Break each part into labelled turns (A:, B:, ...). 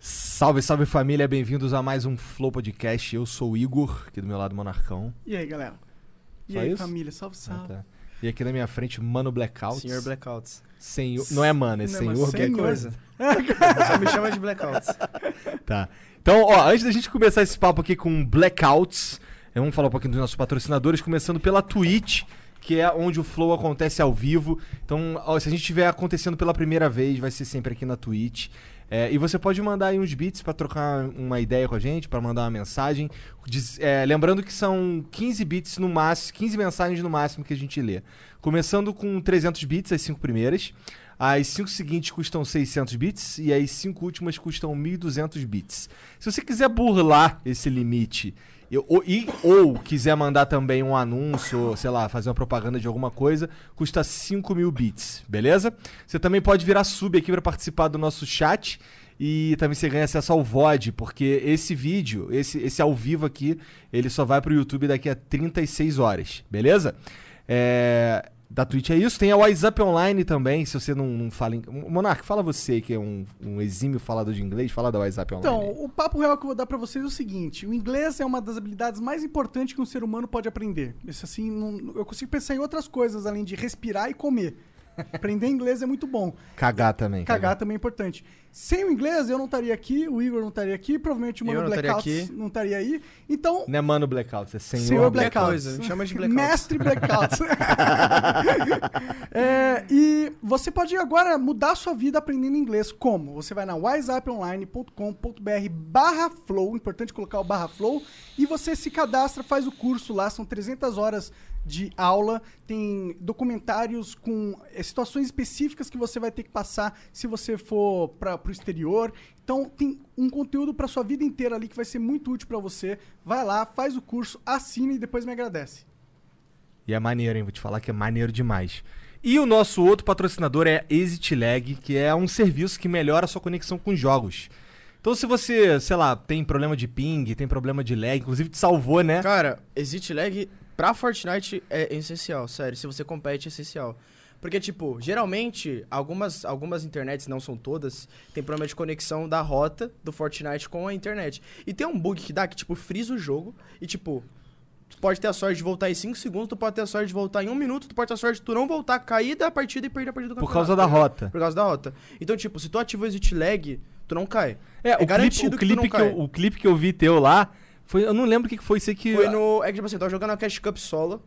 A: Salve, salve família, bem-vindos a mais um Flow Podcast. Eu sou o Igor, aqui do meu lado Monarcão.
B: E aí, galera? E
A: Só
B: aí,
A: isso?
B: família? Salve, salve.
A: Tá. E aqui na minha frente, Mano Blackout.
C: Senhor Blackouts.
A: Senhor- Não é mano, é
B: Não,
A: senhor
B: mas
A: qualquer
B: senhor.
A: coisa.
C: Só me chama de Blackouts.
A: Tá. Então, ó, antes da gente começar esse papo aqui com blackouts, eh, vamos falar um pouquinho dos nossos patrocinadores, começando pela Twitch, que é onde o Flow acontece ao vivo. Então, ó, se a gente estiver acontecendo pela primeira vez, vai ser sempre aqui na Twitch. Eh, e você pode mandar aí uns beats pra trocar uma ideia com a gente, pra mandar uma mensagem. Diz- eh, lembrando que são 15 bits no máximo, 15 mensagens no máximo que a gente lê. Começando com 300 bits, as cinco primeiras. As cinco seguintes custam 600 bits e as cinco últimas custam 1.200 bits. Se você quiser burlar esse limite eu- ou, e- ou quiser mandar também um anúncio, ou, sei lá, fazer uma propaganda de alguma coisa, custa 5 mil bits, beleza? Você também pode virar sub aqui para participar do nosso chat e também você ganha acesso ao VOD, porque esse vídeo, esse, esse ao vivo aqui, ele só vai pro YouTube daqui a 36 horas, beleza? É, da Twitch é isso. Tem a WhatsApp Online também, se você não, não fala... Em... Monark, fala você que é um, um exímio falador de inglês, fala da WhatsApp Online.
B: Então, o papo real que eu vou dar pra vocês é o seguinte: o inglês é uma das habilidades mais importantes que um ser humano pode aprender. Isso assim, não- eu consigo pensar em outras coisas além de respirar e comer. Aprender inglês é muito bom.
A: Cagar também.
B: Cagar também é importante. Sem o inglês, eu não estaria aqui, o Igor não estaria aqui, provavelmente o
C: Eu
B: Mano
C: não estaria
B: Blackouts
C: aqui.
B: não estaria aí. Então,
A: Não é mano blackout, é senhor,
B: Senhor
A: blackout.
B: Blackout.
C: Coisa, me chama de Blackouts.
B: Mestre Blackout. É, e você pode agora mudar sua vida aprendendo inglês. Como? Você vai na wiseuponline.com.br barra flow, importante colocar o barra flow, e você se cadastra, faz o curso lá, são 300 horas de aula, tem documentários com é, situações específicas que você vai ter que passar se você for para o exterior. Então tem um conteúdo para sua vida inteira ali que vai ser muito útil para você. Vai lá, faz o curso, assina e depois me agradece.
A: E é maneiro, hein? Vou te falar que é maneiro demais. E o nosso outro patrocinador é Exit Lag, que é um serviço que melhora a sua conexão com jogos. Então, se você, sei lá, tem problema de ping, tem problema de lag, inclusive te salvou, né?
C: Cara, exit lag pra Fortnite é essencial, sério. Se você compete, é essencial. Porque, tipo, geralmente, algumas, algumas internets, não são todas, tem problema de conexão da rota do Fortnite com a internet. E tem um bug que dá que, tipo, frisa o jogo e, tipo, tu pode ter a sorte de voltar em 5 segundos, tu pode ter a sorte de voltar em 1 minuto, tu pode ter a sorte de tu não voltar, cair da partida e perder a partida do
A: Por
C: campeonato,
A: causa da
C: tá ligado?
A: rota.
C: Por causa da rota. Então, tipo, se tu ativa o exit lag, tu não cai.
A: É, o, clipe,
C: garantido
A: o,
C: que tu
A: clipe
C: não
A: que
C: cai.
A: eu, o clipe que eu vi teu lá, foi, eu não lembro o que que foi, sei que...
C: Foi no. É que, tipo assim, eu tava jogando a Cash Cup solo.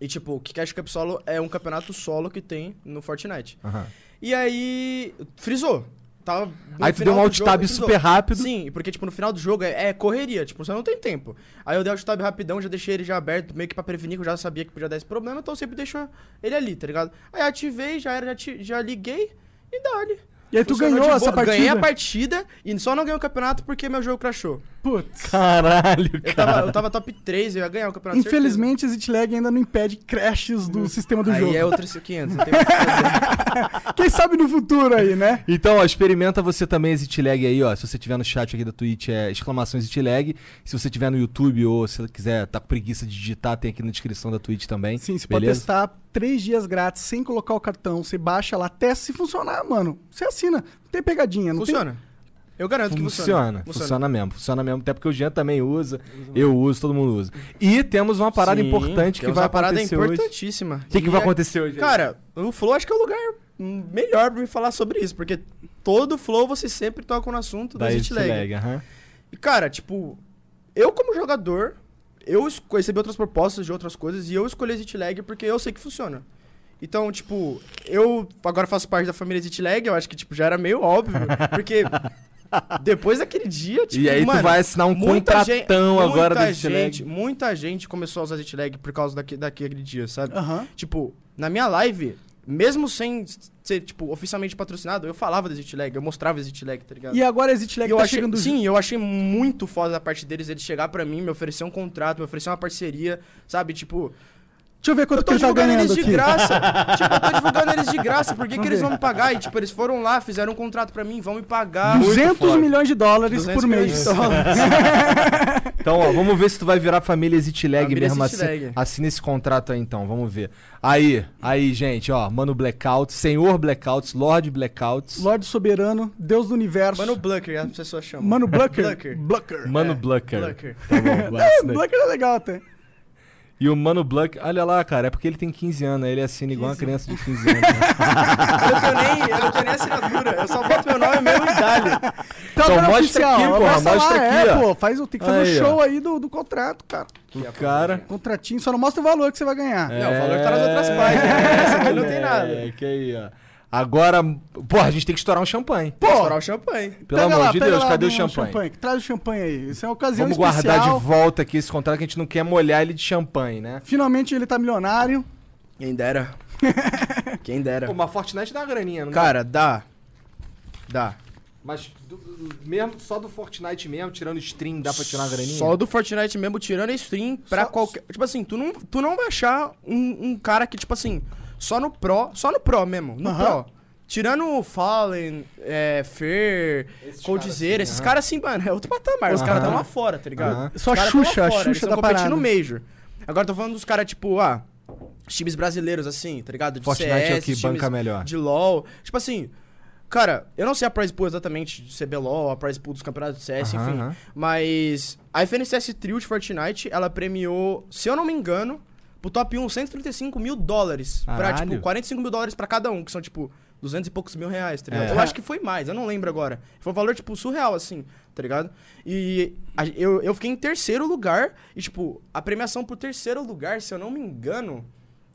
C: E, tipo, que Cash Cup solo é um campeonato solo que tem no Fortnite.
A: Aham.
C: E aí. Frisou. Tava no
A: Aí tu deu
C: final
A: um
C: do
A: alt
C: jogo,
A: tab
C: frisou.
A: super rápido.
C: Sim, porque, tipo, no final do jogo é, é correria. Tipo, você não tem tempo. Aí eu dei um alt tab rapidão, já deixei ele já aberto, meio que pra prevenir, que eu já sabia que podia dar esse problema, então eu sempre deixo ele ali, tá ligado? Aí ativei, já era, já, ti- já liguei e dá-lhe.
B: E aí tu ganhou essa partida?
C: Ganhei a partida e só não ganhei o campeonato porque meu jogo crashou.
B: Putz.
A: Caralho,
C: Eu
A: cara.
C: tava, eu tava top 3, eu ia ganhar o campeonato. certeza.
B: Infelizmente, Exit Lag ainda não impede crashes do sistema do
C: aí
B: jogo.
C: é outro 500, não tem muito o que fazer.
B: Quem sabe no futuro aí, né?
A: Então, ó, experimenta você também Exit Lag aí, ó. Se você tiver no chat aqui da Twitch, é exclamação Exit Lag. Se você tiver no YouTube ou se quiser, tá com preguiça de digitar, tem aqui na descrição da Twitch também.
B: Sim, você pode
A: beleza?
B: testar três dias grátis sem colocar o cartão. Você baixa lá, testa se funcionar, mano. Você assina. Não tem pegadinha, não
C: Funciona. Eu garanto que
A: Funciona,
C: funciona.
A: funciona mesmo, funciona mesmo. Até porque o Jean também usa, eu uso, todo mundo usa. E temos uma parada
C: Sim,
A: importante que
C: temos
A: vai
C: uma parada
A: acontecer hoje.
C: importantíssima.
A: O que, que
C: E
A: vai
C: é-
A: acontecer hoje?
C: Cara, o Flow acho que é o lugar melhor pra me falar sobre isso, porque todo Flow você sempre toca no assunto do
A: da
C: Exit
A: Exit
C: Lag.
A: Lag. aham.
C: E, cara, tipo, eu como jogador, eu esco- recebi outras propostas de outras coisas e eu escolhi Exit Lag porque eu sei que funciona. Então, tipo, eu agora faço parte da família Exit Lag, eu acho que, tipo, já era meio óbvio, porque depois daquele dia, tipo,
A: E aí
C: mano,
A: tu vai assinar um
C: muita
A: contratão
C: gen-
A: agora do
C: muita
A: Exit Lag.
C: gente, Muita gente começou a usar Exit Lag por causa daque- daquele dia, sabe?
B: Aham.
C: Tipo, na minha live, mesmo sem ser, tipo, oficialmente patrocinado, eu falava do Exit Lag, eu mostrava o Exit Lag, tá ligado?
B: E agora Exit Lag
C: eu
B: tá
C: achei,
B: chegando junto.
C: Sim, eu achei muito foda da parte deles, eles chegar pra mim, me oferecer um contrato, me oferecer uma parceria, sabe? Tipo,
B: Deixa eu ver quanto
C: eu
B: que
C: tô
B: ele tá
C: divulgando
B: ganhando
C: eles de
B: aqui.
C: graça. tipo, eu tô divulgando eles de graça, por que, que
B: Vamos
C: eles
B: ver.
C: vão me pagar? E, tipo, eles foram lá, fizeram um contrato pra mim, vão me pagar.
B: 200
A: foda.
B: milhões de dólares
C: 200
B: por
C: milhões
B: mês.
C: de dólares.
A: Então, ó, vamos ver se tu vai virar família Zitlag
C: Família
A: mesmo assim.
C: Zitlag.
A: Assina esse contrato aí então, vamos ver. Aí, aí, gente, ó, mano Blackout, senhor Blackouts, Lord Blackouts,
B: Lorde Soberano, Deus do Universo.
C: Mano Blucker, as pessoas chamam.
B: Mano Blucker.
C: Blucker.
B: Blucker.
A: mano
C: é,
A: Blucker.
C: Blucker.
A: Tá bom, vai,
B: É,
A: isso daí.
B: Blucker é legal até.
A: E o mano Blucker, olha lá, cara, é porque ele tem 15 anos, aí ele assina igual uma criança de 15 anos. né?
C: Eu, não tenho nem, eu não tenho nem assinatura, eu só boto meu nome e meu idade.
A: Então
B: Câmera
A: mostra
B: oficial,
A: aqui, porra,
B: abraça
A: mostra
B: lá,
A: aqui,
B: é,
A: ó.
B: pô, faz, o- tem que fazer
A: Aí,
B: um
A: ó.
B: show aí do, do contrato, cara.
A: O cara...
B: Contratinho, só não mostra o valor que você vai ganhar.
C: Não, o valor tá nas outras
B: É.
C: páginas, né? Essa aqui não tem nada.
A: É, que aí, ó. Agora, porra, a gente tem que estourar um champanhe.
C: Pô, estourar o champanhe.
A: Pelo
B: Pega
A: amor
B: lá,
A: de
B: pega
A: Deus,
B: lá
A: cadê o
B: um
A: champanhe?
B: Traz o champanhe aí. Isso é uma
C: um
B: ocasião
A: Vamos
B: especial.
A: guardar de volta aqui esse contrato que a gente não quer molhar ele de champanhe, né?
B: Finalmente ele tá milionário.
C: Quem dera. Quem dera.
A: Pô, mas Fortnite dá uma graninha, não
C: Cara, dá. Dá.
A: Mas do- do- mesmo, só do Fortnite mesmo, tirando stream, dá pra tirar uma graninha?
C: Só do Fortnite mesmo, tirando a stream pra
B: Só-
C: qualquer. Tipo assim, tu não, tu não vai achar um, um cara que, tipo assim, só no Pro. Só no Pro mesmo. No
B: Aham.
C: Pro. Tirando o Fallen, é, Fer,
A: Esses
C: Coldzera,
A: caras, assim,
C: esses
A: aham.
C: caras assim, mano, é outro patamar. Os
A: Aham.
C: caras estão lá fora, tá ligado?
A: Aham.
C: Os
B: Só a
C: caras tão lá
B: Xuxa, a
C: fora, eles
B: Xuxa
C: tão
B: da
C: competindo no
B: parada.
C: Major. Agora eu tô falando dos caras, tipo, ah, os times brasileiros, assim, tá ligado? De
A: Fortnite é o que
C: times
A: banca melhor.
C: De LoL. Tipo assim, cara, eu não sei a prize pool exatamente de CBLOL, a prize pool dos campeonatos de CS,
A: Aham,
C: enfim.
A: aham.
C: Mas a FNCS Trio de Fortnite, ela premiou, se eu não me engano, pro top 1, 135 mil dólares. Pra,
A: Caralho.
C: tipo, 45 mil dólares pra cada um, que são, tipo, 200 e poucos mil reais, tá ligado?
A: É.
C: Eu acho que foi mais, eu não lembro agora. Foi um valor, tipo, surreal, assim, tá ligado? E a- eu, eu fiquei em terceiro lugar, e, tipo, a premiação pro terceiro lugar, se eu não me engano...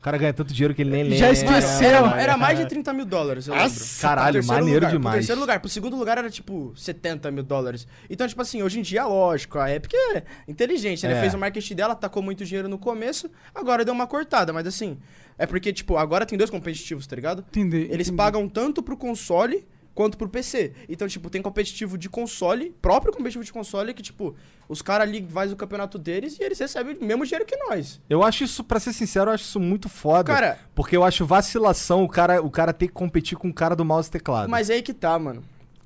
A: O cara ganha tanto dinheiro que ele nem lembra.
B: Já esqueceu.
C: É, Era, era mais de 30 mil dólares, eu lembro.
A: caralho,
C: Pro terceiro
A: maneiro
C: lugar,
A: demais.
C: Pro terceiro lugar. Pro segundo lugar era, tipo, 70 mil dólares. Então, tipo assim, hoje em dia, lógico, a Epic é inteligente, né?
A: É.
C: Fez o marketing dela, tacou muito dinheiro no começo, agora deu uma cortada, mas assim... É porque, tipo, agora tem dois competitivos, tá ligado?
B: Entendi.
C: Eles
B: entendi.
C: pagam tanto pro console quanto pro PC. Então, tipo, tem competitivo de console, próprio competitivo de console, que, tipo, os caras ali fazem o campeonato deles e eles recebem o mesmo dinheiro que nós.
A: Eu acho isso, pra ser sincero, eu acho isso muito foda.
C: Cara-
A: Porque eu acho vacilação o cara, o cara ter que competir com o cara do mouse e teclado.
C: Mas aí que tá, mano.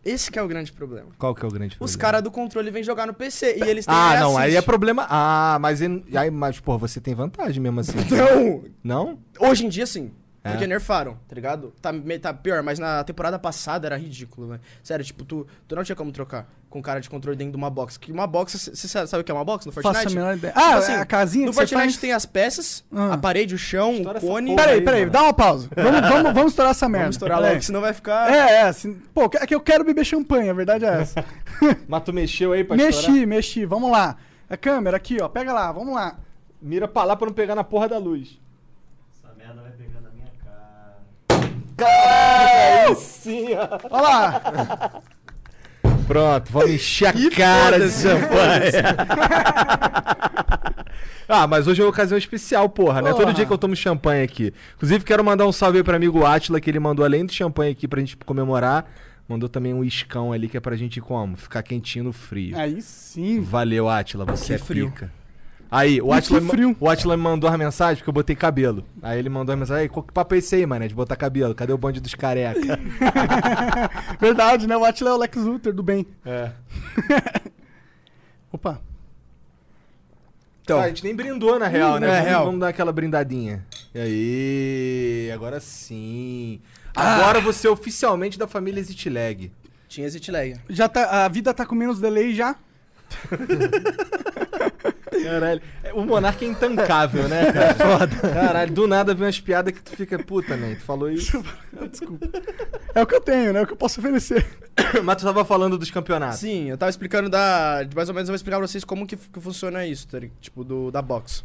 C: Esse que é o grande problema.
A: Qual que é o grande
C: Os
A: problema?
C: caras do controle vêm jogar no PC e eles têm
A: Ah, não,
C: assist.
A: aí é problema. Ah, mas, en- aí, mas pô, você tem vantagem mesmo assim.
C: Não!
A: não?
C: Hoje em dia, sim.
A: É.
C: Porque nerfaram, tá ligado? Tá, me- tá pior, mas na temporada passada era ridículo, velho. Sério, tipo, tu, tu não tinha como trocar com um cara de controle dentro de uma box. Que uma box, você sabe o que é uma box no
B: Faço a
C: Fortnite?
B: menor ideia.
C: Tipo
B: Ah,
C: assim,
B: a casinha
C: No
B: que você
C: Fortnite
B: faz?
C: tem as peças,
B: Ah.
C: a parede, o chão,
A: Estoura
C: o
A: essa
C: cone.
A: porra
B: Peraí,
A: aí,
B: peraí,
A: mano.
B: dá uma pausa. Vamos, vamos, vamos estourar essa merda.
C: Vamos estourar
B: Peraí.
C: logo, senão vai ficar.
B: É, é, assim, pô, é que eu quero beber champanhe, a verdade é essa.
A: Mas tu mexeu aí pra
B: mexi,
A: estourar?
B: mexi, vamos lá. A câmera aqui, ó, pega lá, vamos lá.
A: Mira pra lá pra não pegar na porra da luz.
D: Essa merda vai pegando a minha cara.
A: Sim,
B: Olha lá,
A: Pronto, vamos encher a cara de champanhe. ah, mas hoje é uma ocasião especial, porra, né? Todo
B: Porra.
A: dia que eu tomo champanhe aqui. Inclusive, quero mandar um salve aí pro amigo Atila, que ele mandou além do champanhe aqui pra gente comemorar, mandou também um iscão ali que é pra gente como? Ficar quentinho no frio.
B: aí sim.
A: Valeu, Atila, você é
C: frio.
A: pica. Aí, o Atila, me-
B: frio.
A: o Atila me mandou uma mensagem porque eu botei cabelo. Aí ele mandou uma mensagem, "Ei, qual que papo é esse aí, mané, de botar cabelo? Cadê o bonde dos careca?
B: Verdade, né? O Atila é o Lex Luthor do bem.
A: é.
B: Opa.
C: Então,
A: Ah, a gente nem brindou, na real, né?
C: É,
A: vamos,
C: real.
A: vamos dar aquela brindadinha. E aí, agora sim. Agora você é oficialmente da família Zitlag.
C: tinha exit lag.
B: Já tá, a vida tá com menos delay já?
A: Caralho. É, O Monark é intancável, né, cara? Foda. Caralho, do nada vem umas piadas que tu fica, puta, né? Tu falou isso.
B: Desculpa. É o que eu tenho, né? É o que eu posso oferecer.
A: Mas tu tava falando dos campeonatos.
C: Sim, eu tava explicando da. de Mais ou menos eu vou explicar pra vocês como que, que funciona isso, tá ligado? tipo, do, da box.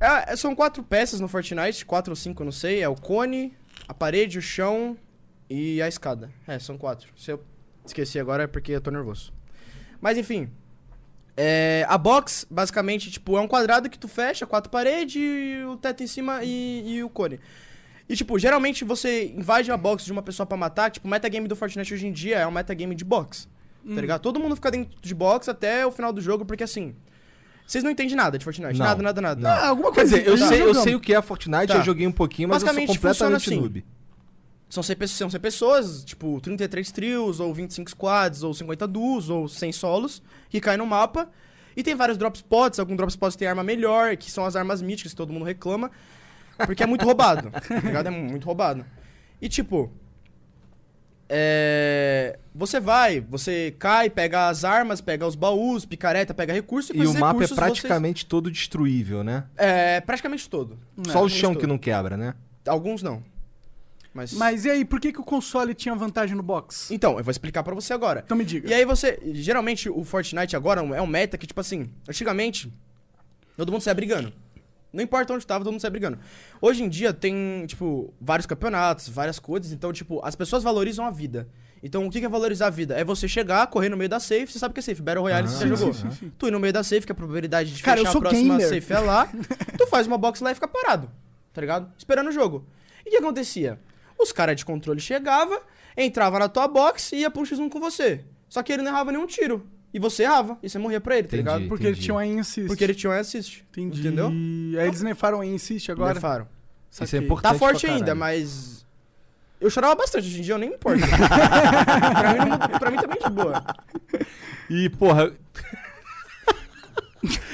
C: É, é, são quatro peças no Fortnite, quatro ou cinco, eu não sei. É o cone, a parede, o chão e a escada. É, são quatro. Se eu esqueci agora é porque eu tô nervoso. Mas enfim. é, a box, basicamente, tipo, é um quadrado que tu fecha, quatro paredes, o teto em cima e, e o cone. E, tipo, geralmente você invade uma box de uma pessoa pra matar. Tipo, o metagame do Fortnite hoje em dia é um metagame de box. Tá ligado? Todo mundo fica dentro de box até o final do jogo, porque assim. Vocês não entendem nada de Fortnite.
A: Não,
C: Nada, nada, nada.
A: não.
B: Ah, alguma
A: Quer
B: coisa.
A: dizer, eu,
B: tá.
A: sei, eu
B: Jogamos.
A: sei o que é Fortnite,
C: Tá.
A: eu joguei um pouquinho, mas eu sou
C: Basicamente,
A: completamente
C: funciona assim.
A: noob.
C: São, 100 pessoas- são 100 pessoas, tipo, 33 trios, ou 25 squads, ou 50 duos, ou 100 solos, que caem no mapa. E tem vários drop spots, alguns drop spots tem arma melhor, que são as armas míticas que todo mundo reclama, porque é muito roubado, tá ligado? É muito roubado. E, tipo, é... você vai, você cai, pega as armas, pega os baús, picareta, pega recursos, e, com
A: E o
C: esses
A: mapa é
C: recursos vocês-
A: praticamente todo destruível, né?
C: É, praticamente
A: Só
C: todo.
A: o
C: praticamente
A: chão
C: todo.
A: que não quebra, né?
C: Alguns não. Mas...
B: Mas e aí, por que, que o console tinha vantagem no box?
C: Então, eu vou explicar pra você agora.
B: Então me diga.
C: E aí você. Geralmente o Fortnite agora é um meta que, tipo assim, antigamente, todo mundo saia brigando. Não importa onde tava, todo mundo saia brigando. Hoje em dia tem, tipo, vários campeonatos, várias coisas, então, tipo, as pessoas valorizam a vida. Então, o que que é valorizar a vida? É você chegar, correr no meio da safe, você sabe o que é safe, Battle Royale,
A: Ah,
C: você
A: sim,
C: já jogou.
A: sim, sim,
C: Tu ir no meio da safe, que é a probabilidade de
B: Cara, eu
C: fechar a
B: sou
C: próxima
B: gamer.
C: safe é lá, tu faz uma box lá e fica parado, tá ligado? Esperando o jogo. E o que acontecia? Os caras de controle chegava, entrava na tua box e ia pro X1 com você. Só que ele não errava nenhum tiro. E você errava, e você morria pra ele, tá
A: Entendi.
C: ligado?
B: Porque
A: Entendi.
B: ele tinha uma insist.
C: Porque ele tinha um assist.
B: Entendi.
C: Entendeu?
B: Aí eles nefaram a insist agora.
C: Blefaram.
A: Isso é
B: Saquei.
A: importante.
C: Tá forte
A: pra caralho.
C: ainda, mas. Eu chorava bastante, hoje em dia eu nem me importo. pra, mim, não- pra mim também de boa.
A: E, porra,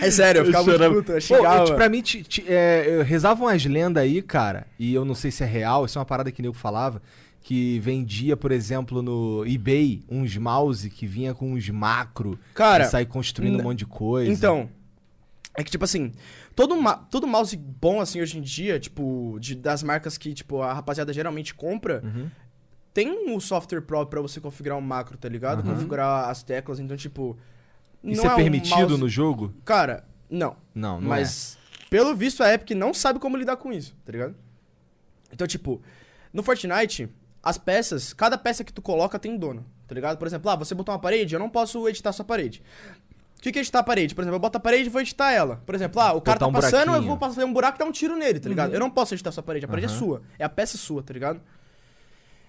C: É sério, eu ficava muito puto, eu tipo,
A: Pô,
C: xingava.
A: eu, pra mim, ti- ti- é, eu- rezavam as lendas aí, cara, e eu não sei se é real, isso é uma parada que o nego falava, que vendia, por exemplo, no eBay, uns mouse que vinha com uns macro,
C: Cara,
A: e sair construindo um
C: n-
A: monte de coisa.
C: Então, é que, tipo assim, todo, ma todo mouse bom, assim, hoje em dia, tipo, de- das marcas que, tipo, a rapaziada geralmente compra,
A: Uhum.
C: tem um software próprio pra você configurar um macro, tá ligado? Configurar as teclas, então, tipo...
A: Uhum. Isso é, permitido no jogo?
C: Cara, não.
A: Não, não é.
C: Mas, pelo visto, a Epic não sabe como lidar com isso, tá ligado? Então, tipo, no Fortnite, as peças, cada peça que tu coloca tem dono, tá ligado? Por exemplo, ah, você botou uma parede, eu não posso editar sua parede. O que que é editar a parede? Por exemplo, eu boto a parede e vou editar ela. Por exemplo, ah, o
A: Botar
C: cara tá
A: um
C: passando, eu
A: buraquinho. Uhum.
C: vou fazer um buraco e dar um tiro nele, tá ligado? Eu não posso editar sua parede, a parede é sua. É a peça sua, tá ligado?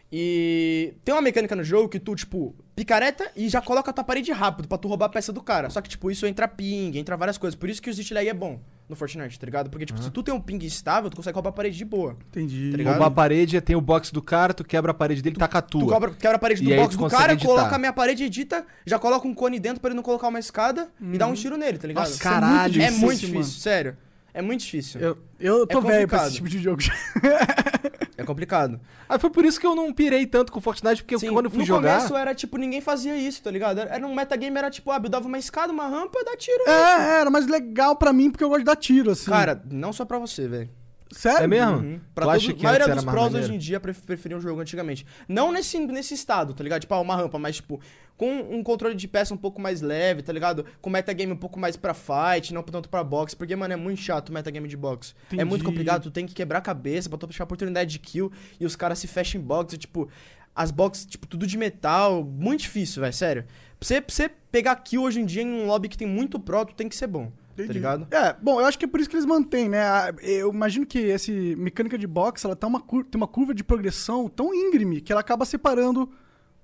C: E tem uma mecânica no jogo que tu, tipo, picareta e já coloca a tua parede rápido pra tu roubar a peça do cara. Só que, tipo, isso entra ping, entra várias coisas. Por isso que o Zit lag é bom no Fortnite, tá ligado? Porque, tipo, se tu tem um ping estável, tu consegue roubar a parede de boa.
B: Entendi.
C: Tá ligado?
A: é. Roubar a parede, tem o box do cara, tu quebra a parede dele, taca a tua.
C: Tu cobra- quebra a parede
A: E
C: do
A: aí
C: box
A: tu
C: do
A: consegue
C: cara,
A: editar.
C: coloca a minha parede, edita, já coloca um cone dentro pra ele não colocar uma escada e dá um tiro nele, tá ligado?
B: Nossa,
A: Caralho,
C: é
B: isso
C: muito
B: sim,
C: difícil, sério. É muito difícil.
B: Eu, eu tô velho pra
C: complicado.
B: esse tipo de jogo.
C: É complicado.
A: Ah, foi por isso que eu não pirei tanto com Fortnite, porque
C: Sim,
A: quando eu fui
C: no
A: jogar...
C: começo era tipo, ninguém fazia isso, tá ligado? Era era um metagame, era tipo, ah, eu dava uma escada, uma rampa, dá tiro.
B: é, era mais legal pra mim porque eu gosto de dar tiro, assim.
C: Cara, não só pra você, velho.
B: sério?
A: É mesmo?
C: Uhum. Pra
A: Tu
C: todo,
A: acha que
C: a maioria
A: antes
C: dos
A: era mais
C: pros
A: maneiro?
C: hoje em dia pref- preferiam o jogo antigamente. Não nesse, nesse estado, tá ligado? Tipo, ah, uma rampa, mas tipo, com um controle de peça um pouco mais leve, tá ligado? Com metagame um pouco mais pra fight, não tanto pra boxe. Porque, mano, é muito chato o metagame de boxe. É muito
B: Entendi.
C: complicado, tu tem que quebrar a cabeça pra tu puxar a oportunidade de kill. E os caras se fecham em boxe, tipo, as boxes, tipo, tudo de metal. Muito difícil, velho, sério. Pra você, pra você pegar kill hoje em dia em um lobby que tem muito pro, tu tem que ser bom. Tá
B: Entendi.
C: ligado?
B: É, bom, eu acho que é por isso que eles mantêm, né? A- Eu imagino que essa mecânica de boxe, ela tá uma cur- tem uma curva de progressão tão íngreme que ela acaba separando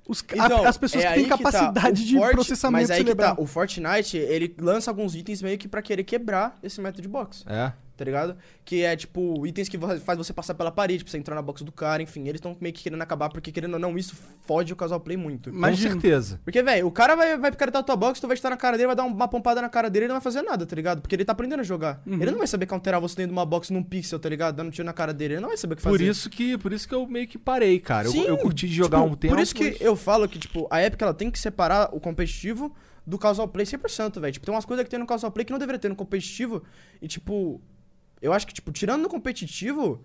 B: os ca- a-
C: Então,
B: as pessoas
C: é
B: que têm
C: aí tá.
B: capacidade
C: O
B: de
C: Forte-
B: processamento
C: Mas aí
B: cerebral.
C: que tá, o Fortnite, ele lança alguns itens meio que pra querer quebrar esse método de box,
A: É.
C: tá ligado? Que é tipo, itens que vo- faz você passar pela parede, pra você entrar na box do cara, enfim, eles estão meio que querendo acabar, porque querendo ou não, isso fode o casal play muito. Então,
B: Imagino.
A: Com certeza.
C: Porque, velho, o cara vai, vai picaretar a tua box, tu vai estar na cara dele, vai dar um, uma pompada na cara dele, ele não vai fazer nada, tá ligado? Porque ele tá aprendendo a jogar.
B: Uhum.
C: Ele não vai saber counterar você dentro de uma box num pixel, tá ligado? Dando tiro na cara dele, ele não vai saber o que fazer.
A: Por isso, que, por isso que eu meio que parei, cara. Eu,
C: Sim,
A: eu curti de jogar
C: tipo,
A: um tempo.
C: Por isso que
A: mas-
C: eu falo que, tipo, a Epic ela tem que separar o competitivo do casual play 100%, velho. Tipo, tem umas coisas que tem no casual play que não deveria ter no competitivo. E, tipo, eu acho que, tipo, tirando no competitivo,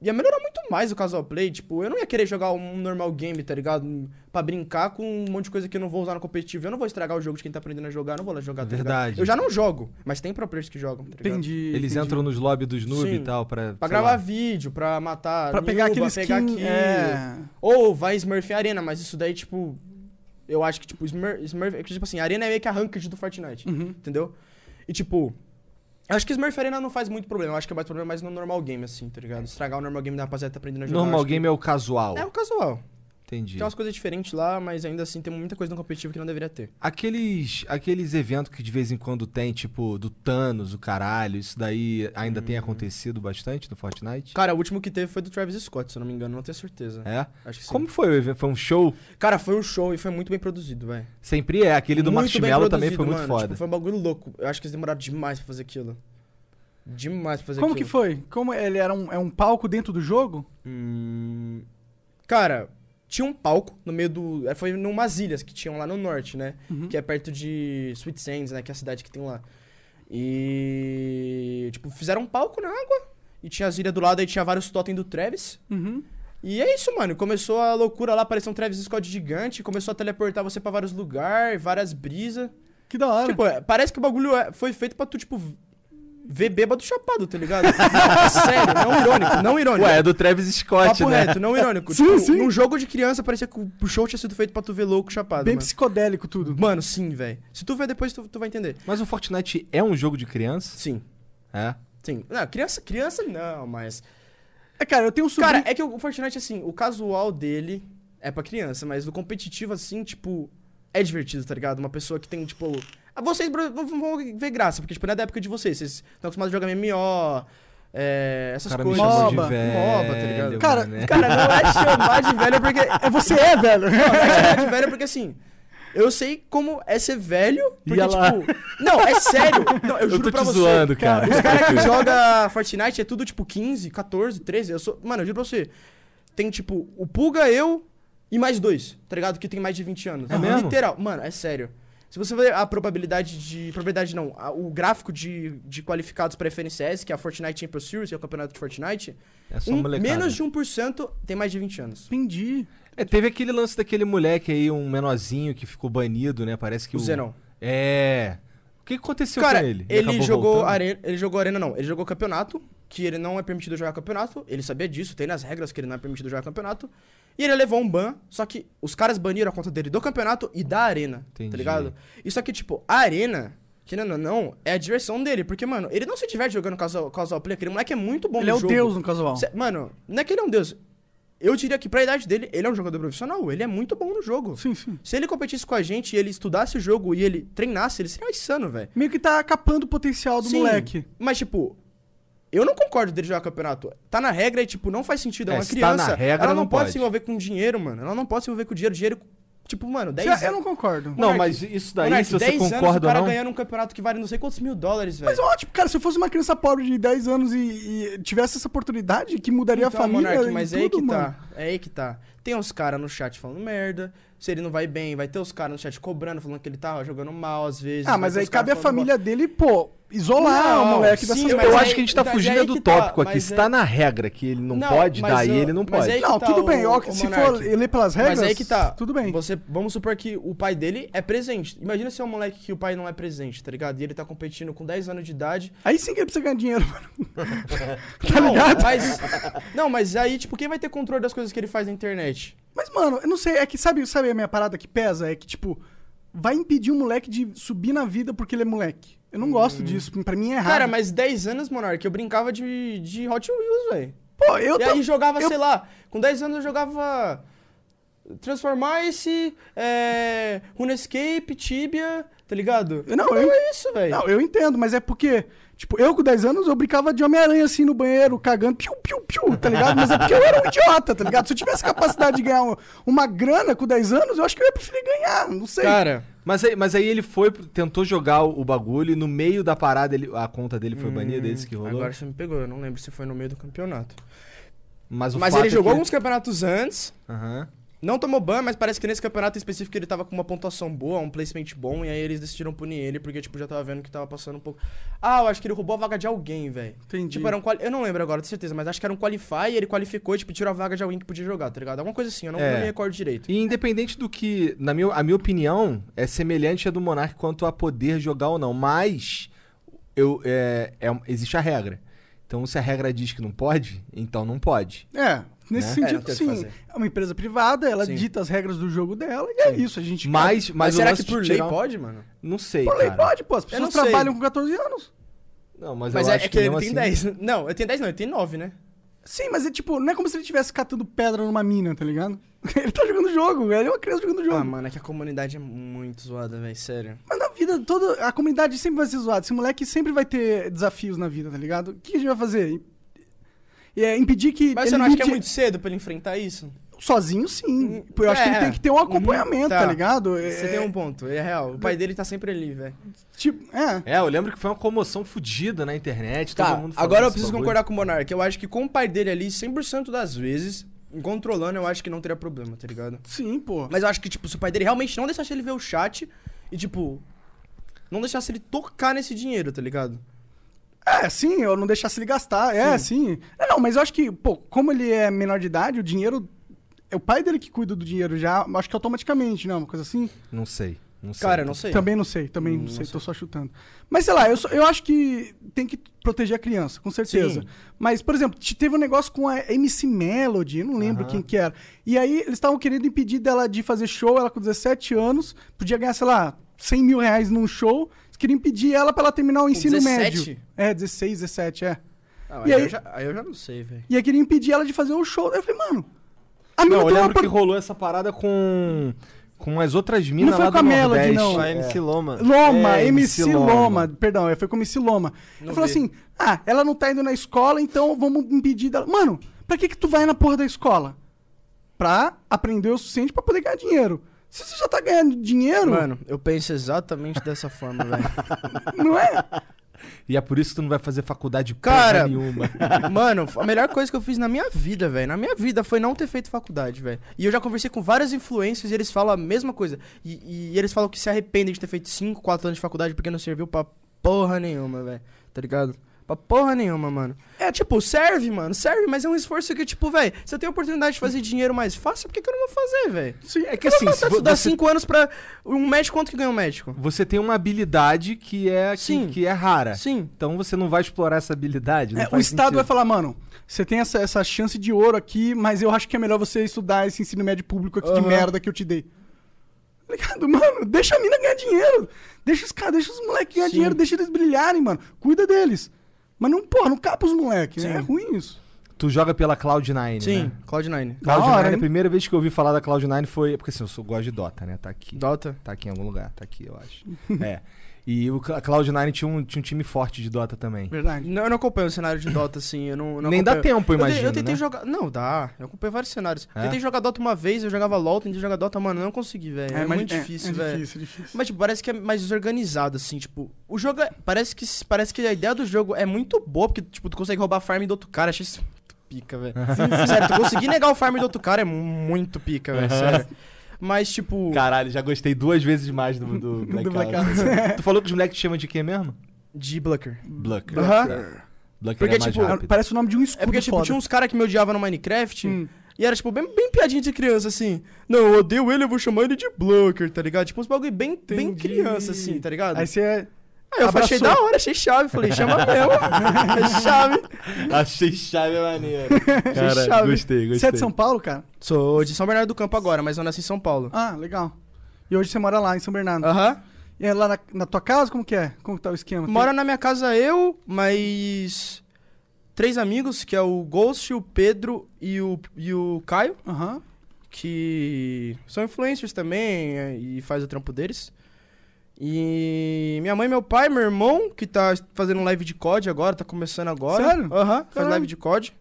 C: ia melhorar muito mais o casual play. Tipo, eu não ia querer jogar um normal game, tá ligado? Um- Pra brincar com um monte de coisa que eu não vou usar no competitivo. Eu não vou estragar o jogo de quem tá aprendendo a jogar, eu não vou lá jogar, tá ligado?
A: Verdade.
C: Eu já não jogo, mas tem pro players que jogam, tá ligado?
B: Entendi.
A: Eles
B: entendi.
A: entram nos lobbies dos noob
C: Sim.
A: e tal pra. sei
C: Pra gravar
A: lá.
C: vídeo, pra matar.
B: Pra pegar
C: nuba,
B: aquele
C: pegar
B: skin,
C: kill.
B: é.
C: Ou vai Smurf em Arena, mas isso daí, tipo. Eu acho que,
B: Uhum.
C: tipo, Smurf. Smurf é que, tipo assim, Arena é meio que a ranked do Fortnite. Entendeu? E, tipo. Eu acho que Smurf Arena não faz muito problema. Eu acho que é mais problema mais no normal game, assim, tá ligado? Estragar o normal game da rapaziada que tá aprendendo a jogar. eu
A: Normal
C: acho que-
A: game é o casual.
C: É o casual.
A: Entendi.
C: Tem umas coisas diferentes lá, mas ainda assim tem muita coisa no competitivo que não deveria ter.
A: Aqueles, aqueles eventos que de vez em quando tem, tipo, do Thanos, o caralho, isso daí ainda tem acontecido bastante no Fortnite?
C: Uhum. Cara, o último que teve foi do Travis Scott, se eu não me engano, não tenho certeza.
A: É?
C: Acho que sim.
A: Como foi o evento? Foi um show?
C: Cara, foi um show e foi muito bem produzido, velho.
A: Sempre é. Aquele do
C: Muito
A: Marshmallow
C: bem
A: também foi
C: produzido,
A: muito
C: mano.
A: foda.
C: Tipo, foi um bagulho louco. Eu acho que eles demoraram demais pra fazer aquilo. Demais pra fazer
B: Como que
C: aquilo.
B: foi? Como ele era um, é um palco dentro do jogo?
C: Hum, Cara, tinha um palco no meio do. é, Foi numas ilhas que tinham lá no norte, né?
B: Uhum.
C: Que é perto de Sweet Sands, né? Que é a cidade que tem lá. E. Tipo, fizeram um palco na água. E tinha as ilhas do lado, aí tinha vários totem do Travis.
B: Uhum.
C: E é isso, mano. Começou a loucura lá, apareceu um Travis Scott gigante. Começou a teleportar você pra vários lugares, várias brisas.
B: Que da hora.
C: Tipo, é, parece que o bagulho é- foi feito pra tu, tipo. Ver bêbado chapado, tá ligado? Sério, não irônico, não irônico.
A: Ué, é do Travis Scott,
C: Papo
A: né?
C: reto, não irônico.
B: Sim,
C: tipo,
B: sim.
C: num jogo de criança parecia que o show tinha sido feito pra tu ver louco chapado.
B: Bem
C: mano.
B: psicodélico tudo.
C: Mano, sim, velho. Se tu ver depois, tu, tu vai entender.
A: Mas o Fortnite é um jogo de criança?
C: Sim,
A: É.
C: sim. Não, criança, criança não, mas.
B: É, cara, eu tenho um sobrinho.
C: Cara, é que o Fortnite, assim, o casual dele é pra criança, mas o competitivo, assim, tipo, é divertido, tá ligado? Uma pessoa que tem, tipo. ah, Vocês bro, vão, vão ver graça, porque, tipo, não é da época de vocês. Vocês estão acostumados a jogar MMO, é, essas
A: O cara me
C: coisas.
A: chamou de né?
B: Moba.
C: Moba, tá ligado?
A: velho,
B: Cara,
A: mané.
C: Cara, não é chamar de velho porque.
B: é você é, velho.
C: Não, não é que idade velha, porque assim. Eu sei como é ser velho, porque,
A: Ia lá.
C: tipo. Não, é sério. Não, eu,
A: Eu
C: juro
A: tô
C: pra
A: te
C: você.
A: zoando, cara.
C: Os caras que jogam Fortnite é tudo tipo 15, 14, 13. Eu sou. Mano, eu juro pra você. Tem tipo o Pulga, eu e mais dois, tá ligado? Que tem mais de 20 anos.
A: É mesmo?
C: Literal. Mano, é sério. Se você ver a probabilidade de. Probabilidade não, a- o gráfico de, de qualificados para FNCS, que é a Fortnite Champions Series, que é o campeonato de Fortnite,
A: É só
C: um,
A: um, molecada.
C: menos de 1% tem mais de 20 anos.
B: Entendi.
A: É, teve aquele lance daquele moleque aí, um menorzinho que ficou banido, né? Parece que
C: O
A: o...
C: Zenon.
A: É. O que aconteceu
C: Cara,
A: com ele?
C: ele,
A: acabou
C: jogou
A: voltando?
C: arena, ele jogou arena não, ele jogou campeonato, que ele não é permitido jogar campeonato, ele sabia disso, tem nas regras que ele não é permitido jogar campeonato, e ele levou um ban, só que os caras baniram a conta dele do campeonato e da arena,
A: Entendi.
C: tá ligado? E só que, tipo, a arena, que não, não, não, é a diversão dele, porque, mano, ele não se diverte jogando casual, casual play, aquele moleque é muito bom
B: Ele
C: no
B: é o
C: jogo.
B: deus no casual.
C: Cê- mano, não é que ele é um deus, eu diria que pra idade dele, ele é um jogador profissional, ele é muito bom no jogo.
B: Sim, sim.
C: Se ele competisse com a gente e ele estudasse o jogo e ele treinasse, ele seria um insano, velho.
B: Meio que tá capando o potencial do
C: Sim,
B: moleque.
C: Mas, tipo, eu não concordo dele jogar campeonato. Tá na regra e, tipo, não faz sentido. É
A: É,
C: uma
A: se tá
C: criança.
A: na regra,
C: ela não,
A: não
C: pode.
A: pode.
C: se envolver com dinheiro, mano. Ela não pode se envolver com dinheiro. Dinheiro, tipo, mano, 10
B: Cê- é, Eu não concordo.
A: Não,
C: Monark,
A: mas isso daí,
C: Monark,
A: se você
C: 10 anos, o
A: concorda ou
C: cara
A: não...
C: ganhando um campeonato que vale não sei quantos mil dólares, velho.
B: Mas ótimo, cara, se eu fosse uma criança pobre de 10 anos e, e tivesse essa oportunidade, que mudaria
C: Então,
B: a família
C: Monark,
B: e
C: mas
B: tudo,
C: é aí que
B: mano.
C: tá. É aí que tá. Tem uns caras no chat falando merda. Se ele não vai bem, vai ter os caras no chat cobrando, falando que ele tá jogando mal às vezes.
B: Ah,
C: vai
B: mas
C: ter
B: aí
C: os caras
B: cabe a
C: falando
B: família dele, pô, isolar
C: Não,
B: o moleque
C: sim,
B: dessas
C: mas
A: Eu
C: aí-
A: acho que a gente tá
C: mas
A: fugindo
C: aí
A: do
C: que tá,
A: tópico aqui.
C: mas
A: Se
C: aí-
A: tá na regra que ele não,
C: Não,
A: pode,
C: mas
A: daí
C: eu-
A: ele não
C: mas
A: pode.
C: aí-
B: Não,
C: que tá
B: tudo
C: o-
B: bem. ó, que
C: o
B: se for
C: Monark.
B: ler pelas regras,
C: Mas aí que tá.
B: tudo bem.
C: Você, vamos supor que o pai dele é presente. Imagina se é um moleque que o pai não é presente, tá ligado? E ele tá competindo com 10 anos de idade.
B: Aí sim que ele precisa ganhar dinheiro, mano.
C: Tá não, ligado? Mas, não, mas aí, tipo, quem vai ter controle das coisas que ele faz na internet?
B: Mas, mano, eu não sei, é que sabe, sabe a minha parada que pesa? É que, tipo, vai impedir o moleque de subir na vida porque ele é moleque. Eu não gosto disso, pra mim é errado.
C: Hum. Cara, mas 10 anos, Monark, eu brincava de, de Hot Wheels, velho.
B: Pô, eu
C: E
B: tô-
C: aí jogava,
B: eu-
C: sei lá, com 10 anos eu jogava. Transformice, é. Runescape, Tibia, tá ligado?
B: Não,
C: Então
B: eu-
C: é isso, velho.
B: Não, eu entendo, mas é porque, tipo, eu com 10 anos eu brincava de Homem-Aranha assim no banheiro, cagando, piu, piu, piu, tá ligado? Mas é porque eu era um idiota, tá ligado? Se eu tivesse capacidade de ganhar um- uma grana com 10 anos, eu acho que eu ia preferir ganhar, não sei.
C: Cara.
A: Mas aí, mas aí ele foi, tentou jogar o, o bagulho e no meio da parada ele, a conta dele foi banida, é isso que rolou.
C: Hum, Agora você me pegou, eu não lembro se foi no meio do campeonato.
A: Mas, o
C: Mas
A: fato
C: ele
A: é que
C: jogou alguns campeonatos antes,
A: Aham.
C: não tomou ban, mas parece que nesse campeonato em específico ele tava com uma pontuação boa, um placement bom, e aí eles decidiram punir ele, porque, tipo, já tava vendo que tava passando um pouco. Ah, eu acho que ele roubou a vaga de alguém, velho.
B: Entendi.
C: Tipo, era um quali... Eu não lembro agora, tenho certeza, mas acho que era um qualify e ele qualificou e, tipo, tirou a vaga de alguém que podia jogar, tá ligado? Alguma coisa assim, eu não,
A: É.
C: não me recordo direito.
A: E independente do que, na minha, a minha opinião, é semelhante à do Monark quanto a poder jogar ou não. Mas eu, é, é- existe a regra. Então se a regra diz que não pode, então não pode.
B: É,
A: Né?
B: nesse
C: É, não
B: sentido,
C: tem o que
B: sim.
C: fazer.
B: É uma empresa privada, ela
C: Sim.
B: dita as regras do jogo dela e é isso, a gente...
A: Mas, mas,
C: Mas,
A: o
C: será
A: lance
C: que
A: de
C: por lei
A: tirar- um-
C: pode, mano?
A: Não sei,
B: Por lei
A: cara.
B: pode, pô, as
C: não
B: pessoas
C: sei.
B: trabalham com 14 anos.
A: Não, mas,
C: Mas
A: eu
C: é,
A: acho
C: é que ele
A: mesmo
C: tem
A: assim-
C: 10. Não, ele tem 10 não, ele tem 9, né?
B: Sim, mas é tipo, não é como se ele estivesse catando pedra numa mina, tá ligado? Ele tá jogando jogo, ele é uma criança jogando jogo.
C: Ah, mano, é que a comunidade é muito zoada, velho, sério.
B: Mas na vida toda, a comunidade sempre vai ser zoada. Esse moleque sempre vai ter desafios na vida, tá ligado? O que a gente vai fazer? É, impedir que.
C: Mas
B: ele
C: você não acha que é
B: lute
C: muito cedo pra ele enfrentar isso?
B: Sozinho, sim.
C: Hum,
B: Eu acho que
C: é.
B: ele tem que ter um acompanhamento,
C: Hum,
B: tá.
C: tá.
B: ligado?
C: Você
B: É,
C: tem um ponto, é real. O pai dele tá sempre ali, velho.
B: Tipo, é.
A: É, eu lembro que foi uma comoção fodida na internet.
C: Tá,
A: todo mundo falando
C: agora eu
A: esse
C: preciso
A: bagulho.
C: concordar com o Monark. Eu acho que com o pai dele ali, 100% das vezes, controlando, eu acho que não teria problema, tá ligado?
B: Sim, pô.
C: Mas eu acho que, tipo, se o pai dele realmente não deixasse ele ver o chat e, tipo, não deixasse ele tocar nesse dinheiro, tá ligado?
B: É, sim, eu não deixasse ele gastar. É, sim. É, Não, mas eu acho que, pô, como ele é menor de idade, o dinheiro. É o pai dele que cuida do dinheiro já, acho que automaticamente, não, uma coisa assim.
A: Não sei. Não sei.
C: Cara, eu não sei.
B: Também não sei, também não sei, tô só chutando. Mas sei lá, eu, só- eu acho que tem que proteger a criança, com certeza.
C: Sim.
B: Mas, por exemplo, te- teve um negócio com a MC Melody, eu não lembro quem que era. E aí eles estavam querendo impedir dela de fazer show, ela com 17 anos, podia ganhar, sei lá, 100 mil reais num show. Eles queriam impedir ela pra ela terminar o ensino
C: 17?
B: médio. É, 16, 17, é.
C: Ah,
B: E
C: aí,
B: aí?
C: Eu já, aí eu já não sei, velho.
B: E aí queriam impedir ela de fazer o show. Eu falei, mano. A mina
A: Não, eu
B: tem uma
A: lembro que
B: pro-
A: rolou essa parada com. Com as outras minas
B: foi
A: lá
B: com
A: do
B: a Melody,
A: Nordeste.
B: não.
E: A MC Loma.
B: Loma,
E: É,
B: MC Loma. Perdão, é, foi com MC Loma. Ele
C: Não
B: falou
C: vi.
B: assim: ah, ela não tá indo na escola, então vamos impedir dela. Mano, pra que que tu vai na porra da escola? Pra aprender o suficiente pra poder ganhar dinheiro. Se você já tá ganhando dinheiro,
C: Mano, eu penso exatamente dessa forma, velho.
B: não é?
A: E é por isso que tu não vai fazer faculdade porra
C: Cara,
A: nenhuma.
C: Mano, a melhor coisa que eu fiz na minha vida, velho, na minha vida, foi não ter feito faculdade, velho. E eu já conversei com várias influências e eles falam a mesma coisa. E, e eles falam que se arrependem de ter feito 5, 4 anos de faculdade porque não serviu pra porra nenhuma, velho. Tá ligado? Pra porra nenhuma, mano. É, tipo, serve, mano, serve, mas é um esforço que, tipo, velho, se eu tenho a oportunidade de fazer dinheiro mais fácil, por que, que eu não vou fazer, velho?
A: Sim, é que
C: Eu não
A: assim,
C: vou
A: se
B: tá
A: vo-
C: estudar
A: você,
C: 5 anos pra. Um médico, quanto que ganha um médico?
A: você tem uma habilidade que é, que,
C: Sim.
A: que é rara.
C: Sim.
A: Então você não vai explorar essa habilidade. não
B: É, o
A: faz
B: Estado vai
A: sentido.
B: falar, mano, você tem essa, essa chance de ouro aqui, mas eu acho que é melhor você estudar esse ensino médio público aqui de
C: Aham.
B: merda que eu te dei. Tá Ligado, mano? Deixa a mina ganhar dinheiro. Deixa os caras, deixa os moleques ganhar
C: Sim.
B: dinheiro, deixa eles brilharem, mano. Cuida deles. Mas não, porra, não capa os moleques. né? É ruim isso.
A: Tu joga pela Cloud9,
C: Sim,
A: né?
C: Cloud9.
B: Da
A: Cloud9,
B: hora, hein?
A: a primeira vez que eu ouvi falar da Cloud9 foi. Porque assim, eu sou, gosto de Dota, né? Tá aqui.
C: Dota.
A: Tá aqui em algum lugar, tá aqui, eu acho. é. E o Cla- Cloud9 tinha um, tinha um time forte de Dota também.
B: Verdade.
C: Não, eu não acompanho o cenário de Dota, assim, eu não, eu não
A: Nem dá
C: acompanho.
A: tempo, eu
C: eu te-
A: imagino,
C: Eu tentei
A: né?
C: jogar... Não, dá. Eu acompanho vários cenários.
A: É?
C: Tentei jogar Dota uma vez, eu jogava LoL, tentei jogar Dota, mano, eu não consegui, velho. É, muito
B: É
C: difícil, velho.
B: difícil, difícil.
C: Mas, tipo, parece que é mais desorganizado, assim, tipo... O jogo é... Parece que, parece que a ideia do jogo é muito boa, porque, tipo, tu consegue roubar a farm do outro cara, achei isso muito pica, velho. Sério, tu conseguir negar o farm do outro cara é mu- muito pica, velho, sério. Mas, tipo...
A: Caralho, já gostei duas vezes mais do, do Blackout.
B: Blackout.
A: tu falou que os moleques te chamam de quê mesmo?
C: De Blocker.
A: Blucker.
C: Aham.
A: Blucker
C: Porque,
A: é mais
C: tipo,
B: Ah,
A: rápido.
B: Parece o nome de um escudo
C: É porque, tipo,
B: foda.
C: tinha uns caras que me odiavam no Minecraft.
B: Hum.
C: E era, tipo, bem, bem piadinha de criança, assim. Não, eu odeio ele, eu vou chamar ele de Blocker, tá ligado? Tipo, uns bagulho bem, bem
B: Entendi.
C: criança, assim, tá ligado?
B: Aí você é...
C: Aí eu achei
B: abraçou.
C: da hora, achei chave. Falei, chama mesmo. achei chave.
A: Achei chave maneiro.
C: Achei
A: Cara,
C: chave.
A: gostei, gostei.
B: Você é de São Paulo, cara?
C: Sou de São Bernardo do Campo agora, mas eu nasci em São Paulo.
B: Ah, legal. E hoje você mora lá, em São Bernardo.
C: Aham.
B: E é lá na, na tua casa? Como que é? Como que tá o esquema?
C: Mora na minha casa eu, mais três amigos, que é o Ghost, o Pedro e o, e o Caio.
B: Aham.
C: que são influencers também é, e faz o trampo deles. E minha mãe, meu pai, meu irmão, que tá fazendo um live de COD agora, tá começando agora.
B: Sério?
C: Aham, faz
B: Caralho.
C: live de COD.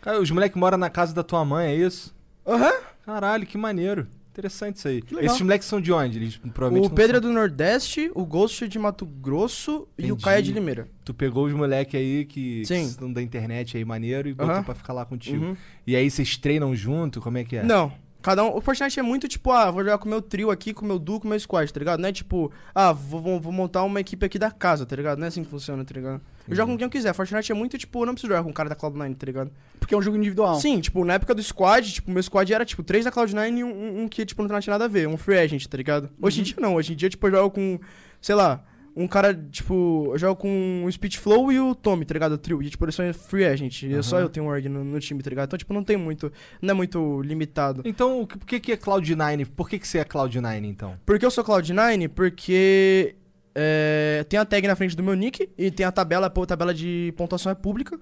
A: Cara, os moleques moram na casa da tua mãe, é isso?
C: Aham.
A: Caralho, que maneiro. Interessante isso aí.
B: legal.
A: Esses moleques são de onde? Eles provavelmente
C: O
A: não
C: Pedro é
A: são.
C: do Nordeste, o Ghost é de Mato Grosso e o
A: Entendi.
C: Caio é de Limeira.
A: Tu pegou os moleques aí que
C: Sim.
A: que são da internet aí maneiro e botou
C: Aham.
A: pra ficar lá contigo.
C: Uhum.
A: E aí vocês treinam junto? Como é que é?
C: Não. Cada um. O Fortnite é muito tipo, ah, vou jogar com o meu trio aqui, com o meu duo, com o meu squad, tá ligado? Não é tipo, ah, vou, vou- vou montar uma equipe aqui da casa, tá ligado? Não é assim que funciona, tá ligado? Eu jogo com quem eu quiser. Fortnite é muito tipo, eu não preciso jogar com o cara da Cloud9, tá ligado?
B: Porque é um jogo individual.
C: Sim, tipo, na época do squad, tipo, meu squad era, tipo, três da Cloud9 e um- um, um que, tipo, não tinha nada a ver, um free agent, tá ligado? Hoje em dia não, hoje em dia, tipo, eu jogo com, sei lá, um cara, tipo, eu jogo com o Speed Flow e o Tommy, tá ligado? O trio, e, tipo, eles são free agent, e só eu tenho um org no, no time, tá ligado? Então, tipo, não tem muito, não é muito limitado.
A: Então, o que- por que, que é Cloud9? Por que, que você é Cloud9 então?
C: Por que eu sou Cloud9? Porque É, tem a tag na frente do meu nick e tem a tabela, pô, a tabela de pontuação é pública.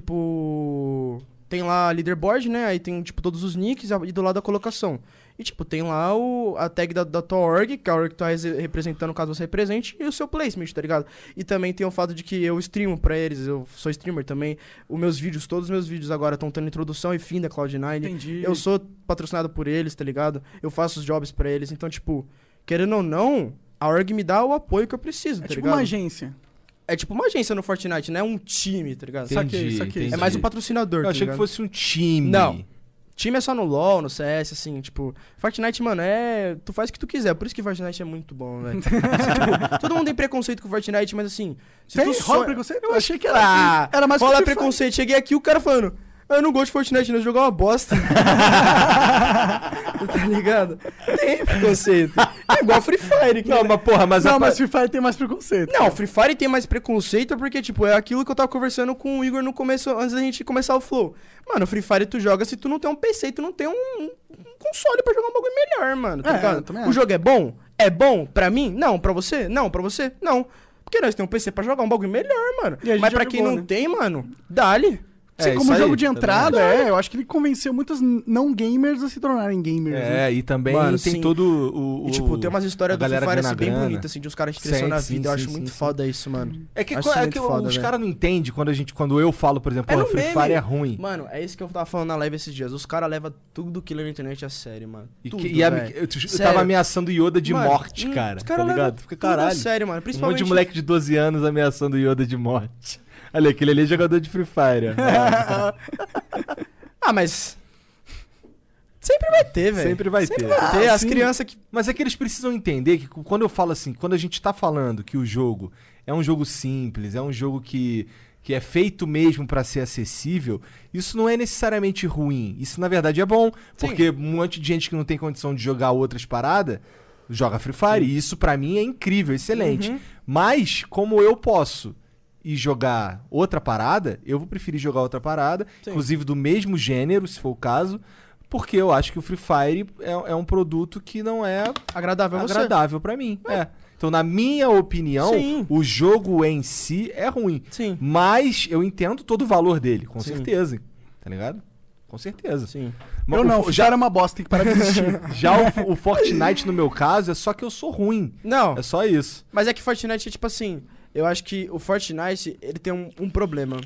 C: Tipo, tem lá leaderboard, né? Aí tem, tipo, todos os nicks e do lado a colocação. E, tipo, tem lá o, a tag da, da tua org, que é a org que tu tá rese- representando, caso você represente, e o seu placement, tá ligado? E também tem o fato de que eu streamo pra eles, eu sou streamer também. Os meus vídeos, todos os meus vídeos agora estão tendo introdução e fim da Cloud9.
B: Entendi.
C: Eu sou patrocinado por eles, tá ligado? Eu faço os jobs pra eles, então, tipo, querendo ou não, a org me dá o apoio que eu preciso,
B: É
C: tá
B: tipo
C: ligado?
B: uma agência.
C: É tipo uma agência no Fortnite, não é um time, tá ligado?
A: Entendi,
B: Saquei, saquei.
A: entendi.
C: É mais um patrocinador,
A: Eu
C: tá
A: achei que
C: ligado?
A: fosse um time.
C: Não. Time é só no LoL, no CS, assim, tipo... Fortnite, mano, é... Tu faz o que tu quiser. Por isso que Fortnite é muito bom, velho. Tipo, todo mundo tem preconceito com Fortnite, mas assim... Se
B: Tem?
C: tu
B: Rola
C: sonha-
B: preconceito?
C: Eu achei que
A: Ah,
C: era...
B: Era mais
C: Rola
B: que Free Fire.
C: preconceito. Cheguei aqui, o cara falando... Eu não gosto de Fortnite, não. Jogar uma bosta. tá ligado? Tem preconceito. É igual Free Fire. Que
A: Não, mas porra, mas a
B: Não,
A: pa-
B: mas Free Fire tem mais preconceito.
C: Não, Free Fire tem mais preconceito porque, tipo, é aquilo que eu tava conversando com o Igor no começo, antes da gente começar o flow. Mano, Free Fire tu joga se tu não tem um PC e tu não tem um, um console pra jogar um bagulho melhor, mano, tá
B: É, eu
C: ligado?
B: também
C: O
B: acho.
C: jogo é bom? É bom? Pra mim? Não. Pra você? Não. Pra você? Não. Porque nós temos um PC pra jogar um bagulho melhor, mano.
B: E a gente
C: Mas
B: já
C: pra quem
B: jogou,
C: não
B: né?
C: tem, mano, dá-lhe.
B: Assim,
A: É,
B: como
A: isso
B: jogo
A: aí,
B: de
C: tá
A: também
B: entrada, é, eu acho que ele convenceu muitos n- não gamers a se tornarem gamers. né?
A: É, e também
C: Mano,
A: tem
C: sim.
A: todo o, o-
C: E, tipo, tem umas histórias
A: a
C: do Free
A: galera
C: Fire
A: ganhando
C: assim, bem
A: grana.
C: bonitas, assim, de uns caras que cresceram
A: Sim,
C: na
A: sim,
C: vida. eu
A: sim,
C: acho
A: sim,
C: muito
A: sim.
C: foda isso, mano.
A: É que,
C: Acho
A: co- é
C: muito
A: que
C: foda,
A: os
C: velho.
A: caras não entendem quando, a gente, quando eu falo, por exemplo,
C: É
A: "Pô,
C: no
A: Free
C: meme.
A: Fire é ruim.
C: Mano, é isso que eu tava falando na live esses dias. Os caras levam tudo que lê na internet a sério, mano.
A: E,
C: tudo,
A: que- e a-
C: velho.
A: eu, eu
C: Sério.
A: tava ameaçando Yoda de
C: Mano,
A: morte,
C: hum,
A: cara.
C: os
A: Tá
C: caras levam
A: ligado? Fica
C: tudo a
A: caralho.
C: sério, mano.
A: Um monte
C: Principalmente...
A: de moleque de 12 anos ameaçando Yoda de morte. Olha, aquele ali é jogador de Free Fire. ó.
C: Ah, mas... Sempre vai ter, velho.
A: Sempre vai ter.
C: vai ter.
A: Ah,
C: As
A: sim.
C: crianças que...
A: Mas é que eles precisam entender que quando eu falo assim, quando a gente tá falando que o jogo é um jogo simples, é um jogo que, que é feito mesmo pra ser acessível, isso não é necessariamente ruim. Isso na verdade é bom, porque um monte de gente que não tem condição de jogar outras paradas joga Free Fire, e isso pra mim é incrível, excelente. Mas como eu posso e jogar outra parada, eu vou preferir jogar outra parada,
C: Sim.
A: inclusive do mesmo gênero, se for o caso, porque eu acho que o Free Fire é, é um produto que não é
C: Agradável a você.
A: agradável pra mim. É. Então, na minha opinião,
C: Sim.
A: o jogo em si é ruim.
C: Sim.
A: Mas eu entendo todo o valor dele, com
C: Sim.
A: certeza. Tá ligado? Com certeza.
C: Sim.
A: Mas
B: Eu
A: o-
B: não, já
A: Já,
B: era uma bosta, tem que parar de assistir.
A: já o, o Fortnite, no meu caso, é só que eu sou ruim.
C: Não,
A: É só isso.
C: mas é que Fortnite é tipo assim... Eu acho que o Fortnite, ele tem um, um problema.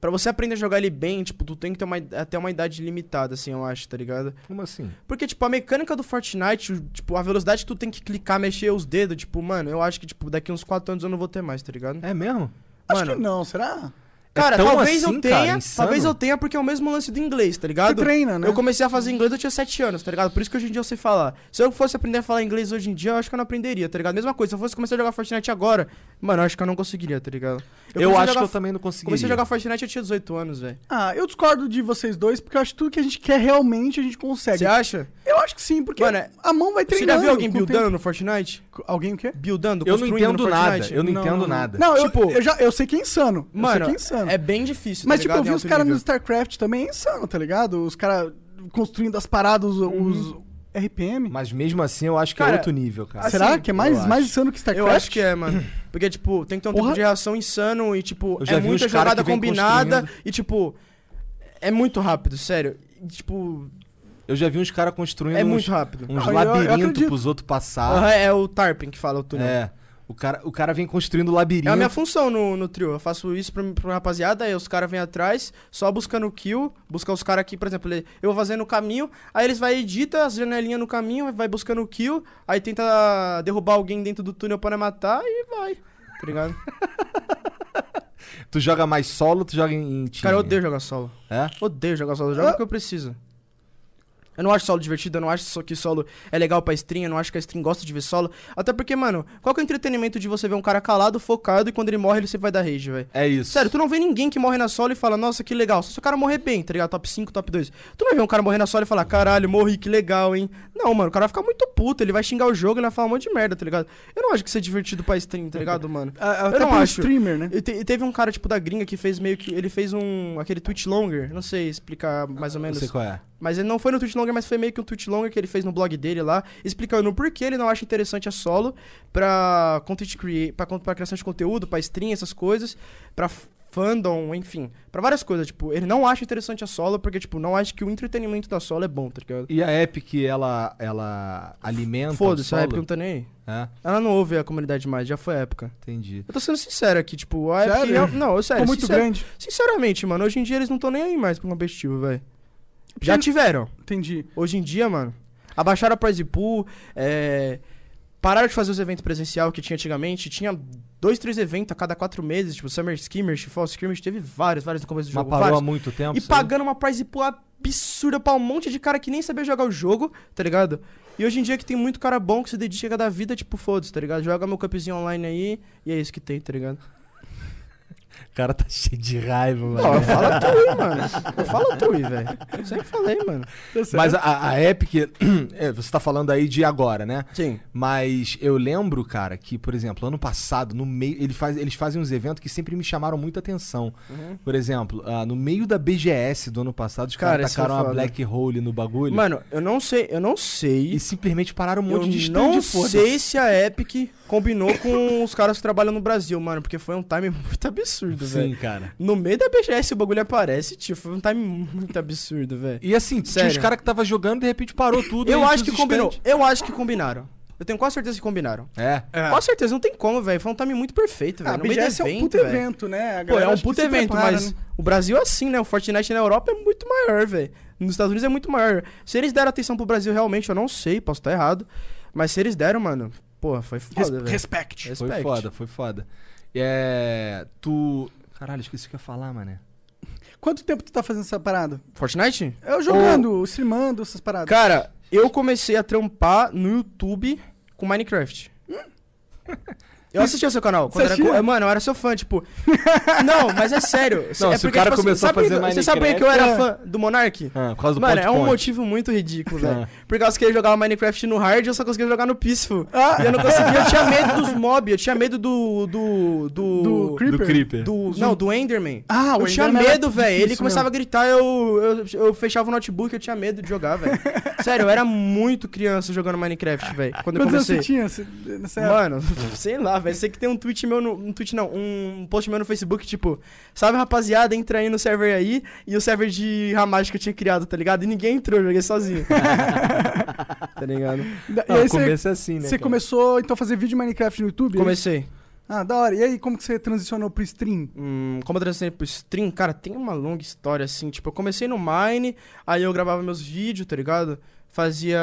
C: Pra você aprender a jogar ele bem, tipo, tu tem que ter uma, até uma idade limitada, assim, eu acho, tá ligado?
A: Como assim?
C: Porque, tipo, a mecânica do Fortnite, o- tipo, a velocidade que tu tem que clicar, mexer os dedos, tipo, mano, eu acho que, tipo, daqui uns 4 anos eu não vou ter mais, tá ligado?
A: É mesmo?
B: Acho
C: mano,
B: que não, será?
C: Cara,
A: tão
C: talvez
A: assim,
C: eu tenha,
A: cara, insano?
C: talvez eu tenha, porque é o mesmo lance do inglês, tá ligado?
B: Você treina, né?
C: Eu comecei a fazer inglês, eu tinha 7 anos, tá ligado? Por isso que hoje em dia eu sei falar. Se eu fosse aprender a falar inglês hoje em dia, eu acho que eu não aprenderia, tá ligado? Mesma coisa, se eu fosse começar a jogar Fortnite agora, mano, eu acho que eu não conseguiria, tá ligado?
A: Eu,
C: comecei a
A: acho
C: jogar-
A: que eu também não consegui.
C: Comecei a jogar Fortnite, eu tinha 18 anos, velho.
B: Ah, eu discordo de vocês dois, porque eu acho que tudo que a gente quer realmente a gente
A: É,
B: consegue.
C: Você acha?
B: Eu acho que sim, porque
C: Mano, é-
B: a mão vai
C: Você
B: treinando.
C: já viu alguém
B: com o
C: buildando no Fortnite?
B: tempo. Alguém o quê?
C: Buildando,
A: Eu não
C: construindo no
A: entendo nada.
C: Fortnite?
A: Eu não,
B: Não,
A: entendo
B: não, não.
A: nada.
B: Não, eu-
C: Tipo-
B: eu, já, eu sei que é insano. eu sei
C: Mano,
B: que é insano.
C: é bem difícil.
B: Mas,
C: tá
B: tipo,
C: ligado?
B: eu
C: Em
B: vi os
C: alto
B: caras no
C: nível.
B: StarCraft também, é insano, tá ligado? Os caras construindo as paradas, os, os
C: Uhum.
B: RPM.
A: Mas mesmo assim eu acho que é
C: Cara,
A: outro nível, cara.
C: assim,
B: Será que é mais,
A: eu
B: mais
A: acho.
B: insano que StarCraft?
C: Eu acho que é, mano. Porque, tipo, tem que ter um
B: Porra.
C: tipo de reação insano e, tipo,
A: Eu já
C: é
A: vi
C: muita
A: uns cara
C: jogada
A: que vem
C: combinada
A: construindo.
C: e, tipo, é muito rápido, sério. E, tipo,
A: Eu já vi uns caras construindo
C: é
A: uns,
C: muito rápido.
A: uns
B: Não, eu- eu
A: labirintos
B: acredito.
A: pros outros
C: Aham,
A: passar.
C: é o Tarpin que fala o túnel. É.
A: é. O cara, o cara vem construindo labirinto.
C: a minha função no, no trio. Eu faço isso pra, mim- pra minha rapaziada, aí os caras vêm atrás, só buscando kill, buscar os caras aqui, por exemplo, ele- eu vou fazendo o caminho, aí eles vai edita as janelinhas no caminho, vai buscando o kill, aí tenta derrubar alguém dentro do túnel pra matar e vai. Tá ligado?
A: Tu joga mais solo, tu joga em, em time.
C: Cara, eu odeio jogar solo.
A: É?
C: Odeio jogar solo, eu jogo o que eu preciso. Eu não acho solo divertido, eu não acho só que solo é legal pra stream, eu não acho que a stream gosta de ver solo. Até porque, mano, qual que é o entretenimento de você ver um cara calado, focado e quando ele morre ele sempre vai dar rage, velho?
A: É isso.
C: Sério, tu não vê ninguém que morre na solo e fala, nossa, que legal, só se o cara morrer bem, tá ligado? Top 5, top 2. Tu não vê um cara morrer na solo e falar, caralho, morri, que legal, hein? Não, mano, o cara vai ficar muito puto, ele vai xingar o jogo, ele vai falar um monte de merda, tá ligado? Eu não acho que isso é divertido pra stream, tá ligado, mano?
B: Ah, Até
C: Eu não
B: pro
C: acho.
B: streamer, né?
C: E, te- e teve um cara, tipo, da gringa que fez meio que. Ele fez um. aquele tweet longer, não sei explicar mais ou
A: Não
C: menos.
A: sei qual é.
C: Mas ele não foi no tweet longa, mas foi meio que um tweet longa que ele fez no blog dele lá, explicando por que ele não acha interessante a solo pra content crea- pra, con- pra criação de conteúdo, pra stream, essas coisas, pra f- fandom, enfim, pra várias coisas, tipo, ele não acha interessante a solo porque tipo, não acha que o entretenimento da solo é bom, tá ligado?
A: E a Epic, ela, ela alimenta o
C: Foda-se, a
A: solo?
C: época não tá nem aí.
A: É,
C: Ela não ouve a comunidade mais, já foi a época.
A: entendi.
C: Eu tô sendo sincero aqui, tipo, a
B: Sério?
C: Epic. real- Não, eu sério.
B: Ficou muito
C: sincero-
B: grande.
C: Sinceramente, mano, hoje em dia eles não estão nem aí mais pro competitivo, velho. Já tiveram.
B: Entendi.
C: Hoje em dia, mano. Abaixaram a prize pool, é, pararam de fazer os eventos presencial que tinha antigamente. Tinha dois, três eventos a cada quatro meses, tipo Summer Skimmers, Fall Skimmers, teve vários, vários no começo do
A: Mas
C: jogo.
A: parou
C: vários.
A: há muito tempo.
C: E
A: isso aí?
C: pagando uma prize pool absurda pra um monte de cara que nem sabia jogar o jogo, tá ligado? E hoje em dia que tem muito cara bom que se dedica da vida, tipo, foda-se, tá ligado? Joga meu cupzinho online aí e é isso que tem, tá ligado?
A: O cara tá cheio de raiva, mano.
C: Não, eu falo Tui, mano. Eu falo Tui, velho. Eu Sempre falei, mano.
A: Mas a, a Epic, é, você tá falando aí de agora, né?
C: Sim.
A: Mas eu lembro, cara, que, por exemplo, ano passado, no meio. Ele faz, eles fazem uns eventos que sempre me chamaram muita atenção.
C: Uhum.
A: Por exemplo, ah, no meio da BGS do ano passado, os
C: Cara,
A: caras
C: esse foi
A: tacaram a
C: foda.
A: Black Hole no bagulho.
C: Mano, eu não sei, eu não
A: e
C: sei.
A: simplesmente pararam um monte de
C: Eu
A: stand
C: não
A: foda-se.
C: sei se a Epic combinou com os caras que trabalham no Brasil, mano, porque foi um time muito absurdo,
A: Sim,
C: velho.
A: cara.
C: No meio da BGS o bagulho aparece, tio, foi um time muito absurdo, velho.
A: E assim, tinha
C: Sério.
A: os caras que tava jogando de repente parou tudo.
C: Eu
A: e
C: acho que
A: os
C: combinou.
A: stand-
C: Eu acho que combinaram. Eu tenho quase certeza que combinaram.
A: É.
C: Com certeza, não tem como, velho. Foi um time muito perfeito, velho.
B: Ah,
C: No meio do
B: BGS é um puto
C: velho.
B: evento, né? A
C: Pô,
B: galera
C: é um
B: acho que
C: puto
B: se
C: evento,
B: prepara,
C: mas
B: né?
C: o Brasil é assim, né? O Fortnite na Europa é muito maior, velho. Nos Estados Unidos é muito maior. Se eles deram atenção pro Brasil realmente, eu não sei, posso estar errado. Mas se eles deram, mano, porra, foi
B: Res-
C: foda, velho. É.
B: Respect.
A: Foi
C: Respect.
A: foda, foi foda. É. Tu. Caralho, esqueci o que eu ia falar, mané.
B: Quanto tempo tu tá fazendo essa parada?
C: Fortnite?
B: Eu jogando, streamando, essas paradas.
C: É. Cara, eu comecei a trampar no YouTube com Minecraft. Eu assistia seu canal. Quando
B: Você
C: era, co-
B: assistia?
C: mano, eu era seu fã, tipo. Não, mas é sério.
A: Não,
C: é
A: se o cara
C: assim,
A: começou a
C: sabe-
A: fazer
C: Você sabia que eu era fã
B: Minecraft,
C: do Monark?
A: Ah, por causa do
C: Mano, é um
A: PowerPoint.
C: motivo muito ridículo, velho.
A: Ah.
C: Por causa que ele jogava Minecraft no hard, eu só conseguia jogar no peaceful.
A: Ah.
C: E eu não conseguia, eu tinha medo dos mobs, eu tinha medo do. do. do.
B: Do Creeper.
A: Do Creeper.
C: do- não, do Enderman.
B: Ah, o
C: Eu tinha
B: Enderman era
C: medo, velho. Ele
B: difícil
C: começava a gritar, eu, eu, eu fechava o notebook, eu tinha medo de jogar, velho. Sério, eu era muito criança jogando Minecraft, velho. Quando eu
B: Quantos anos
C: comecei.
B: você tinha se- nessa época?
C: Mano, sei lá, velho. Sei que tem um tweet meu no. Um tweet não, um post meu no Facebook, tipo, salve rapaziada, entra aí no server aí. E o server de Ramage que eu tinha criado, tá ligado? E ninguém entrou, eu joguei sozinho. tá ligado?
B: Da-
A: Não,
B: e
A: o
B: aí você,
A: começo é assim, né?
B: você
A: cara?
B: começou então a fazer vídeo de Minecraft no YouTube? é
C: Comecei.
B: Ah, da hora. E aí, como que você transicionou pro stream?
C: Hum, como eu transicionei pro stream, cara, tem uma longa história assim. Tipo, eu comecei no Mine, aí eu gravava meus vídeos, tá ligado? Fazia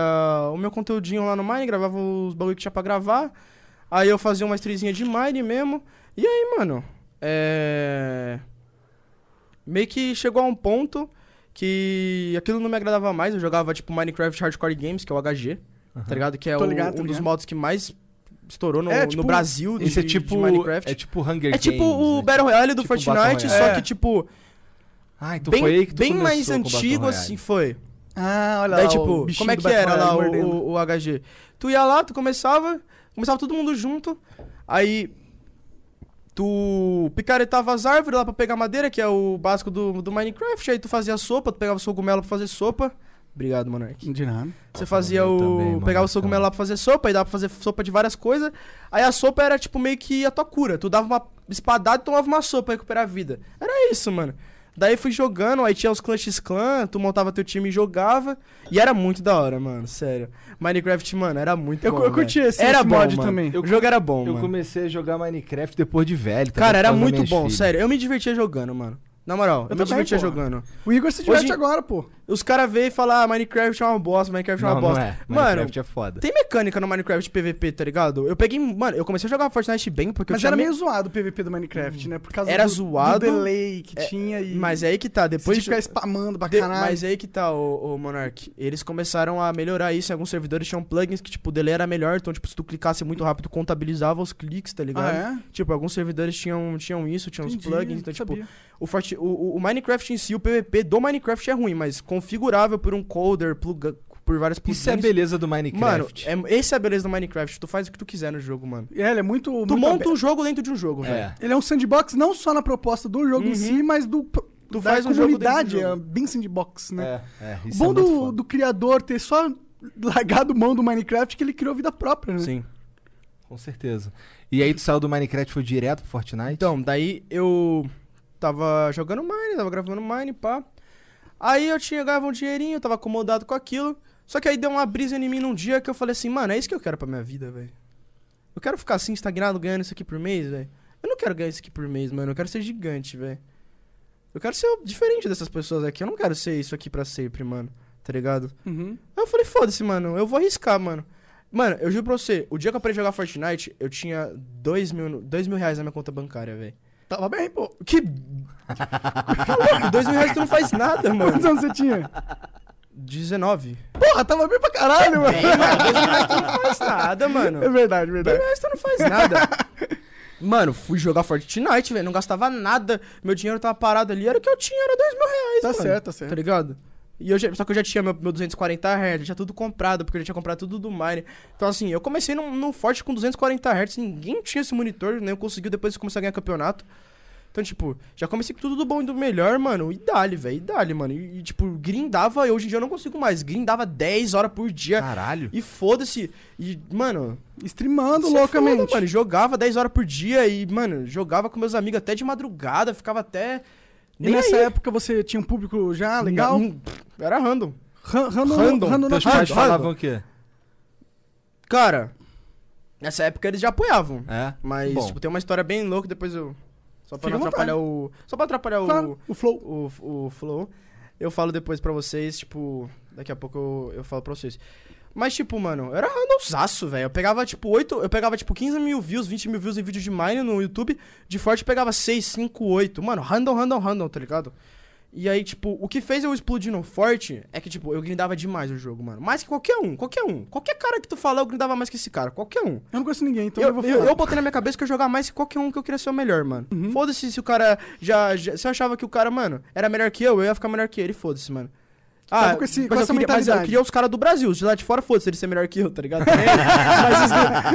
C: o meu conteúdinho lá no Mine, gravava os bagulho que tinha pra gravar. Aí eu fazia uma streamzinha de Mine mesmo. E aí, mano, é. Meio que chegou a um ponto que aquilo não me agradava mais. Eu jogava, tipo, Minecraft Hardcore Games, que é o HG, tá ligado? Que é
B: Tô
C: o-
B: ligado, tô
C: um dos
B: ligado.
C: modos que mais estourou no,
B: É,
C: no
B: tipo,
C: Brasil de,
A: Isso é
C: de
A: tipo.
C: Minecraft.
A: É tipo Hunger
C: É tipo
A: Games,
C: o
A: né?
C: Battle Royale
A: Tipo
C: do
A: o
C: Fortnite,
A: Battle
C: só
B: Royale.
C: que, tipo,
A: Ah, então foi aí
C: bem,
A: que tu
C: bem
A: começou
C: mais
A: com o Battle
C: antigo,
A: Royale.
C: assim, foi.
B: Ah, olha
C: Daí,
B: lá.
C: tipo,
B: o bichinho
C: como é
B: do
C: que
B: Battle
C: era lá
B: Royale
C: o,
B: mordendo.
C: o- o HG? Tu ia lá, tu começava, começava todo mundo junto, aí tu picaretava as árvores lá pra pegar madeira, que é o básico do, do Minecraft, aí tu fazia sopa, tu pegava os cogumelos pra fazer sopa. Obrigado, Monark.
B: De nada.
C: Você fazia
A: eu
C: o.
A: também, mano,
C: pegava o seu cogumelo
A: então.
C: lá pra fazer sopa, e dava pra fazer sopa de várias coisas. Aí a sopa era tipo meio que a tua cura. Tu dava uma espadada e tomava uma sopa pra recuperar a vida. Era isso, mano. Daí fui jogando, aí tinha os clãs X clã, tu montava teu time e jogava. E era muito da hora, mano, sério. Minecraft, mano, era muito
B: Eu-
C: bom.
B: eu
C: velho.
B: curti esse-
C: era
B: esse
C: bom,
B: mod
C: mano.
B: também.
C: O jogo era bom,
A: Eu
C: mano.
A: comecei a jogar Minecraft depois de velho. também,
C: Cara, era
A: por causa das
C: muito
A: minhas
C: bom,
A: filhas.
C: sério. Eu me divertia jogando, mano. Na moral, eu, me
B: também,
C: divertia
B: pô.
C: jogando.
B: O Igor se diverte
C: Hoje-
B: agora, pô.
C: Os caras veem e falam, ah, Minecraft é uma bosta, Minecraft é uma
A: Não, não
C: bosta.
A: é.
C: Mano,
A: Minecraft é foda.
C: Tem mecânica no Minecraft PVP, tá ligado? Eu peguei. Mano, eu comecei a jogar Fortnite bem porque eu
B: Mas
C: tinha.
B: era
C: me-
B: meio zoado o PVP do Minecraft, né? Por causa
C: Era
B: do,
C: zoado.
B: do delay que tinha e...
C: Mas é aí que tá,
B: depois
C: depois.
B: de ficar spamando pra
C: de-
B: caralho.
C: Mas é aí que tá, o, Monark. Eles começaram a melhorar isso. Em alguns servidores tinham plugins que, tipo, o delay era melhor. Então, tipo, se tu clicasse muito rápido, contabilizava os cliques, tá ligado?
B: Ah, é?
C: Tipo, alguns servidores tinham, tinham isso, tinham
B: Entendi,
C: os plugins. Então,
B: não
C: tipo,
B: sabia.
C: o, Forti- o- o- o Minecraft em si, o PVP do Minecraft é ruim, mas configurável por um coder, pluga- por várias plugins.
A: Isso é a beleza do
C: Mano,
A: Minecraft.
C: é, essa é a beleza do Minecraft. Tu faz o que tu quiser no jogo, mano.
B: É, ele é muito...
C: Tu
B: muito
C: monta
B: aberto.
C: um jogo dentro de um jogo, velho.
A: É.
B: Ele é um sandbox não só na proposta do jogo em si, mas do p-
C: Uhum. Tu
B: da
C: faz um jogo
B: comunidade,
C: dentro do
B: é bem sandbox, né?
A: É, é,
B: O
A: isso
B: bom
A: é muito
B: do,
A: foda.
B: do criador ter só largado mão do Minecraft é que ele criou vida própria, né?
C: Sim.
A: Com certeza. E aí tu saiu do Minecraft e foi direto pro Fortnite?
C: Então, daí eu tava jogando Mine, tava gravando Mine, pá. Aí eu tinha ganhava um dinheirinho, eu tava acomodado com aquilo. Só que aí deu uma brisa em mim num dia que eu falei assim, mano, é isso que eu quero pra minha vida, velho. Eu quero ficar assim, estagnado, ganhando isso aqui por mês, velho. Eu não quero ganhar isso aqui por mês, mano. Eu quero ser gigante, velho. Eu quero ser diferente dessas pessoas aqui. Eu não quero ser isso aqui pra sempre, mano. Tá ligado?
B: Uhum.
C: Aí eu falei, foda-se, mano, eu vou arriscar, mano. Mano, eu juro pra você, o dia que eu parei de jogar Fortnite, eu tinha dois mil, no- dois mil reais na minha conta bancária, velho.
B: Tava bem, pô.
C: Que. Tá louco, dois mil reais tu não faz nada,
B: Quantos
C: mano.
B: anos você tinha?
C: 19.
B: Porra, tava bem pra caralho, mano.
C: Não faz nada, mano.
B: É verdade,
C: Dois
B: verdade.
C: mil reais tu não faz nada. Né? Mano, fui jogar Fortnite, velho. Não gastava nada. Meu dinheiro tava parado ali. Era o que eu tinha, era dois mil reais,
B: Tá
C: mano.
B: certo, tá
C: Tá
B: certo.
C: ligado? E eu já- só que eu já tinha meu, meu 240 Hz, já tinha tudo comprado, porque eu já tinha comprado tudo do Mine. Então, assim, eu comecei num, num forte com 240 Hz, ninguém tinha esse monitor, nem conseguiu depois de começar a ganhar campeonato. Então, tipo, já comecei com tudo do bom e do melhor, mano. E dali, velho, e dali, mano. E, e, tipo, grindava, e hoje em dia eu não consigo mais. Grindava 10 horas por dia.
A: Caralho.
C: E foda-se. E, mano,
B: Streamando
C: isso é
B: loucamente.
C: foda, mano, jogava 10 horas por dia e, mano, jogava com meus amigos até de madrugada, ficava até.
B: E
C: Nem
B: nessa
C: aí.
B: época você tinha um público já legal?
C: Não, pff, era random.
B: Ran- Random.
C: Random.
B: Random.
A: Teus
B: natural.
A: pais
C: Random.
A: falavam o quê?
C: Cara, nessa época eles já apoiavam.
A: É?
C: Mas,
A: Bom.
C: tipo, tem uma história bem louca, depois eu. Só
B: Fica
C: pra não
B: à vontade.
C: atrapalhar o. Só pra atrapalhar
B: Claro, o flow.
C: o, o. o flow. Eu falo depois pra vocês, tipo. Daqui a pouco eu, eu falo pra vocês. Mas, tipo, mano, eu era randomzaço, velho. Eu pegava, tipo, 8. Eu pegava, tipo, 15 mil views, 20 mil views em vídeo de Mine no YouTube. De Forte eu pegava 6, 5, 8. Mano, random, random, random, tá ligado? E aí, tipo, o que fez eu explodir no Forte é que, tipo, eu grindava demais o jogo, mano. Mais que qualquer um, qualquer um. Qualquer cara que tu falar, eu grindava mais que esse cara. Qualquer um.
B: Eu não conheço ninguém, então eu,
C: Eu,
B: vou
C: eu,
B: falar. Uhum.
C: eu botei na minha cabeça que eu jogava mais que qualquer um que eu queria ser o melhor, mano. Foda-se se o cara já, já. Se eu achava que o cara, mano, era melhor que eu, eu ia ficar melhor que ele, foda-se, mano.
B: Tava com esse- com
C: eu
B: essa
C: queria, mas eu
B: mentalidade.
C: queria os caras do Brasil, os de lá de fora, foda-se, eles ser melhor que eu, tá ligado? mas os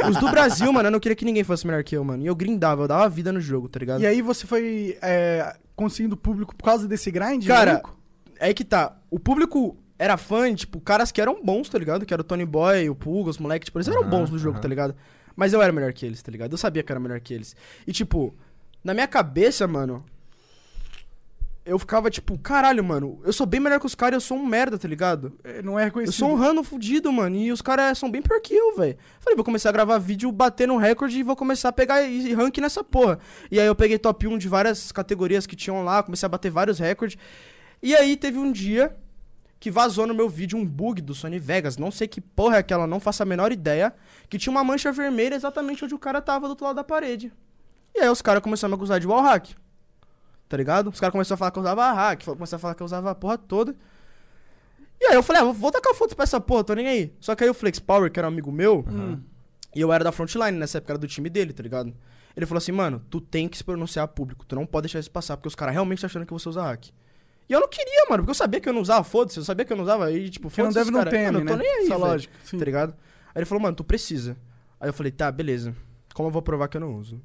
C: do, os do Brasil, mano, eu não queria que ninguém fosse melhor que eu, mano. E eu grindava, eu dava vida no jogo, tá ligado?
B: E aí você foi é, conseguindo público por causa desse grind?
C: Cara,
B: maluco?
C: É aí que tá. O público era fã, tipo, caras que eram bons, tá ligado? Que era o Tony Boy, o Puga, os moleques, tipo, eles eram bons no jogo, tá ligado? Mas eu era melhor que eles, tá ligado? Eu sabia que eu era melhor que eles. E, tipo, na minha cabeça, mano. Eu ficava tipo, caralho, mano, eu sou bem melhor que os caras, eu sou um merda, tá ligado?
B: É, não é
C: Eu
B: reconhecido.
C: sou um rano fudido, mano, e os caras são bem pior que eu, velho. Falei, vou começar a gravar vídeo, bater no recorde e vou começar a pegar e e rank nessa porra. E aí eu peguei top 1 de várias categorias que tinham lá, comecei a bater vários recordes. E aí teve um dia que vazou no meu vídeo um bug do Sony Vegas, não sei que porra é aquela, não faço a menor ideia, que tinha uma mancha vermelha exatamente onde o cara tava do outro lado da parede. E aí os caras começaram a me acusar de wallhack. Tá ligado? Os caras começaram a falar que eu usava hack, começaram a falar que eu usava a porra toda. E aí eu falei, ah, vou- vou tacar foto pra essa porra, tô nem aí. Só que aí o Flex Power, que era um amigo meu,
B: Hum.
C: e eu era da frontline nessa época, era do time dele, tá ligado? Ele falou assim, mano, tu tem que se pronunciar a público, tu não pode deixar isso passar, porque os caras realmente estão achando que você usa hack. E eu não queria, mano, porque eu sabia que eu não usava, foda-se, eu sabia que eu não usava, e tipo,
B: Quem não
C: foda-se
B: deve
C: os
B: não
C: cara.
B: teme,
C: Mano, eu tô
B: né?
C: nem aí,
B: Essa
C: velho,
B: lógica, sim.
C: tá ligado? Aí ele falou, mano, tu precisa. Aí eu falei, tá, beleza, como eu vou provar que eu não uso?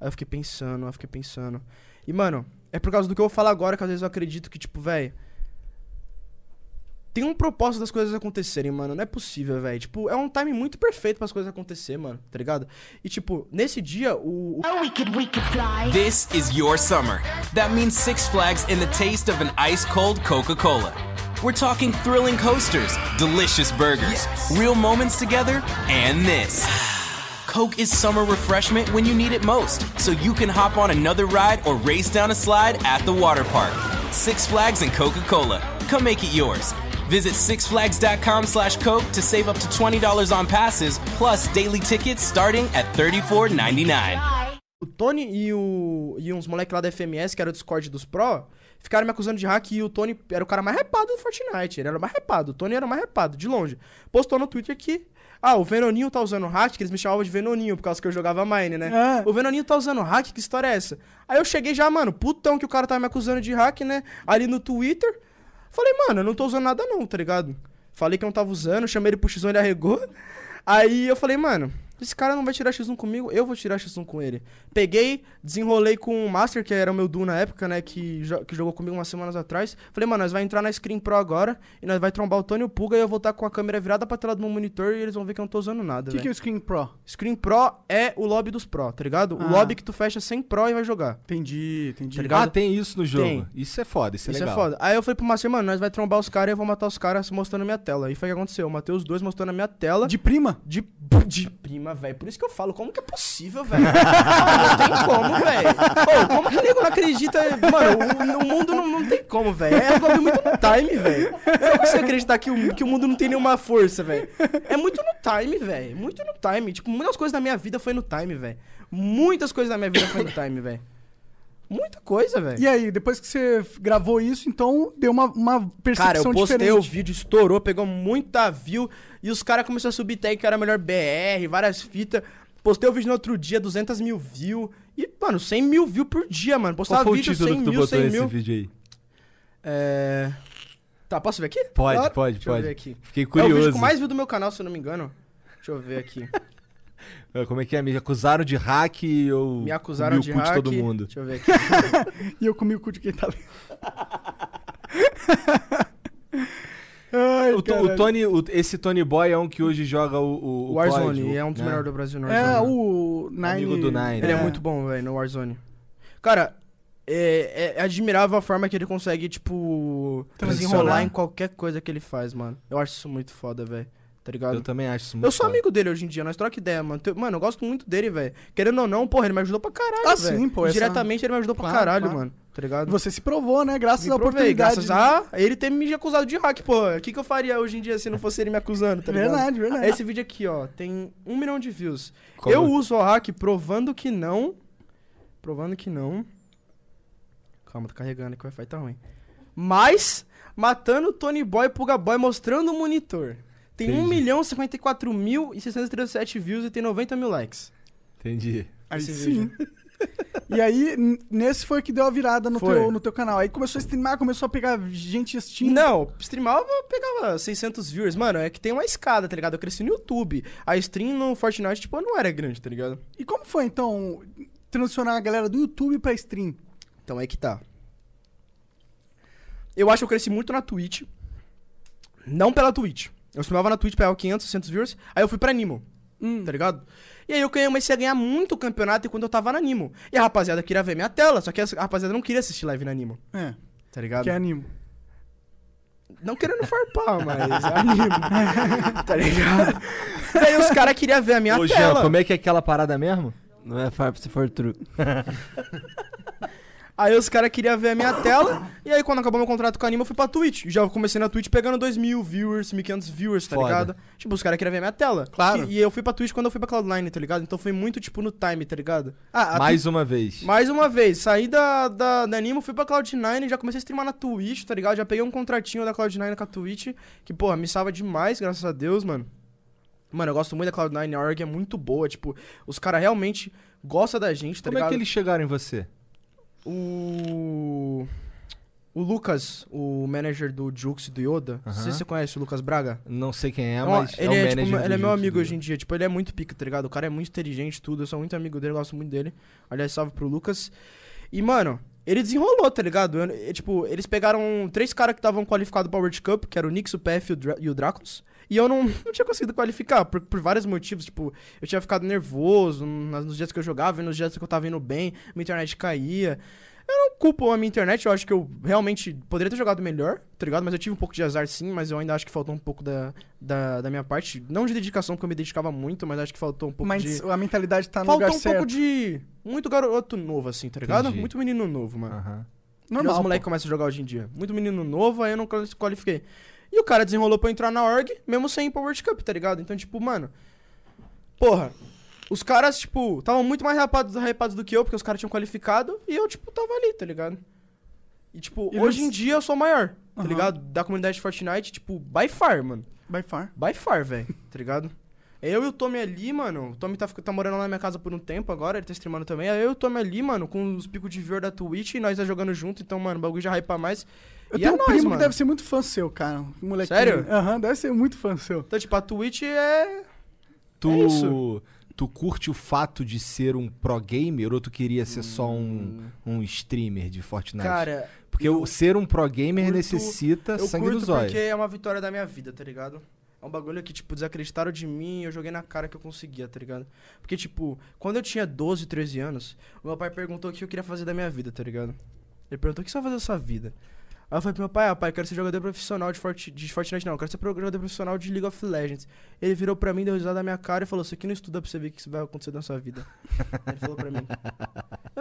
C: Aí eu fiquei pensando, aí eu fiquei pensando. E, mano, é por causa do que eu vou falar agora que às vezes eu acredito que, tipo, velho. Tem um propósito das coisas acontecerem, mano. Não é possível, velho. Tipo, é um time muito perfeito para as coisas acontecer, mano. Tá ligado? E, tipo, nesse dia, o, o
E: Oh, we could, we could fly.
F: This is your summer. That means Six Flags and the taste of an ice cold Coca Cola. We're talking thrilling coasters, delicious burgers, real moments together, and this. Coke is summer refreshment when you need it most, so you can hop on another ride or race down a slide at the water park. Six Flags and Coca Cola. Come make it yours. Visit sixflags.com slash Coke to save up to $20 on passes, plus daily tickets starting at $34.99.
C: O Tony e, o, e uns moleques lá da FMS, que era o Discord dos Pro, ficaram me acusando de hack e o Tony era o cara mais repado do Fortnite. Ele era o mais repado. O Tony era o mais repado, de longe. Postou no Twitter que. Ah, o Venoninho tá usando hack, que eles me chamavam de Venoninho por causa que eu jogava Mine, né?
B: Ah.
C: O Venoninho tá usando hack, que história é essa? Aí eu cheguei já, mano, putão que o cara tava me acusando de hack, né? Ali no Twitter. Falei, mano, eu não tô usando nada não, tá ligado? Falei que eu não tava usando, chamei ele pro X1, ele arregou. um, Aí eu falei, mano, Esse cara não vai tirar X1 comigo, eu vou tirar X1 com ele. Peguei, desenrolei com o Master, que era o meu duo na época, né? Que, jo- que jogou comigo umas semanas atrás. Falei, mano, nós vai entrar na Screen Pro agora e nós vai trombar o Tony e o Puga e eu vou estar com a câmera virada pra tela do meu monitor e eles vão ver que eu não tô usando nada.
B: O que, que é
C: velho.
B: o Screen Pro?
C: Screen Pro é o lobby dos Pro, tá ligado?
B: Ah.
C: O lobby que tu fecha sem Pro e vai jogar.
B: Entendi, entendi.
C: Tá ligado?
A: Ah, tem isso no jogo.
C: Tem.
A: Isso é foda, isso é
C: Isso
A: legal.
C: é foda. Aí eu falei pro Master, mano, nós vai trombar os caras e eu vou matar os caras mostrando minha tela. E foi o que aconteceu. Eu matei os dois mostrando a minha tela.
B: De prima?
C: De, de prima, velho. Por isso que eu falo, como que é possível, velho? não tem como, velho. Pô, Como que nego não acredita? Mano, o, o mundo não, não tem como, velho. É um bagulho muito time, velho. Eu não consigo acreditar que o, que o mundo não tem nenhuma força, velho. É muito no time, velho. Muito no time. Tipo, muitas coisas da minha vida foi no time, velho. Muitas coisas da minha vida foi no time, velho. Muita coisa, velho.
B: E aí, depois que você f- gravou isso, então deu uma, uma percepção
C: Cara, eu postei
B: diferente.
C: o vídeo, estourou, pegou muita view e os caras começaram a subir tag que era melhor BR, várias fitas. Postei o vídeo no outro dia, 200 mil views. E, mano, 100 mil views por dia, mano.
A: Qual
C: Postava
A: foi o
C: vídeo
A: título
C: 100
A: que tu
C: mil,
A: botou
C: 100
A: nesse
C: mil.
A: vídeo aí?
C: É. Tá, posso ver aqui?
A: Pode,
C: Claro.
A: pode,
C: Deixa eu
A: pode.
C: ver aqui.
A: Fiquei
C: É o
A: curioso.
C: vídeo com mais view do meu canal, se eu não me engano. Deixa eu ver aqui.
A: É, Como é que é? Me acusaram de hack ou
C: Me acusaram de hack.
A: todo mundo.
C: Deixa eu ver aqui.
B: E eu comi o cu de quem tá ali. Ai,
A: O, to- o
B: caralho.
A: Tony, o- esse Tony Boy é um que hoje joga o, o, o
C: Warzone,
A: COD, o-
C: é um dos
A: né?
C: melhores do Brasil no Warzone.
B: É, o Nine...
A: Amigo do Nine,
C: Ele é,
A: É.
C: muito bom, velho, no Warzone. Cara, é, é- é admirável a forma que ele consegue, tipo,
B: Transicionar.
C: desenrolar em qualquer coisa que ele faz, mano. Eu acho isso muito foda, velho. Tá ligado?
A: Eu também acho isso muito
C: Eu sou
A: foda.
C: amigo dele hoje em dia, nós troca ideia, mano. Teu- Mano, eu gosto muito dele, velho. Querendo ou não, porra, ele me ajudou pra caralho.
B: Ah,
C: velho.
B: sim, pô, essa-
C: Diretamente ele me ajudou
B: Claro,
C: pra caralho,
B: claro.
C: mano. Tá ligado?
B: Você se provou, né? Graças
C: Me
B: à
C: provei,
B: oportunidade. né?
C: graças a ele ter me acusado de hack, pô. O que, que eu faria hoje em dia se não fosse ele me acusando, tá ligado?
B: Verdade, verdade.
C: Esse vídeo aqui, ó, tem um milhão de views.
A: Como?
C: Eu uso o hack provando que não. Provando que não. Calma, tô carregando que o Wi-Fi tá ruim. Mas, matando o Tony Boy e Puga Boy mostrando o monitor. Tem
A: Entendi.
C: 1 milhão e 54 mil e 637 views e tem 90 mil likes.
A: Entendi.
B: Aí
C: esse
B: sim. E aí, n- nesse foi que deu a virada no
C: Foi.
B: teu, no teu canal. Aí começou a streamar, começou a pegar gente assistindo.
C: Não, streamava, pegava 600 viewers. Mano, é que tem uma escada, tá ligado? Eu cresci no YouTube. A stream no Fortnite, tipo, não era grande, tá ligado?
B: E como foi, então, transicionar a galera do YouTube pra stream?
C: Então é que tá. Eu acho que eu cresci muito na Twitch. Não pela Twitch. Eu streamava na Twitch, pegava 500, 600 viewers. Aí eu fui pra Nimo, tá ligado? E aí eu ganhei- comecei a ganhar muito campeonato quando eu tava na Nimo. E a rapaziada queria ver minha tela, só que a rapaziada não queria assistir live na Nimo,
B: É,
C: tá ligado?
B: que é animo.
C: Não querendo farpar, mas animo. tá ligado? Daí os caras queriam ver a minha
A: Ô,
C: tela.
A: Jean, como é que é aquela parada mesmo?
E: Não é farpa se for true.
C: Aí os caras queriam ver a minha tela. E aí, quando acabou meu contrato com a Anima, eu fui pra Twitch. Já comecei na Twitch pegando 2 mil viewers, 1.500 viewers, tá
A: Foda.
C: ligado? Tipo, os caras queriam ver a minha tela.
B: Claro.
C: E, e eu fui pra Twitch quando eu fui pra Cloudline, tá ligado? Então foi muito, tipo, no time, tá ligado?
B: Ah, a
A: Mais uma vez.
C: Mais uma vez, saí da, da, da Anima, fui pra Cloud9, já comecei a streamar na Twitch, tá ligado? Já peguei um contratinho da Cloud9 com a Twitch, que, porra, me salva demais, graças a Deus, mano. Mano, eu gosto muito da Cloud9, a org é muito boa, tipo, os caras realmente gostam da gente, tá
A: como é
C: ligado?
A: que eles chegaram em você?
C: O. O Lucas, o manager do Jux e do Yoda, não sei se você conhece o Lucas Braga.
A: Não sei quem é,
C: Não,
A: mas
C: ele
A: é,
C: é,
A: o
C: tipo,
A: manager
C: ele
A: do né?
C: é meu
A: Jutsu
C: amigo
A: do-
C: hoje em dia, tipo, ele é muito pica, tá ligado? O cara é muito inteligente, tudo, eu sou muito amigo dele, gosto muito dele. Aliás, salve pro Lucas. E, mano, ele desenrolou, tá ligado? Eu- eu- tipo, eles pegaram três caras que estavam qualificados pra World Cup, que era o Nix, o PF e o, Dra e o Dracos. E eu não, não tinha conseguido qualificar, por, por vários motivos. Tipo, eu tinha ficado nervoso nas- nos dias que eu jogava e nos dias que eu tava indo bem, minha internet caía. Eu não culpo a minha internet, eu acho que eu realmente poderia ter jogado melhor, tá ligado? Mas eu tive um pouco de azar sim, mas eu ainda acho que faltou um pouco da, da, da minha parte. Não de dedicação, porque eu me dedicava muito, mas acho que faltou um pouco
B: Mas
C: de.
B: a mentalidade tá no
C: Faltou um
B: lugar certo.
C: pouco de. Muito garoto novo, assim, tá ligado?
A: Entendi.
C: Muito menino novo,
B: Ah.
C: mano.
A: Aham.
C: Normal, os moleque começa a jogar hoje em dia. Muito menino novo, aí eu não quali- qualifiquei. E o cara desenrolou pra eu entrar na org, mesmo sem ir pra World Cup, tá ligado? Então, tipo, mano. Porra. Os caras, tipo, estavam muito mais hypados, hypados do que eu, porque os caras tinham qualificado, e eu, tipo, tava ali, tá ligado? E, tipo,
B: E
C: hoje
B: eles-
C: em dia eu sou o maior, tá
B: Aham.
C: ligado? Da comunidade de Fortnite, tipo, by far, mano.
B: By far.
C: By far, velho, tá ligado? Eu e o Tommy ali, mano. O Tommy tá, fica- tá morando lá na minha casa por um tempo agora, ele tá streamando também. Aí eu e o Tommy ali, mano, com os picos de viewer da Twitch e nós tá jogando junto, então, mano, o bagulho já hypa mais.
B: Eu
C: e
B: tenho
C: é
B: um
C: nóis,
B: primo
C: mano.
B: que deve ser muito fã seu, cara. Um molequinho.
C: Sério?
B: Aham, deve ser muito fã seu.
C: Então, tipo, a Twitch é.
A: Tu,
C: isso.
A: Tu curte o fato de ser um pro gamer ou tu queria ser só um, um streamer de Fortnite?
C: Hum. Cara,
A: Porque o ser um pro gamer
C: curto-
A: necessita
C: eu
A: sangue
C: curto
A: dos olhos.
C: porque é uma vitória da minha vida, tá ligado? É um bagulho que, tipo, desacreditaram de mim e eu joguei na cara que eu conseguia, tá ligado? Porque, tipo, quando eu tinha 12, 13 anos, o meu pai perguntou o que eu queria fazer da minha vida, tá ligado? Ele perguntou o que você vai fazer da sua vida. Aí eu falei pro meu pai, ah, pai, eu quero ser jogador profissional de, Forti- de Fortnite, não, eu quero ser pro- jogador profissional de League of Legends. Ele virou pra mim, deu risada na minha cara e falou, você aqui não estuda pra você ver o que isso vai acontecer na sua vida. ele falou pra mim.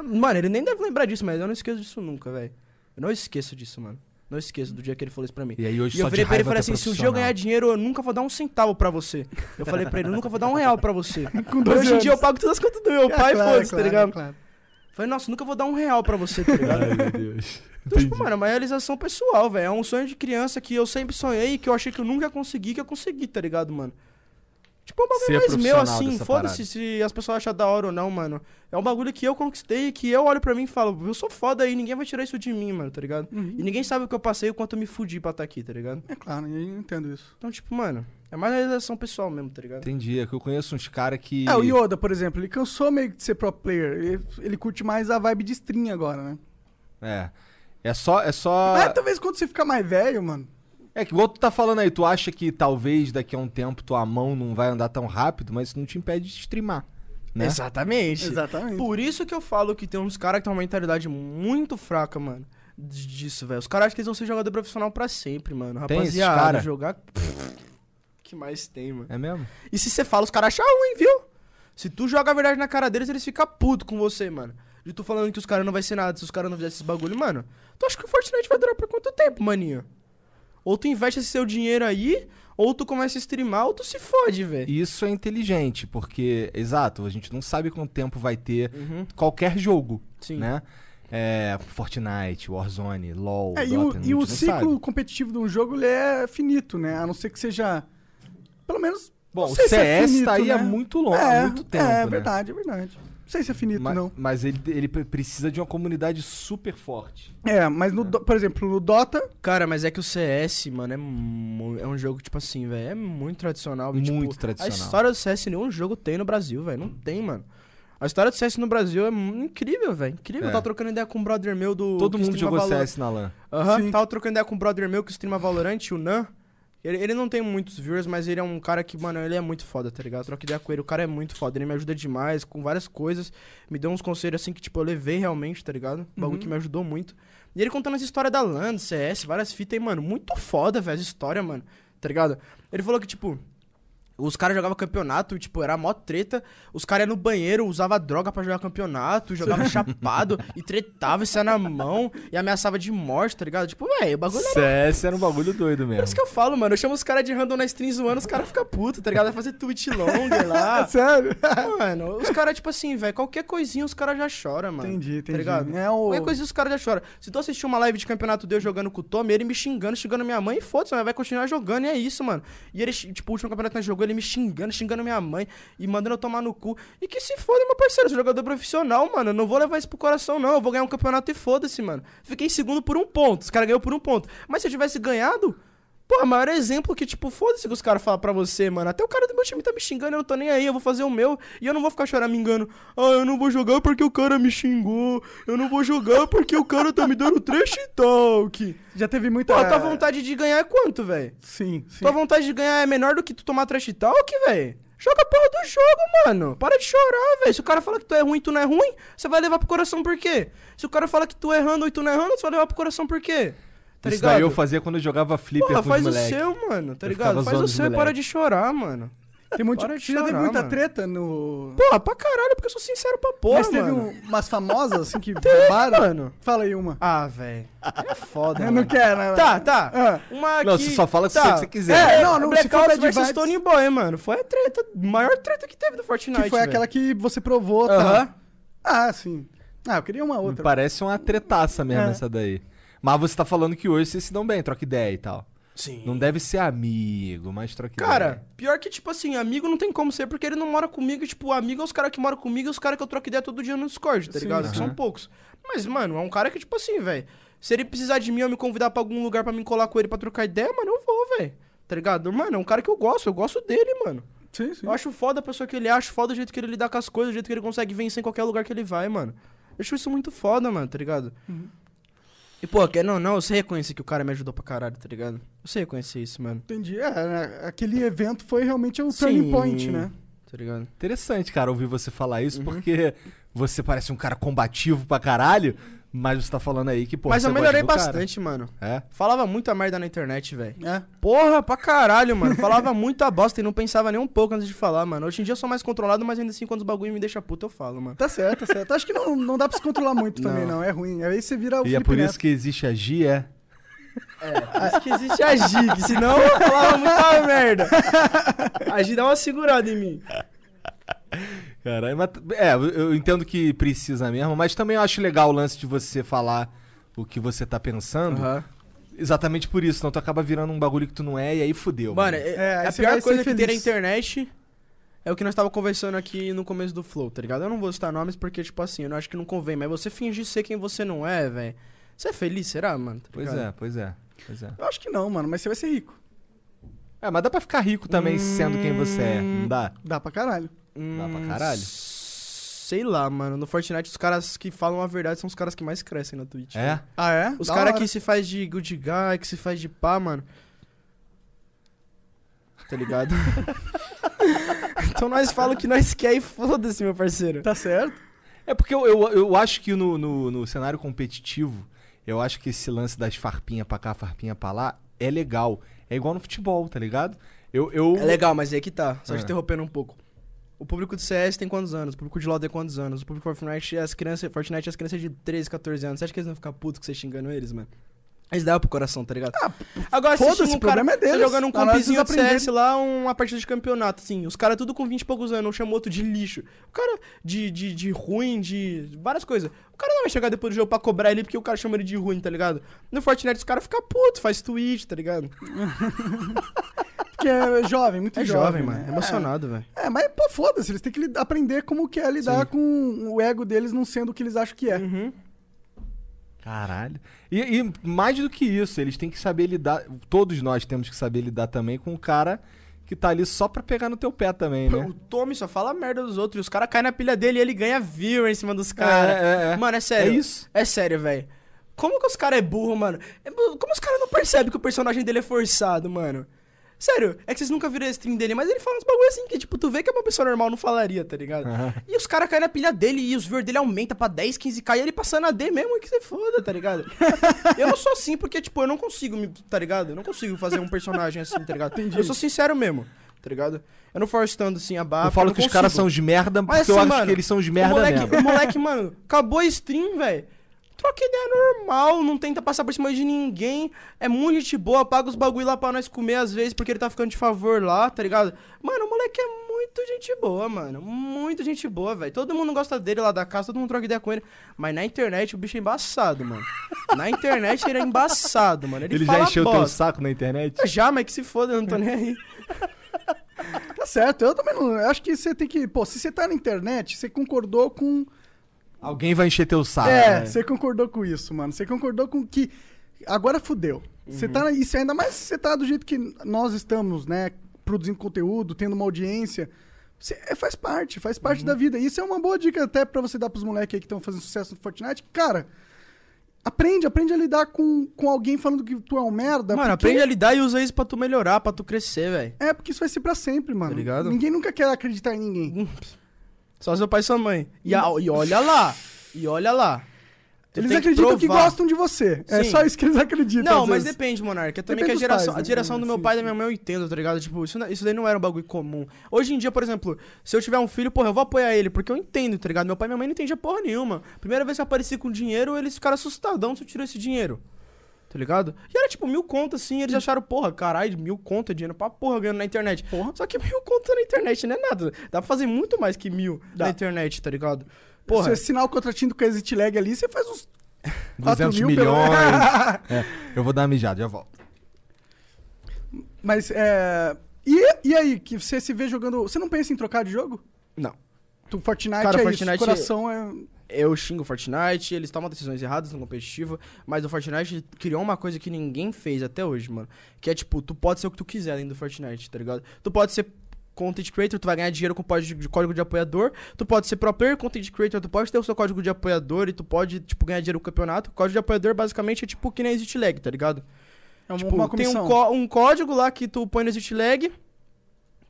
C: Mano, ele nem deve lembrar disso, mas eu não esqueço disso nunca, velho. Eu não esqueço disso, mano. Não esqueço do dia que ele falou isso pra mim.
A: E aí hoje
C: E eu
A: só de
C: virei pra ele e
A: raiva
C: falei
A: tu é
C: assim: se um dia eu ganhar
A: profissional.
C: dinheiro, eu nunca vou dar um centavo pra você. Eu falei pra ele: eu nunca vou dar um real pra você.
B: doze
C: Hoje em dia eu
B: anos.
C: pago todas as contas do meu pai,
B: É claro,
C: foda-se,
B: claro,
C: tá ligado?
B: claro.
C: Falei: nossa, nunca vou dar um real pra você, tá ligado?
A: Ai, meu Deus.
C: Então, tipo, mano, é uma realização pessoal, velho. É um sonho de criança que eu sempre sonhei, que eu achei que eu nunca ia conseguir, que eu consegui, tá ligado, mano? Tipo, é um
A: Ser
C: bagulho mais meu,
A: profissional
C: assim.
A: dessa
C: Foda-se
A: parada.
C: se as pessoas acham da hora ou não, mano. É um bagulho que eu conquistei, que eu olho pra mim e falo, eu sou foda e ninguém vai tirar isso de mim, mano, tá ligado?
A: Uhum.
C: E ninguém sabe o que eu passei e o quanto eu me fudi pra estar aqui, tá ligado?
B: É claro, eu entendo isso.
C: Então, tipo, mano, é mais realização pessoal mesmo, tá ligado?
A: Entendi, é que eu conheço uns caras que.
B: É, o Yoda, por exemplo, ele cansou meio que de ser pro player. Ele, ele curte mais a vibe de stream agora, né?
A: É. É só. É só.
B: Mas talvez quando você ficar mais velho, mano.
A: É que igual tu tá falando aí, tu acha que talvez daqui a um tempo tua mão não vai andar tão rápido, mas isso não te impede de streamar. Né?
C: Exatamente.
B: Exatamente.
C: Por isso que eu falo que tem uns caras que tem uma mentalidade muito fraca, mano. d- Disso, velho. Os caras acham que eles vão ser jogador profissional pra sempre, mano.
A: Tem esses
C: Rapaziada,
A: cara?
C: jogar. que mais tem, mano?
A: É mesmo?
C: E se você fala, os caras acham ruim, viu? Se tu joga a verdade na cara deles, eles ficam putos com você, mano. E tu falando que os caras não vai ser nada se os caras não fizerem esses bagulho, mano. Tu acha que o Fortnite vai durar por quanto tempo, maninho? Ou tu investe esse seu dinheiro aí, ou tu começa a streamar, ou tu se fode, velho.
A: E Isso é inteligente, porque, exato, a gente não sabe quanto tempo vai ter qualquer jogo,
C: Uhum. Sim.
A: né? É, Fortnite, Warzone, LoL,
B: É, e
A: Dota,
B: o,
A: a
B: e
A: gente
B: o
A: não
B: ciclo
A: sabe.
B: competitivo de um jogo ele é finito, né? A não ser que seja. Pelo menos.
A: Bom,
B: não
A: o
B: sei se é
A: CS
B: finito,
A: tá aí há
B: né?
A: muito longo, há muito tempo,
B: É
A: né?
B: verdade, é verdade. Não sei se é finito,
A: Ma-
B: não.
A: Mas ele, ele pre- precisa de uma comunidade super forte.
B: É, mas, no, Do- por exemplo, no Dota,
C: Cara, mas é que o CS, mano, é, mu- é um jogo, tipo assim, velho, é muito tradicional. e, tipo,
A: Muito tradicional.
C: A história do CS nenhum jogo tem no Brasil, velho. Não tem, mano. A história do CS no Brasil é mu- incrível, velho. Incrível.
A: É.
C: Eu tava trocando ideia com um brother meu do.
A: Todo
C: que
A: mundo
C: streama
A: jogou
C: Valorant.
A: CS na LAN.
C: Aham,
B: Sim.
C: tava trocando ideia com um brother meu que streama Valorant, o Nan. Ele, ele não tem muitos viewers, mas ele é um cara que, mano, ele é muito foda, tá ligado? Troca ideia com ele, o cara é muito foda, ele me ajuda demais com várias coisas, me deu uns conselhos assim que, tipo, eu levei realmente, tá ligado? Um bagulho que me ajudou muito. E ele contando essa história da LAN, do CS, várias fitas, e, mano, muito foda, velho, essa história, mano, tá ligado? Ele falou que, tipo, os caras jogavam campeonato, e, tipo, era mó treta. Os caras iam no banheiro, usava droga pra jogar campeonato, jogava chapado e tretava e saia na mão e ameaçava de morte, tá ligado? Tipo, velho, o bagulho era.
A: CS era um bagulho doido
C: Por isso
A: mesmo.
C: que eu falo, mano. Eu chamo os caras de random na stream zoando, os caras ficam putos, tá ligado? Vai fazer tweet longa lá.
B: É sério.
C: Mano, os caras, tipo assim, velho, qualquer coisinha os caras já choram, mano.
B: Entendi, entendi.
C: Tá ligado?
B: É o-
C: Qualquer coisinha os caras já choram. Se tu assistir uma live de campeonato deu jogando com o Tommy, ele me xingando, xingando minha mãe, e foda-se, mas vai continuar jogando, e é isso, mano. E ele, tipo, o último campeonato que nós jogou, ele me xingando, xingando minha mãe e mandando eu tomar no cu. E que se foda, meu parceiro, eu sou jogador profissional, mano. Eu não vou levar isso pro coração, não. Eu vou ganhar um campeonato e foda-se, mano. Fiquei em segundo por um ponto, os caras ganhou por um ponto. Mas se eu tivesse ganhado. Pô, o maior exemplo que, tipo, foda-se que os caras falam pra você, mano. Até o cara do meu time tá me xingando, eu não tô nem aí, eu vou fazer o meu. E eu não vou ficar choramingando. Ah, eu não vou jogar porque o cara me xingou. Eu não vou jogar porque o cara tá me dando trash talk.
B: Já teve muita.
C: Pô,
A: tá
C: tua vontade de ganhar é quanto, velho?
B: Sim, sim.
C: Tua vontade de ganhar é menor do que tu tomar trash talk, velho? Joga a porra do jogo, mano. Para de chorar, velho. Se o cara fala que tu é ruim e tu não é ruim, você vai levar pro coração por quê? Se o cara fala que tu é errando e tu não é errando, você vai levar pro coração por quê? Tá
A: isso
C: ligado?
A: daí eu fazia quando eu jogava flipper
C: Porra,
A: com
C: faz
A: os
C: o
A: moleque.
C: seu, mano, tá
A: Eu
C: ligado?
A: ficava
C: Faz o
A: zoando os
C: seu e para
A: moleque.
C: de chorar, mano.
B: Tem muito...
C: Para de
B: Já teve
C: chorar,
B: muita
C: mano.
B: treta no.
C: Porra, pra caralho, porque eu sou sincero pra porra,
B: mas teve
C: mano.
B: um- umas famosas, assim, que
C: Teve,
B: bombaram.
C: mano.
B: Fala aí uma.
C: Ah, velho. É foda,
B: eu não
C: mano.
B: quero, né?
C: Tá, tá.
B: Ah.
C: Uma
A: Não,
C: que...
A: você só fala se
C: tá.
A: você quiser.
B: É,
C: É,
B: não,
C: não,
B: não,
C: não,
B: se for
C: Blackout
B: bad
C: versus
B: vibes-
C: Stone Boy, mano. Foi a treta, maior treta que teve do Fortnite,
B: Que foi
C: velho.
B: aquela que você provou,
C: Aham.
B: tá? Ah, sim. Ah, eu queria uma
A: Me
B: outra.
A: parece uma tretaça mesmo
B: É.
A: essa daí. Mas você tá falando que hoje vocês se dão bem, troca ideia e tal.
C: Sim.
A: Não deve ser amigo, mas troca
C: Cara,
A: ideia.
C: pior que, tipo assim, amigo não tem como ser, porque ele não mora comigo. e, Tipo, amigo é os caras que moram comigo e os caras que eu troco ideia todo dia no Discord, tá ligado? Que são poucos. Mas, mano, é um cara que, tipo assim, velho. Se ele precisar de mim ou me convidar pra algum lugar pra me colar com ele pra trocar ideia, mano, eu vou, velho. Tá ligado? Mano, é um cara que eu gosto, eu gosto dele, mano.
B: Sim, sim.
C: Eu acho foda a pessoa que ele acha foda o jeito que ele lidar com as coisas, o jeito que ele consegue vencer em qualquer lugar que ele vai, mano. Eu acho isso muito foda, mano, tá ligado? E, pô, que não, não, eu sei reconhecer que o cara me ajudou pra caralho, tá ligado? Eu sei reconhecer isso, mano.
B: Entendi. É, né, aquele evento foi realmente o turning point,
C: Sim,
B: né?
C: Tá ligado?
A: Interessante, cara, ouvir você falar isso,
C: Uhum.
A: porque você parece um cara combativo pra caralho, mas você tá falando aí que, pô,
C: Mas
A: você
C: eu melhorei
A: gosta do cara.
C: bastante, mano.
A: É?
C: Falava muita merda na internet, velho.
B: É.
C: Porra, pra caralho, mano. Falava muita bosta e não pensava nem um pouco antes de falar, mano. Hoje em dia eu sou mais controlado, mas ainda assim, quando os bagulho me deixa puto, eu falo, mano.
B: Tá certo, tá certo. Acho que não, não dá pra se controlar muito também,
C: Não.
B: não. É ruim. Aí você vira o
A: E é
B: Felipe
A: por
B: Neto.
A: isso que existe a G, é?
C: Por Ah, isso que existe é a Gig, senão eu falava muita merda. A Gig dá uma segurada em mim.
A: Caralho, mas, é, eu- eu entendo que precisa mesmo, mas também eu acho legal o lance de você falar o que você tá pensando, exatamente por isso, senão tu acaba virando um bagulho que tu não é e aí fudeu.
C: Mano,
B: É,
C: é,
B: aí
C: a
B: você vai
C: pior
B: ser
C: coisa que tem na
B: feliz.
C: internet é o que nós tava conversando aqui no começo do Flow, tá ligado? Eu não vou citar nomes porque, tipo assim, eu não acho que não convém, mas você fingir ser quem você não é, velho. Você é feliz, será, mano? Tá
A: Pois
C: ligado?
A: é, pois é, pois é.
B: Eu acho que não, mano, mas você vai ser rico.
A: É, mas dá pra ficar rico também sendo quem você é, não dá?
B: Dá pra caralho.
A: Dá pra caralho.
C: Hum, Sei lá, mano. No Fortnite, os caras que falam a verdade são os caras que mais crescem na Twitch.
A: É?
C: né?
B: Ah, é?
C: Os
B: Da
C: caras
B: hora.
C: que se faz de good guy, que se faz de pá, mano. Tá ligado? então nós falamos o que nós quer e foda-se, meu parceiro.
B: Tá certo?
A: É porque eu, eu, eu acho que no, no, no cenário competitivo, eu acho que esse lance das farpinha pra cá, farpinha pra lá, é legal. É igual no futebol, tá ligado? Eu, eu...
C: É legal, mas aí que tá. Só
A: Ah.
C: te interrompendo um pouco. O público do CS tem quantos anos? O público de LoL tem quantos anos? O público de Fortnite, as crianças, Fortnite, as crianças de 13, 14 anos. Você acha que eles vão ficar putos que você xingando eles, mano? Eles dão pro coração, tá ligado? Agora, você
B: Ah, foda-se,
C: xinga um
B: o problema
C: cara,
B: é deles.
C: Você jogando um
B: Ah, nós
C: compizinho de
B: precisamos
C: CS lá, uma partida de campeonato, assim. Os caras tudo com 20 e poucos anos, um chama o outro de lixo. O cara de, de, de ruim, de várias coisas. O cara não vai chegar depois do jogo pra cobrar ele porque o cara chama ele de ruim, tá ligado? No Fortnite os caras ficam putos, faz tweet, tá ligado?
B: Porque é jovem, muito
C: É
B: jovem,
C: jovem, mano.
B: né?
C: É Emocionado, velho.
B: É, mas, pô, foda-se, eles têm que lid- aprender como que é lidar com o ego deles não sendo o que eles acham que
C: Uhum.
B: é.
A: Caralho. E, e mais do que isso, eles têm que saber lidar. Todos nós temos que saber lidar também com o cara que tá ali só pra pegar no teu pé também,
C: Pô,
A: né?
C: O Tommy só fala merda dos outros. E os caras caem na pilha dele e ele ganha viewer em cima dos
A: É,
C: caras.
A: é, é.
C: Mano, é sério.
A: É isso.
C: É sério, velho. Como que os caras é burro, mano? É bu- Como os caras não percebem que o personagem dele é forçado, mano? Sério, é que vocês nunca viram a stream dele, mas ele fala uns bagulho assim que, tipo, tu vê que uma pessoa normal não falaria, tá ligado? E os caras caem na pilha dele e os viewers dele aumenta pra 10, 15k e ele passando a D mesmo, que você foda, tá ligado? eu não sou assim porque, tipo, eu não consigo me, tá ligado? Eu não consigo fazer um personagem assim, tá ligado? Eu sou sincero mesmo, tá ligado? Eu não forço tanto assim a barra.
A: Ah, eu falo que
C: porque
A: os caras
C: consigo.
A: são de merda, porque
C: Mas
A: eu
C: assim,
A: acho
C: mano,
A: que eles são de
C: O
A: merda
C: moleque,
A: mesmo.
C: o moleque, mano, acabou a stream, velho. Troca ideia normal, não tenta passar por cima de ninguém. É muito gente boa, paga os bagulho lá pra nós comer às vezes, porque ele tá ficando de favor lá, tá ligado? Mano, o moleque é muito gente boa, mano. Muito gente boa, velho. Todo mundo gosta dele lá da casa, todo mundo troca ideia com ele. Mas na internet o bicho é embaçado, mano. Na internet ele é embaçado, mano. Ele,
A: Ele já
C: fala
A: encheu teu
C: bosta.
A: saco na internet?
C: Já, mas que se foda, eu não tô nem aí.
B: Tá certo, eu também não. eu acho que você tem que. Pô, se você tá na internet, você concordou com.
A: Alguém vai encher teu
C: Ah,
A: saco.
B: é,
A: né?
B: você concordou com isso, mano. Você concordou com que. Agora fudeu. Você
C: Uhum.
B: tá. E você ainda mais se você tá do jeito que nós estamos, né? Produzindo conteúdo, tendo uma audiência. Você, é, faz parte, faz parte
C: Uhum.
B: da vida. E isso é uma boa dica até pra você dar pros moleques aí que estão fazendo sucesso no Fortnite. Cara, aprende, aprende a lidar com, com alguém falando que tu é um merda.
C: Mano,
B: porque-
C: aprende a lidar e usa isso pra tu melhorar, pra tu crescer, velho.
B: É, porque isso vai ser pra sempre, mano.
C: Tá ligado?
B: Ninguém nunca quer acreditar em ninguém.
C: Só seu pai e sua mãe. E, a- e olha lá. E olha lá. Tu
B: Eles
C: tem
B: acreditam que,
C: provar.
B: gostam de você. É
C: Sim.
B: só isso que eles acreditam.
C: Não,
B: às
C: mas
B: vezes.
C: depende, Monarca. Eu Também
B: Depende
C: é que é a
B: dos
C: geração,
B: pais, né?
C: a geração do meu
B: Sim,
C: pai e da minha mãe eu entendo, tá ligado? Tipo, isso, não- isso daí não era um bagulho comum. Hoje em dia, por exemplo, se eu tiver um filho, porra, eu vou apoiar ele, porque eu entendo, tá ligado? Meu pai e minha mãe não entendiam porra nenhuma. Primeira vez que eu apareci com dinheiro, eles ficaram assustadão se eu tirou esse dinheiro. Tá ligado? E era tipo mil contas, assim, eles acharam, porra, caralho, mil contas, dinheiro pra porra ganhando na internet. Só que mil contas na internet não é nada. Dá pra fazer muito mais que mil na internet, tá ligado?
B: Se você assinar o contratinho com a Exit Lag ali, você faz uns.
A: 200
B: 4 mil pelo-
A: milhões. É, eu vou dar uma mijada, já volto.
B: Mas é. E, e aí, que você se vê jogando. Você não pensa em trocar de jogo?
C: é- Não.
B: Tu, Fortnite
C: Cara,
B: é
C: Fortnite-
B: isso. coração é.
C: Eu xingo o Fortnite, eles tomam decisões erradas no competitivo, mas o Fortnite criou uma coisa que ninguém fez até hoje, mano. Que é tipo, tu pode ser o que tu quiser dentro do Fortnite, tá ligado? Tu pode ser content creator, tu vai ganhar dinheiro com o pod- de código de apoiador. Tu pode ser pro player, content creator, tu pode ter o seu código de apoiador e tu pode, tipo, ganhar dinheiro com o campeonato. Código de apoiador, basicamente, é tipo que nem exit lag, tá ligado?
B: É uma,
C: Tipo,
B: uma
C: tem um,
B: comissão.
C: có- um código lá que tu põe no exit lag,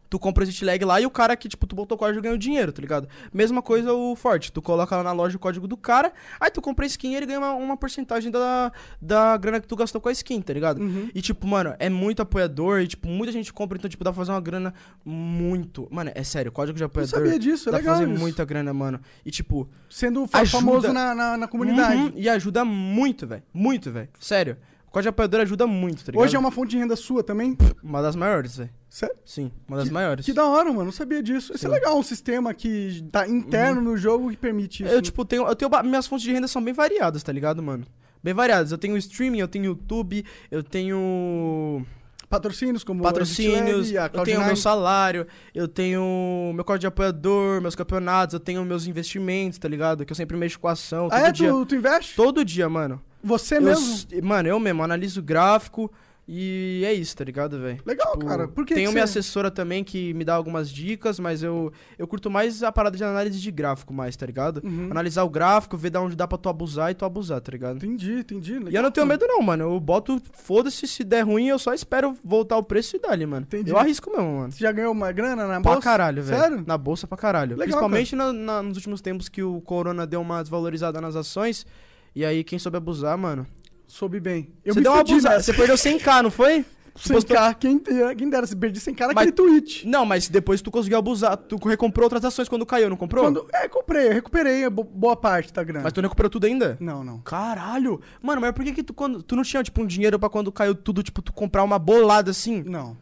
C: tu compra o exit lag lá e o cara que, tipo, tu botou o código ganha o dinheiro, tá ligado? Mesma coisa o Forte, tu coloca lá na loja o código do cara, aí tu compra a skin e ele ganha uma, uma porcentagem da, da grana que tu gastou com a skin, tá ligado?
B: Uhum.
C: E, tipo, mano, é muito apoiador e, tipo, muita gente compra, então, tipo, dá pra fazer uma grana muito... Mano, é sério, código de apoiador...
B: sabia disso, é
C: Dá
B: legal
C: pra fazer
B: isso.
C: muita grana, mano. E, tipo,
B: Sendo fa-
C: Ajuda.
B: famoso na, na, na comunidade.
C: uhum, e ajuda muito, velho. Muito, velho. Sério. O código de apoiador ajuda muito, tá ligado?
B: Hoje é uma fonte de renda sua também?
C: Uma das maiores, velho.
B: Sério?
C: Sim, uma das maiores.
B: Que da hora, mano. Não sabia disso. Isso é legal, um sistema que tá interno no jogo que permite isso.
C: Uhum.
B: né?
C: Eu, tipo, tenho, eu tenho. ba- Minhas fontes de renda são bem variadas, tá ligado, mano? Bem variadas. Eu tenho streaming, eu tenho YouTube, eu tenho.
B: patrocínios como
C: patrocínios,
B: a
C: eu tenho meu salário, eu tenho meu código de apoiador, meus campeonatos, eu tenho meus investimentos, tá ligado? Que eu sempre mexo com a ação.
B: Ah,
C: todo
B: é?
C: dia.
B: Tu, tu investe?
C: Todo dia, mano.
B: Você É
C: Eu
B: mesmo?
C: s- Mano, eu mesmo analiso o gráfico e é isso, tá ligado, velho?
B: Legal, cara. Por que
C: Tenho
B: que
C: minha
B: você-
C: assessora também que me dá algumas dicas, mas eu, eu curto mais a parada de análise de gráfico mais, tá ligado?
B: Uhum.
C: Analisar o gráfico, ver de onde dá pra tu abusar e tu abusar, tá ligado?
B: Entendi, entendi.
C: E eu não tenho medo não, mano. Eu boto, foda-se, se der ruim, eu só espero voltar o preço e dá-lhe, mano.
B: Entendi.
C: Eu arrisco mesmo, mano.
B: Você já ganhou uma grana na
C: Pra
B: bolsa?
C: caralho, velho.
B: Sério?
C: Na bolsa pra caralho.
B: Legal,
C: Principalmente na- na- nos últimos tempos que o corona deu uma desvalorizada nas ações. E aí, quem soube abusar, mano.
B: Soube bem. Eu
C: você
B: me
C: deu uma
B: fudi
C: abusada.
B: nessa.
C: Você perdeu 100k, não foi?
B: Sem
C: postou-
B: cá, quem, dera- quem dera, se perdi sem cara
C: Mas-
B: naquele tweet.
C: Não, mas depois tu conseguiu abusar. Tu recomprou outras ações quando caiu, não comprou?
B: Quando, é, comprei, eu recuperei a bo- boa parte da grana.
C: Mas tu não recuperou tudo ainda?
B: Não, não.
C: Caralho! Mano, mas por que, que tu, quando, tu não tinha, tipo, um dinheiro pra quando caiu tudo, tipo, tu comprar uma bolada assim?
B: Não,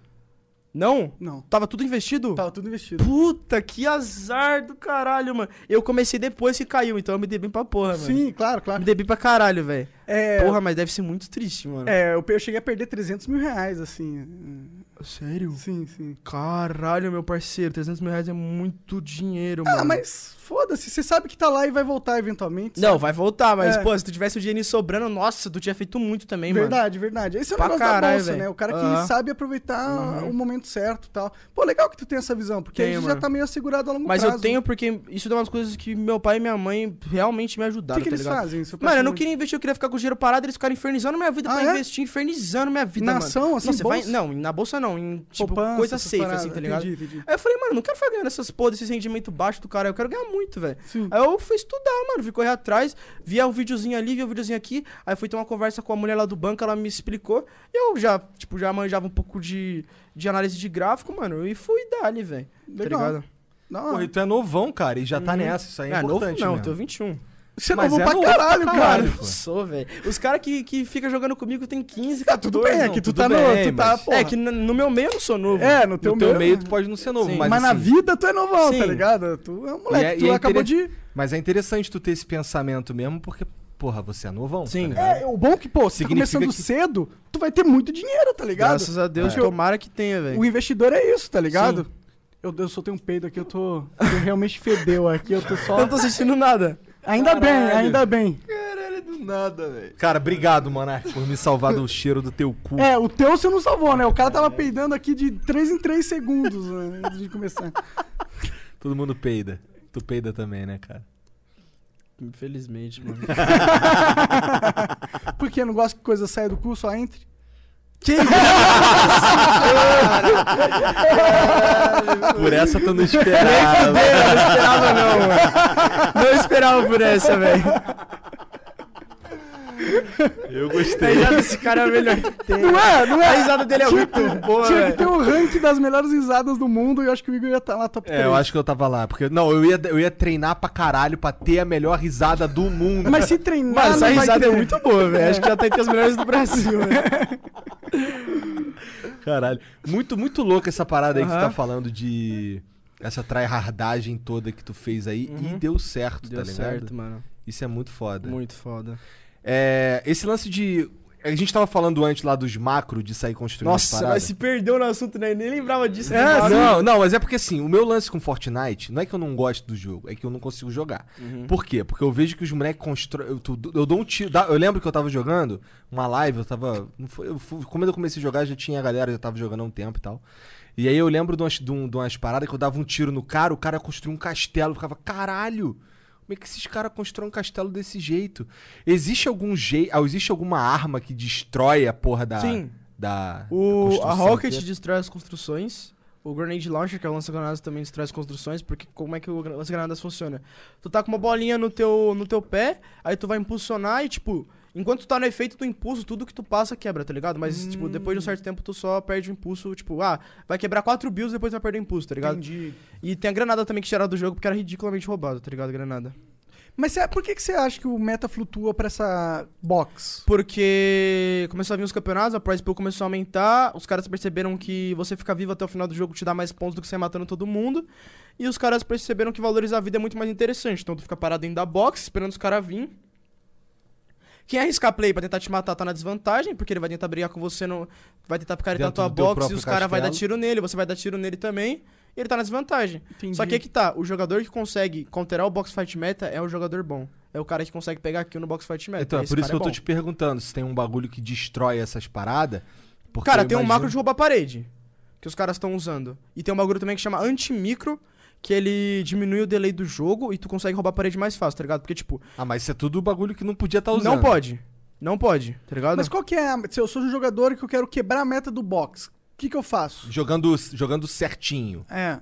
C: Não?
B: não.
C: Tava tudo investido?
B: Tava tudo investido.
C: Puta, que azar do caralho, mano. Eu comecei depois que caiu, então eu me dei bem pra porra, mano.
B: Sim, claro, claro.
C: Me dei bem pra caralho, velho.
B: É,
C: Porra, mas deve ser muito triste, mano.
B: é, eu pe- eu cheguei a perder 300 mil reais, assim.
C: Sério?
B: Sim, sim.
C: Caralho, meu parceiro, 300 mil reais é muito dinheiro, mano.
B: Ah, mas foda-se, você sabe que tá lá e vai voltar eventualmente.
C: Não,
B: sabe?
C: vai voltar, mas,
B: É.
C: pô, se tu tivesse o dinheiro sobrando, nossa, tu tinha feito muito também, mano.
B: Verdade, verdade. Esse é o
C: Pra
B: negócio da
C: caralho,
B: bolsa,
C: velho.
B: né? O cara que
C: Aham. Uhum.
B: sabe aproveitar o momento certo e tal. Pô, legal que tu tem essa visão, porque aí
C: Tenho,
B: você já
C: mano.
B: tá meio assegurado a longo
C: Mas
B: prazo.
C: eu tenho porque isso é uma das coisas que meu pai e minha mãe realmente me
B: O
C: ajudaram,
B: que, que
C: tá
B: eles
C: ligado?
B: fazem? Seu
C: Mano, eu não
B: pensamento?
C: queria investir, eu queria ficar com o dinheiro parado, eles ficaram infernizando minha vida
B: Ah,
C: pra
B: é?
C: investir, infernizando minha vida,
B: Na
C: mano.
B: ação, assim,
C: não, você vai,
B: bolsa?
C: não, na bolsa não, em tipo
B: Poupança,
C: coisa
B: essas
C: safe,
B: paradas.
C: assim, tá ligado?
B: Entendi, entendi.
C: Aí eu falei, mano, não quero ficar ganhando essas porra, esse rendimento baixo do cara, eu quero ganhar muito, velho.
B: Sim.
C: Aí eu fui estudar, mano, fui correr atrás, via um videozinho ali, via um videozinho aqui, aí fui ter uma conversa com a mulher lá do banco, ela me explicou, e eu já, tipo, já manjava um pouco de, de análise de gráfico, mano, e fui dali, velho. Tá
B: Legal.
C: ligado?
B: Não,
A: Pô, e tu é novão, cara, e já tá nessa, isso aí é,
C: Ah, novo
A: importante,
C: não,
A: né?
C: eu tô 21.
B: Você é
A: Mas
B: novo
A: é
B: pra
A: novo pra
B: caralho, cara.
A: caralho.
C: Eu sou, velho. Os caras que, que ficam jogando comigo tem 15,
B: Tá
C: 14.
B: tudo bem, é
C: não,
B: que tu
A: tudo
B: tá no.
A: bem,
B: Tu tá,
A: mas-
B: porra.
C: É que no, no meu meio eu não sou novo.
B: É, no teu,
A: No teu meio
B: meio.
A: tu pode não ser novo,
C: Sim.
A: mas,
B: Mas na
A: assim,
B: vida tu é novão, tá
C: Sim.
B: ligado? Tu é um moleque,
A: E é-
B: tu
A: e é
B: acabou de.
A: intere- Mas é interessante tu ter esse pensamento mesmo, porque, porra, você é novão.
C: Sim.
A: Tá
B: É, o bom é que, pô, se tá
A: Significa
B: começando
A: que-
B: cedo, tu vai ter muito dinheiro, tá ligado?
C: Graças a Deus, tomara que tenha, velho.
B: O investidor é isso, tá ligado? Eu, eu soltei um peido aqui, eu tô. Eu realmente fedeu aqui, eu tô só.
C: Eu não tô sentindo nada.
B: Ainda bem, ainda bem.
A: Cara, obrigado, Monark, por me salvar do cheiro do teu
C: Hum.
A: cu.
B: É, o teu você não salvou, né? O cara tava peidando aqui de 3 em 3 segundos né, antes de começar.
A: Todo mundo peida. Tu peida também, né, cara?
C: Infelizmente, mano.
B: Por quê? Não gosta que coisa saia do cu, só entre?
A: Por essa tu não esperava.
C: esperava não, mano. Não esperava por essa, velho.
A: Eu
C: A
A: gostei.
C: risada desse cara é a melhor que tem. Não é, não é. A risada dele é muito boa, né?
B: Tinha que
C: velho.
B: ter um ranking das melhores risadas do mundo e eu acho que o Igor ia estar lá top 3.
A: É, eu acho que eu tava lá. Porque, não, eu ia, eu ia treinar pra caralho pra ter a melhor risada do mundo.
B: Mas se treinar,
C: Mano, essa
B: não vai
C: risada
B: ter.
C: é muito boa, velho. Acho que já tá entre as melhores do Brasil, velho.
A: né? Caralho. Muito, muito louca essa parada aí que tu
C: Aham.
A: tá falando de. Essa tryhardagem toda que tu fez aí
C: Uhum.
A: e deu certo, tá ligado?
C: mano.
A: Isso é muito foda.
C: Muito foda.
A: É, esse lance de. A gente tava falando antes lá dos macro de sair construindo as
C: Nossa, mas
A: paradas.
C: se perdeu no assunto, né? Nem lembrava disso.
A: É,
B: né?
C: Nossa.
A: não, não, mas é porque assim, o meu lance com Fortnite não é que eu não gosto do jogo, é que eu não consigo jogar.
C: Uhum.
A: Por quê? Porque eu vejo que os moleques constroem. Eu, tu- eu dou um tiro. dá- eu lembro que eu tava jogando uma live, eu tava. não foi- eu fui- quando eu comecei a jogar, já tinha a galera, já tava jogando há um tempo e tal. E aí eu lembro de umas, de um- de umas paradas que eu dava um tiro no cara, o cara construiu um castelo. Eu ficava, caralho, como é que esses caras constroem um castelo desse jeito? Existe algum jeito. Existe alguma arma que destrói a porra da.
C: Sim.
A: Da, da
C: O, a
A: construção é-
C: Rocket
A: inteira?
C: destrói as construções. O Grenade Launcher, que é o lança-granadas, também destrói as construções, porque como é que o gra- lança-granadas funciona? Tu tá com uma bolinha no teu, no teu pé, aí tu vai impulsionar e, tipo, enquanto tu tá no efeito do impulso, tudo que tu passa quebra, tá ligado? Mas, tipo, depois de um certo tempo tu só perde o impulso, tipo, ah, vai quebrar 4 bills depois vai perder o impulso, tá ligado?
B: Entendi.
C: E tem a granada também que tiraram do jogo porque era ridiculamente roubado, tá ligado? Granada.
B: Mas cê- por que, que você acha que o meta flutua pra essa box?
C: Porque começou a vir os campeonatos, a prize pool começou a aumentar, os caras perceberam que você ficar vivo até o final do jogo te dá mais pontos do que você matando todo mundo. E os caras perceberam que valorizar a vida é muito mais interessante. Então tu fica parado dentro da box, esperando os caras vir. Quem arriscar play pra tentar te matar tá na desvantagem, porque ele vai tentar brigar com você, não vai tentar picaretar a
A: Dentro
C: tua
A: do teu
C: box e
A: próprio
C: os caras vai dar
A: castelo.
C: tiro nele, você vai dar tiro nele também. E ele tá na desvantagem.
B: Entendi.
C: Só que aí que tá, o jogador que consegue counterar o box fight meta é o jogador bom. É o cara que consegue pegar kill no box fight meta.
A: Então, é
C: Esse
A: por isso que
C: cara
A: eu tô
C: bom.
A: te perguntando se tem um bagulho que destrói essas paradas. porque
C: Cara,
A: eu
C: tem um
A: imagino-
C: macro de roubar parede que os caras estão usando. E tem um bagulho também que chama anti-micro, que ele diminui o delay do jogo e tu consegue roubar a parede mais fácil, tá ligado? Porque, tipo,
A: Ah, mas isso é tudo bagulho que não podia estar usando.
C: não pode. Não pode, tá ligado?
B: Mas qual que é? a- Se eu sou um jogador que eu quero quebrar a meta do box, o que, que eu faço?
A: Jogando, jogando certinho.
B: É,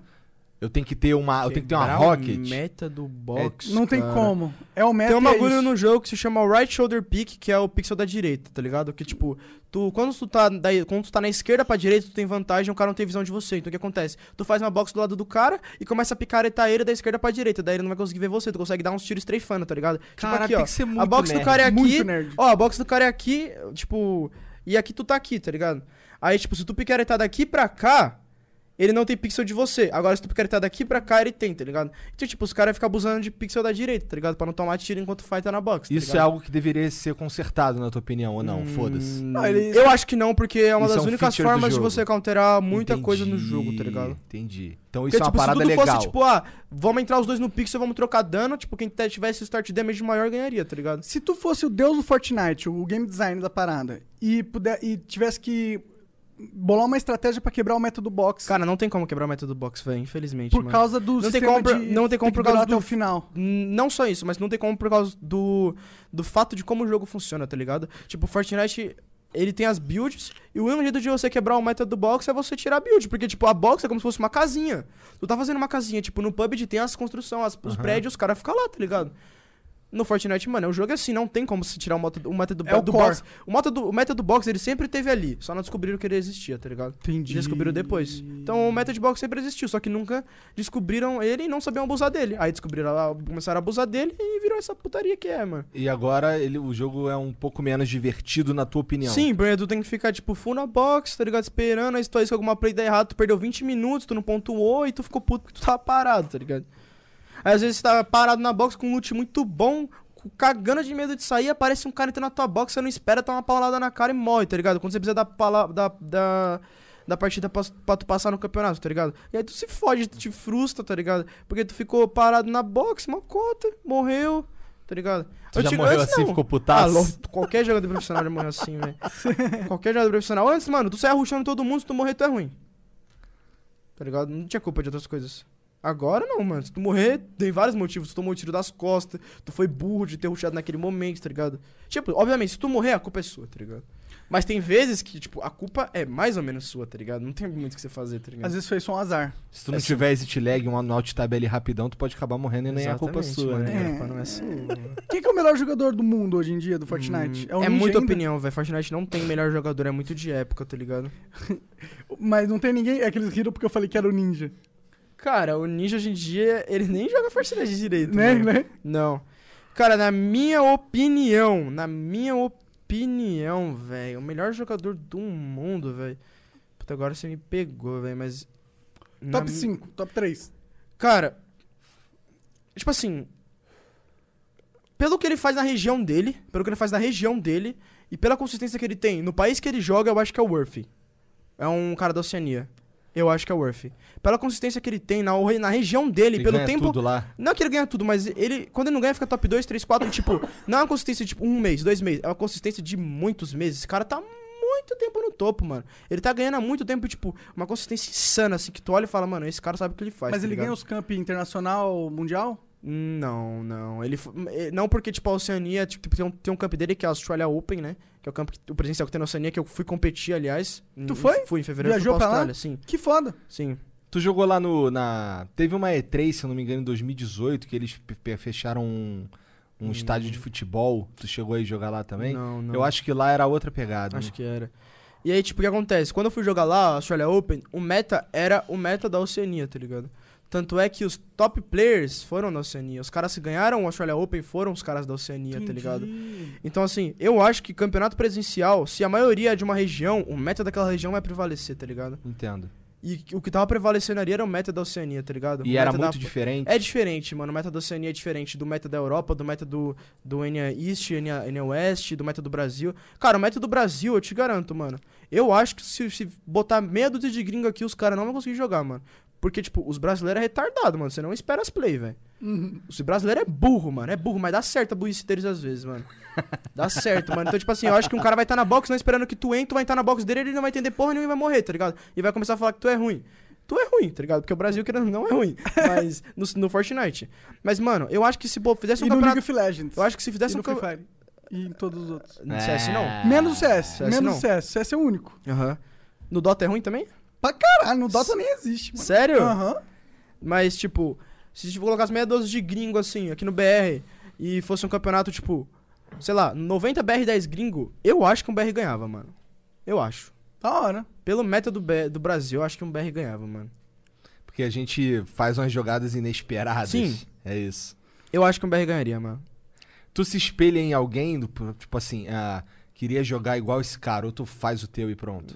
A: Eu tenho que ter uma, eu tenho que ter uma
C: Quebrar
A: rocket. É,
C: o Meta do box.
B: não tem
C: cara.
B: como. É o meta
C: Tem um
B: e é
C: bagulho
B: isso.
C: no jogo que se chama Right Shoulder Pick, que é o pixel da direita, tá ligado? Que tipo, tu, quando, tu tá da, quando tu tá na esquerda pra direita, tu tem vantagem, o cara não tem visão de você. Então o que acontece? Tu faz uma box do lado do cara e começa a picaretar ele da esquerda pra direita. Daí ele não vai conseguir ver você, tu consegue dar uns tiros treifando, tá ligado?
A: Cara,
C: tipo aqui,
A: tem
C: ó.
A: que ser muito
C: a box
A: nerd,
C: do cara é
B: muito
C: aqui.
B: nerd.
C: Ó, a box do cara é aqui, tipo. E aqui tu tá aqui, tá ligado? Aí, tipo, se tu picaretar daqui pra cá, ele não tem pixel de você. Agora, se tu picaretar daqui pra cá, ele tem, tá ligado? Então, tipo, os caras ficam abusando de pixel da direita, tá ligado? Pra não tomar tiro enquanto o fight tá na box.
A: Isso é algo que deveria ser consertado, na tua opinião, ou não? Foda-se.
B: Não, ele-
C: Eu acho que não, porque é uma
A: Isso é
C: das
A: um
C: únicas
A: feature do
C: formas de
A: jogo.
C: você counterar muita
A: Entendi,
C: coisa no jogo, tá ligado?
A: Entendi. Então
C: Porque,
A: isso é uma
C: tipo,
A: parada
C: se tudo
A: legal.
C: fosse, tipo, ah, vamos entrar os dois no pixel, vamos trocar dano, tipo, quem tivesse o start damage maior ganharia, tá ligado?
B: Se tu fosse o deus do Fortnite, o game design da parada, e, puder, e tivesse que bolar uma estratégia pra quebrar o meta do box
C: Cara, não tem como quebrar o método box, velho, infelizmente,
B: por
C: mano.
B: causa do
C: não tem
B: sistema
C: como pra-
B: de
C: não tem como
B: que
C: por causa
B: durar até
C: do-
B: o final.
C: N- Não só isso, mas não tem como por causa do, do fato de como o jogo funciona, tá ligado? Tipo, Fortnite, ele tem as builds, e o único jeito de você quebrar o meta do box é você tirar a build, porque, tipo, a box é como se fosse uma casinha. Tu tá fazendo uma casinha, tipo, no PUBG tem as construções, as- os prédios, os caras ficam lá, tá ligado? No Fortnite, mano, o jogo é assim, não tem como se tirar o meta, o meta do,
B: É o
C: do
B: core.
C: box. O meta do, o meta do box, ele sempre teve ali, só não descobriram que ele existia, tá ligado?
B: Entendi.
C: Descobriram depois. Então o meta de box sempre existiu, só que nunca descobriram ele e não sabiam abusar dele. Aí descobriram, ah, começaram a abusar dele e virou essa putaria que é, mano.
A: E agora ele, o jogo é um pouco menos divertido, na tua opinião.
C: Sim, Brian, tu tem que ficar, tipo, full na box, tá ligado? Esperando, aí se tu arrisca alguma play dá errado, tu perdeu 20 minutos, tu não pontuou e tu ficou puto porque tu tava parado, tá ligado? Aí às vezes você tá parado na box com um loot muito bom, cu- cagando de medo de sair, aparece um cara entrando na tua box, você não espera, tá uma paulada na cara e morre, tá ligado? Quando você precisa da pala- da, da, da partida pra, pra tu passar no campeonato, tá ligado? E aí tu se fode, tu te frustra, tá ligado? Porque tu ficou parado na box, uma conta, morreu, tá ligado?
A: Tu já
C: Antigo-
A: morreu
C: antes
A: assim,
C: não.
A: ficou putaço?
C: Ah, lo- qualquer jogador profissional já morreu assim, velho. Qualquer jogador profissional. Antes, mano, tu saia rushando todo mundo, se tu morrer, tu é ruim. Tá ligado? Não tinha culpa de outras coisas. Agora não, mano. Se tu morrer, tem vários motivos. Tu tomou um tiro das costas, tu foi burro de ter rushado naquele momento, tá ligado? Tipo, obviamente, se tu morrer, a culpa é sua, tá ligado? Mas tem vezes que, tipo, a culpa é mais ou menos sua, tá ligado? Não tem muito o que você fazer, tá ligado?
B: Às vezes foi só um azar.
A: Se
C: É,
A: tu não tiver exit lag, um out tab ali rapidão, tu pode acabar morrendo e nem é a culpa
C: Exatamente,
A: sua,
C: mano,
A: né?
C: A culpa não é sua.
B: Quem que é o melhor jogador do mundo hoje em dia do Fortnite?
C: É,
B: o Ninja
C: muita
B: ainda?
C: opinião, velho. Fortnite não tem melhor jogador, é muito de época, tá ligado?
B: Mas não tem ninguém. É que eles riram porque eu falei que era o Ninja.
C: Cara, o Ninja hoje em dia, ele nem joga Fortnite direito.
B: Né?
C: mano.
B: né?
C: Não. Cara, na minha opinião, na minha opinião, velho, o melhor jogador do mundo, velho. Puta, agora você me pegou, velho, mas. na tá
B: Top
C: mi-
B: 5, top 3.
C: Cara. Tipo assim. Pelo que ele faz na região dele, pelo que ele faz na região dele, e pela consistência que ele tem no país que ele joga, eu acho que é o Worthy. É um cara da Oceania. Eu acho que é o Worthy. Pela consistência que ele tem na, na região dele,
A: Ele
C: pelo
A: ganha
C: tempo.
A: tudo lá.
C: Não que ele ganha tudo, mas ele, quando ele não ganha, fica top 2, 3, 4. Tipo, não é uma consistência de tipo, um mês, dois meses. É uma consistência de muitos meses. Esse cara tá muito muito tempo no topo, mano. Ele tá ganhando há muito tempo, tipo, uma consistência insana, assim, que tu olha e fala, mano, esse cara sabe o que ele faz.
B: Mas
C: tá
B: ele
C: ligado?
B: ganha os camp internacional, mundial?
C: Não, não. Ele fo- eh, não porque tipo a Oceania, tipo, tem um, tem um campo dele que é a Australia Open, né? Que é o campo que, o presencial que tem na Oceania que eu fui competir, aliás.
B: Tu
C: Em-
B: foi?
C: Fui em fevereiro, eu fui
B: Viajou pra
C: pra
B: lá?
C: Austrália, sim.
B: Que foda.
C: Sim.
A: Tu jogou lá no. Na... Teve uma E3, se eu não me engano, em 2018, que eles pe- pe- fecharam um, um estádio de futebol. Tu chegou aí jogar lá também?
C: Hum. Não, não.
A: Eu acho que lá era outra pegada.
C: Acho
A: né?
C: que era. E aí, tipo, o que acontece? Quando eu fui jogar lá, a Australia Open, o meta era o meta da Oceania, tá ligado? Tanto é que os top players foram da Oceania. Os caras que ganharam o Australia Open foram os caras da Oceania, tá ligado? Então, assim, eu acho que campeonato presencial, se a maioria é de uma região, o meta daquela região vai prevalecer, tá ligado?
A: Entendo.
C: E o que tava prevalecendo ali era o meta da Oceania, tá ligado?
A: E
C: O
A: era
C: meta da-
A: muito diferente.
C: É diferente, mano. O meta da Oceania é diferente do meta da Europa, do meta do, do Enya East, Enya, Enya West, do meta do Brasil. Cara, o meta do Brasil, eu te garanto, mano. Eu acho que se, se botar meia dúzia de gringo aqui, os caras não vão conseguir jogar, mano. Porque, tipo, os brasileiros é retardado, mano. Você não espera as play, velho. Os brasileiros é burro, mano. É burro, mas dá certo a burrice deles às vezes, mano. Dá certo, mano. Então, tipo assim, eu acho que um cara vai estar na box, não esperando que tu entre, tu vai entrar na box dele, ele não vai entender porra nenhuma e vai morrer, tá ligado? E vai começar a falar que tu é ruim. Tu é ruim, tá ligado? Porque o Brasil, querendo ou não, é ruim. Mas no, no Fortnite. Mas, mano, eu acho que se pô, fizesse um
B: e no League
C: campeonato.
B: of Legends.
C: Eu acho que se
B: e
C: fizesse um
B: no Free
C: campeonato.
B: Fire. E em todos os outros.
C: No CS não.
B: Menos o CS.
C: CS
B: menos
C: não.
B: o CS. CS é o único.
C: Aham. No Dota é ruim também?
B: Pra caralho, no Dota nem existe, mano.
C: Sério?
B: Aham.
C: Mas, tipo, se tipo, colocasse meia dúzia de gringo, assim, aqui no BR, e fosse um campeonato, tipo, sei lá, 90 BR 10 gringo, eu acho que um BR ganhava, mano. Eu acho.
B: Da hora.
C: Pelo meta do, B- do Brasil, eu acho que um BR ganhava, mano.
A: Porque a gente faz umas jogadas inesperadas.
C: Sim.
A: É isso.
C: Eu acho que um BR ganharia, mano.
A: Tu se espelha em alguém, do, tipo assim, ah, queria jogar igual esse cara, ou tu faz o teu e pronto.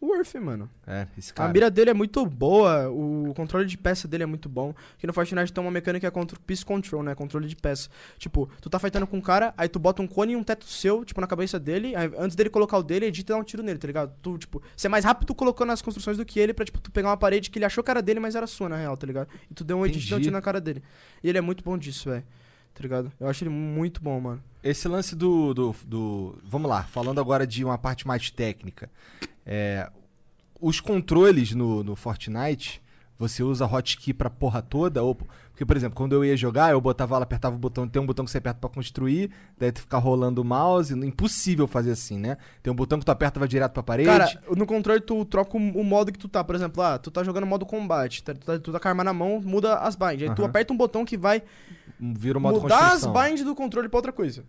C: O Worth, mano.
A: É, esse
C: Hum. A
A: cara.
C: mira dele é muito boa, o controle de peça dele é muito bom. Que no Fortnite tem uma mecânica que é contro- Piece Control, né? Controle de peça. Tipo, tu tá fightando com um cara, aí tu bota um cone e um teto seu, tipo, na cabeça dele. aí antes dele colocar o dele, edita e dá um tiro nele, tá ligado? Tu, tipo, você é mais rápido colocando as construções do que ele pra, tipo, tu pegar uma parede que ele achou que era dele, mas era sua, na real, tá ligado? E tu deu um edit e deu um
A: Entendi.
C: tiro na cara dele. E ele é muito bom disso, velho. Tá ligado? Eu acho ele muito bom, mano.
A: Esse lance do, do, do- Vamos lá, falando agora de uma parte mais técnica. É, os controles no, no Fortnite, você usa hotkey pra porra toda? Ou, porque, por exemplo, quando eu ia jogar, eu botava lá, apertava o botão, tem um botão que você aperta pra construir, daí tu fica rolando o mouse. Impossível fazer assim, né? Tem um botão que tu aperta e vai direto pra parede.
C: Cara, no controle tu troca o, o modo que tu tá. Por exemplo, ah, tu tá jogando modo combate, tá- tu tá, tu tá com a arma na mão, muda as bind. Aí tu
A: Aham.
C: aperta um botão que vai
A: vira o modo
C: mudar as
A: construção.
C: bind do controle pra outra coisa.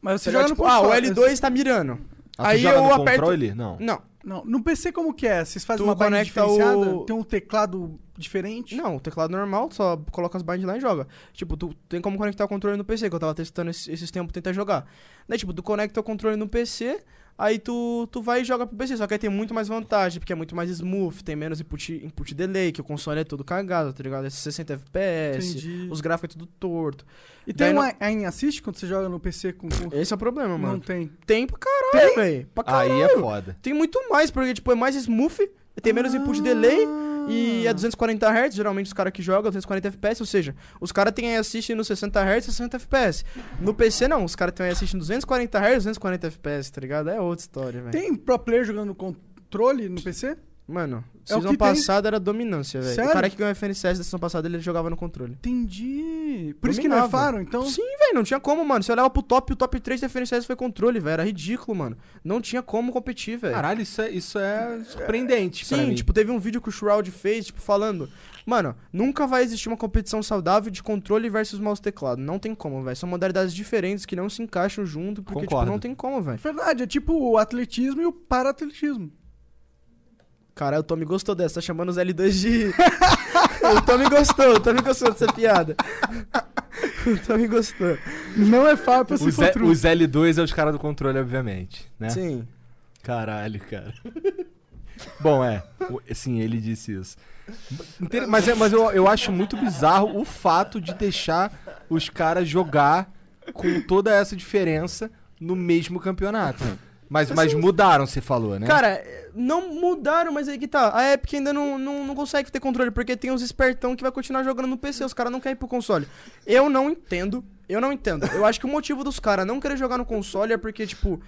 B: Mas você
C: Tá
B: joga
C: ligado? tipo,
B: no
C: ah, o
B: console. assim.
C: L2 tá mirando.
A: Ah, tu
C: Aí
A: joga
C: eu
A: no
C: aperto-
A: controle? Não.
C: Não.
B: Não, no PC como que é? Vocês fazem
C: Tu
B: uma barra
C: conecta o-
B: diferenciada? Tem um teclado diferente?
C: Não, o teclado normal, tu só coloca as binds lá e joga. Tipo, tu tem como conectar o controle no PC, que eu tava testando esses, esses tempos tentar jogar. Daí, tipo, tu conecta o controle no PC, aí tu, tu vai e joga pro PC. Só que aí tem muito mais vantagem, porque é muito mais smooth, tem menos input, input delay, que o console é todo cagado, tá ligado? É 60 FPS,
B: Entendi.
C: os gráficos é tudo torto.
B: E tem
C: Daí
B: um aim assist quando você joga no PC com... com...
C: Esse é o problema,
B: Não
C: mano.
B: tem.
C: Tem pra caralho, velho. Pra caralho.
A: Aí é foda.
C: Tem muito mais, porque, tipo, é mais smooth, tem menos input delay
B: Ah.
C: e é 240 Hz, geralmente os caras que jogam 240 FPS, ou seja, os caras têm aí assist no 60 Hz e 60 FPS. No PC não, os caras têm aí assist no 240 Hz e 240 FPS, tá ligado? É outra história, velho.
B: Tem pro player jogando no controle no PC?
C: Mano,
B: É o
C: season
B: que tem.
C: passada era dominância, velho. O
B: Sério?
C: cara que ganhou FNCS da season passada, ele jogava no controle.
B: Entendi. Por isso que
C: Dominava.
B: nerfaram, então?
C: Sim, velho, não tinha como, mano. Você olhava pro top, o top 3 da FNCS foi controle, velho. Era ridículo, mano. Não tinha como competir, velho.
A: Caralho, isso é, isso é surpreendente pra
C: Sim,
A: mim.
C: tipo, teve um vídeo que o Shroud fez, tipo, falando. Mano, nunca vai existir uma competição saudável de controle versus mouse e teclado. Não tem como, velho. São modalidades diferentes que não se encaixam junto, porque,
A: Concordo.
C: tipo, não tem como, velho.
B: Verdade, é tipo o atletismo e o para-atletismo.
C: Cara, o Tommy gostou dessa, tá chamando os L2 de. o Tommy gostou, o Tommy gostou dessa piada. o Tommy gostou.
B: Não é fácil pra se
A: Os,
B: for
A: os L2 é os caras do controle, obviamente, né?
C: Sim.
A: Caralho, cara. Bom, é. O- Sim, ele disse isso. Inter- Mas, é- mas eu, eu acho muito bizarro o fato de deixar os caras jogar com toda essa diferença no mesmo campeonato. Mas, mas mudaram, você falou, né?
C: Cara, eh, não mudaram, mas aí que tá. A Epic ainda não, não, não consegue ter controle, porque tem os espertão que vai continuar jogando no PC, os caras não querem ir pro console. Eu não entendo, eu não entendo. Eu acho que o motivo dos caras não querer jogar no console é porque, tipo,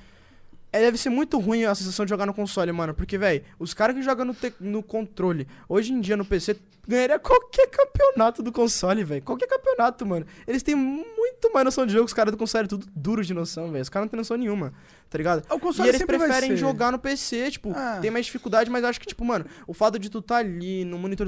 C: É, deve ser muito ruim a sensação de jogar no console, mano. Porque, velho, os caras que jogam no, te- no controle, hoje em dia no PC, ganharia qualquer campeonato do console, velho. Qualquer campeonato, mano. Eles têm muito mais noção de jogo, os caras do console, é tudo duro de noção, velho. Os caras não têm noção nenhuma, tá ligado?
B: O console
C: e eles
B: sempre vai
C: preferem
B: ser.
C: jogar no PC, tipo,
B: Ah.
C: tem mais dificuldade, mas acho que, tipo, mano, o fato de tu tá ali no monitor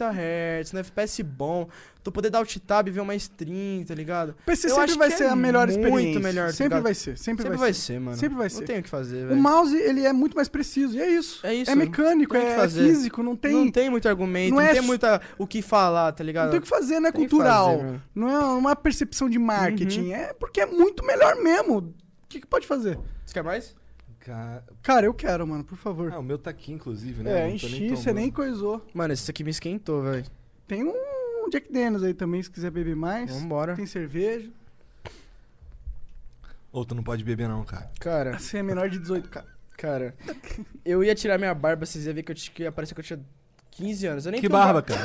C: 240Hz, no FPS bom, tu poder dar alt tab e ver uma stream, tá ligado?
B: O PC
C: Eu
B: sempre
C: acho
B: vai
C: que é
B: ser a melhor
C: muito
B: experiência.
C: melhor, tá
B: sempre
C: ligado?
B: vai ser, sempre,
C: Sempre vai ser, mano.
B: Sempre vai
C: Não
B: ser.
C: tem o que fazer,
B: O
C: velho.
B: mouse, ele é muito mais preciso, e é isso.
C: É isso,
B: É mecânico,
C: não tem o
B: é
C: que fazer.
B: físico, não tem...
C: Não tem muito argumento,
B: não
C: não,
B: é
C: tem
B: su-
C: muita o que falar, tá ligado?
B: não tem o que fazer, não é
C: Tem que
B: cultural.
C: fazer, Uhum. mano.
B: não é uma percepção de marketing. É porque é muito melhor mesmo. O que, que pode fazer?
C: Você quer mais?
A: Ca-
B: Cara, eu quero, mano, por favor.
A: Ah, o meu tá aqui, inclusive, né?
B: é,
A: Não tô
B: enchi, você
A: tomando.
B: nem coisou.
C: Mano, esse aqui me esquentou, velho.
B: Tem um Jack Daniels aí também, se quiser beber mais.
C: Vambora.
B: Tem cerveja.
A: Ô, tu não pode beber, não, cara.
C: Cara,
B: Você é menor de 18, cara.
C: cara, eu ia tirar minha barba, vocês iam ver que, eu, t- que ia parecer que eu tinha 15 anos. Eu nem
A: Que
C: tenho
A: barba, cara.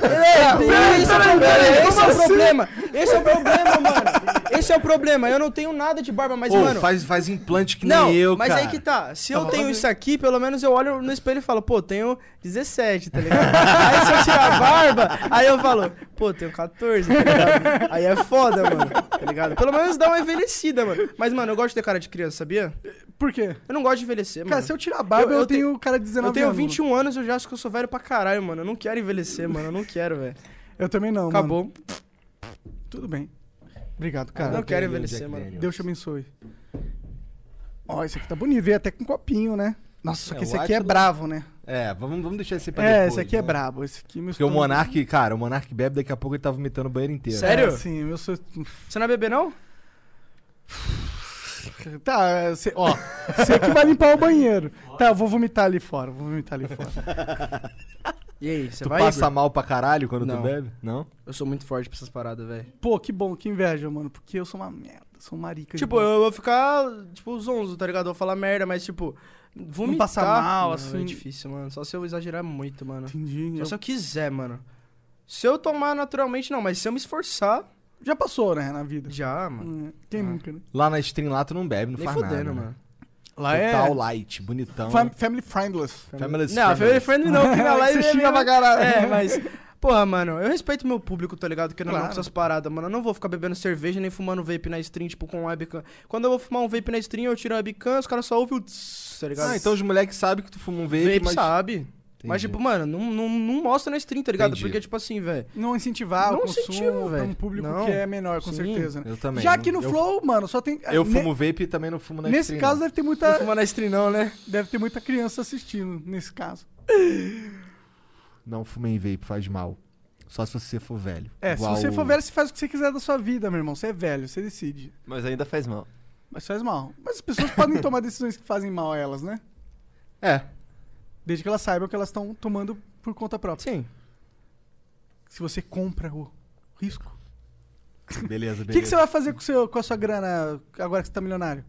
C: Esse é o problema, esse é o problema. Esse
B: assim?
C: é o problema, mano. Esse é o problema. Eu não tenho nada de barba, mas,
A: Ô,
C: mano.
A: faz, faz implante que
C: Não,
A: nem eu,
C: mas
A: cara.
C: aí que tá. Se eu
B: Tá
C: tenho
B: bom.
C: isso aqui, pelo menos eu olho no espelho e falo, pô, tenho 17, tá ligado? aí se eu tirar a barba, aí eu falo, pô, tenho 14, tá ligado? Aí é foda, mano, tá ligado? Pelo menos dá uma envelhecida, mano. Mas, mano, eu gosto de ter cara de criança, sabia?
B: Por quê?
C: Eu não gosto de envelhecer, mano.
B: Cara, se eu tirar a barba, eu,
C: Eu- eu
B: tenho cara de 19
C: Eu tenho
B: anos, mano.
C: 21 anos, eu já acho que eu sou velho pra caralho, mano. Eu não quero envelhecer, mano. Eu não quero, velho.
B: Eu também não, mano.
C: Acabou.
B: Tudo bem. Obrigado,
C: Eu
B: cara.
C: não quero
A: Entendi,
C: envelhecer,
A: Jack
C: mano.
A: Daniels.
B: Deus te abençoe. Ó, esse aqui tá bonito. Veio até com copinho, né? Nossa, só que
A: É,
B: esse
A: o
B: aqui é
A: Átila-
B: bravo, né?
A: É, vamos, vamos deixar esse aí pra
B: É,
A: depois.
B: esse aqui é
A: né?
B: brabo. Esse aqui meu
A: Porque o
B: estômago-
A: Monark, cara, o Monark bebe, daqui a pouco ele tá vomitando o banheiro inteiro.
C: Sério?
B: É, sim, eu sou.
C: Você não é bebê, não?
B: Tá, é, cê, ó, você que vai limpar o banheiro. Tá, eu vou vomitar ali fora, vou vomitar ali fora.
C: E aí, você
A: Tu
C: vai,
A: passa
C: Igor?
A: mal pra caralho quando tu
C: Não.
A: bebe? Não?
C: Eu sou muito forte pra essas paradas, velho.
B: Pô, que bom, que inveja, mano, porque eu sou uma merda, sou um marica. de
C: Tipo,
B: bom.
C: eu vou ficar, tipo, zonzo, tá ligado? Eu vou falar merda, mas, tipo, vomitar...
B: passar mal,
C: Não,
B: assim.
C: É difícil, mano. Só se eu exagerar muito, mano.
B: Entendi.
C: Só
B: eu-
C: se eu quiser, mano. Se eu tomar naturalmente, não. Mas se eu me esforçar,
B: Já passou, né, na vida.
C: já, mano.
B: Hum,
A: Ah.
B: Quem nunca, né?
A: Lá na stream lá tu não bebe, não
C: Nem
A: faz nada.
C: fudendo,
A: né?
C: mano. Ah, é?
B: Lá
C: tá
A: Total light, bonitão.
B: Fam- family friendless.
A: Family
C: Não, family friendly não, que na live
B: Você xinga
C: meio-
B: pra caralho.
C: É, mas... Porra, mano, eu respeito meu público, tá ligado? Que não é
B: Claro.
C: com essas paradas, mano. Eu não vou ficar bebendo cerveja nem fumando vape na stream, tipo, com webcam. Quando eu vou fumar um vape na stream, eu tiro a webcam, os caras só ouvem o... tss, Tá ligado?
A: Ah, então os moleques sabem que tu fuma um vape,
C: Vape
A: mas...
C: sabe. Mas, tipo, mano, não, não, não mostra na stream, tá ligado?
A: Entendi.
C: Porque, tipo assim, velho.
B: Não incentivar
C: Não
B: o consumo
C: incentivo,
B: pra um
C: velho.
B: público
C: Não.
B: que é menor, com
C: Sim,
B: certeza, né?
A: eu também.
B: Já que no
A: Eu-
B: Flow, mano, só tem...
A: Eu
B: ne-
A: fumo vape e também não fumo na
B: Nesse
A: stream,
B: caso
C: é-
A: não.
B: deve ter,
C: Não
B: muita,
C: fuma na stream, não, né?
B: deve ter muita criança assistindo, nesse caso.
A: Não fumei vape, faz mal. Só se você for velho.
B: É,
A: Igual
B: se você
A: o-
B: for velho, você faz o que você quiser da sua vida, meu irmão. Você é velho, você decide.
G: Mas ainda faz mal.
B: Mas faz mal. Mas as pessoas podem tomar decisões que fazem mal a elas, né?
A: É.
B: Desde que elas saibam que elas estão tomando por conta própria.
C: Sim.
B: Se você compra o risco.
A: Beleza, beleza.
B: O que, que você vai fazer com, o seu, com a sua grana agora que você tá milionário?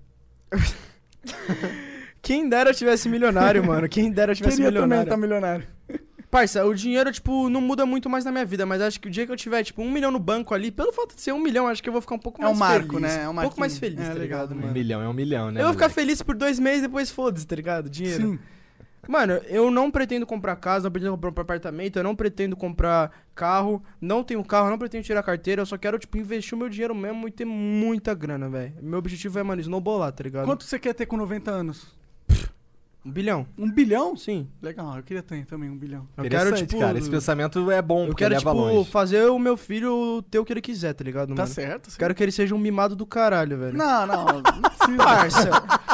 C: Quem dera eu tivesse milionário, mano. Quem dera eu tivesse
B: Queria também
C: milionário.
B: estar milionário.
C: Parça, o dinheiro, tipo, não muda muito mais na minha vida, mas acho que o dia que eu tiver, tipo, um milhão no banco ali, pelo fato de ser um milhão, acho que eu vou ficar um pouco
B: É um
C: mais
B: marco,
C: feliz.
B: né? É um
C: um pouco mais
B: marquinho.
C: feliz,
B: É,
C: tá
B: legal,
C: ligado,
B: né?
A: Um
C: mano?
A: milhão é um milhão, né?
C: Eu vou ficar
A: moleque?
C: feliz por dois meses depois foda-se, tá ligado? Dinheiro.
B: Sim.
C: Mano, eu não pretendo comprar casa, não pretendo comprar um apartamento, eu não pretendo comprar carro, não tenho carro, não pretendo tirar carteira, eu só quero, tipo, investir o meu dinheiro mesmo e ter muita grana, velho. Meu objetivo é, mano, snowballar, tá ligado?
B: Quanto você quer ter com 90 anos?
C: Um bilhão.
B: Um bilhão?
C: Sim.
B: Legal, eu queria ter também um bilhão.
C: Eu quero,
A: Interessante,
C: tipo.
A: cara. Esse pensamento é bom,
C: eu
A: porque
C: quero,
A: leva
C: tipo,
A: longe.
C: fazer o meu filho ter o que ele quiser, tá ligado,
B: Tá
C: mano?
B: certo? sim.
C: Quero que ele seja um mimado do caralho, velho.
B: Não, não, não precisa.
C: Parça.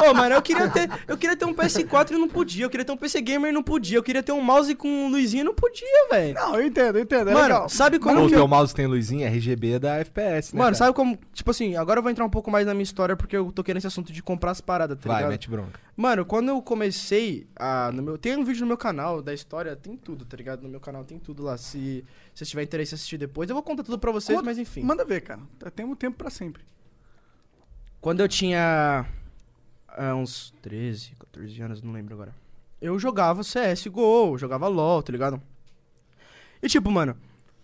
C: Ô, mano, eu queria, ter, eu queria ter um PS4 e não podia. Eu queria ter um PC Gamer e não podia. Eu queria ter um mouse com um luzinho e não podia, velho.
B: Não, eu entendo, eu entendo. É
C: Mano,
B: legal.
C: sabe como
A: Ou
C: que
A: teu
C: eu...
A: mouse tem luzinha é RGB da FPS, né?
C: Mano,
A: cara?
C: sabe como... Tipo assim, agora eu vou entrar um pouco mais na minha história porque eu toquei nesse assunto de comprar as paradas, tá
A: Vai,
C: ligado?
A: mete bronca.
C: Mano, quando eu comecei a. No meu, tem um vídeo no meu canal da história, tem tudo, tá ligado? No meu canal tem tudo lá. Se você tiver interesse em assistir depois, eu vou contar tudo pra vocês,
B: Conta-
C: mas enfim.
B: Manda ver, cara. Temos tempo pra sempre.
C: Quando eu tinha ah, uns 13, 14 anos, não lembro agora. Eu jogava CSGO, jogava LOL, tá ligado? E tipo, mano,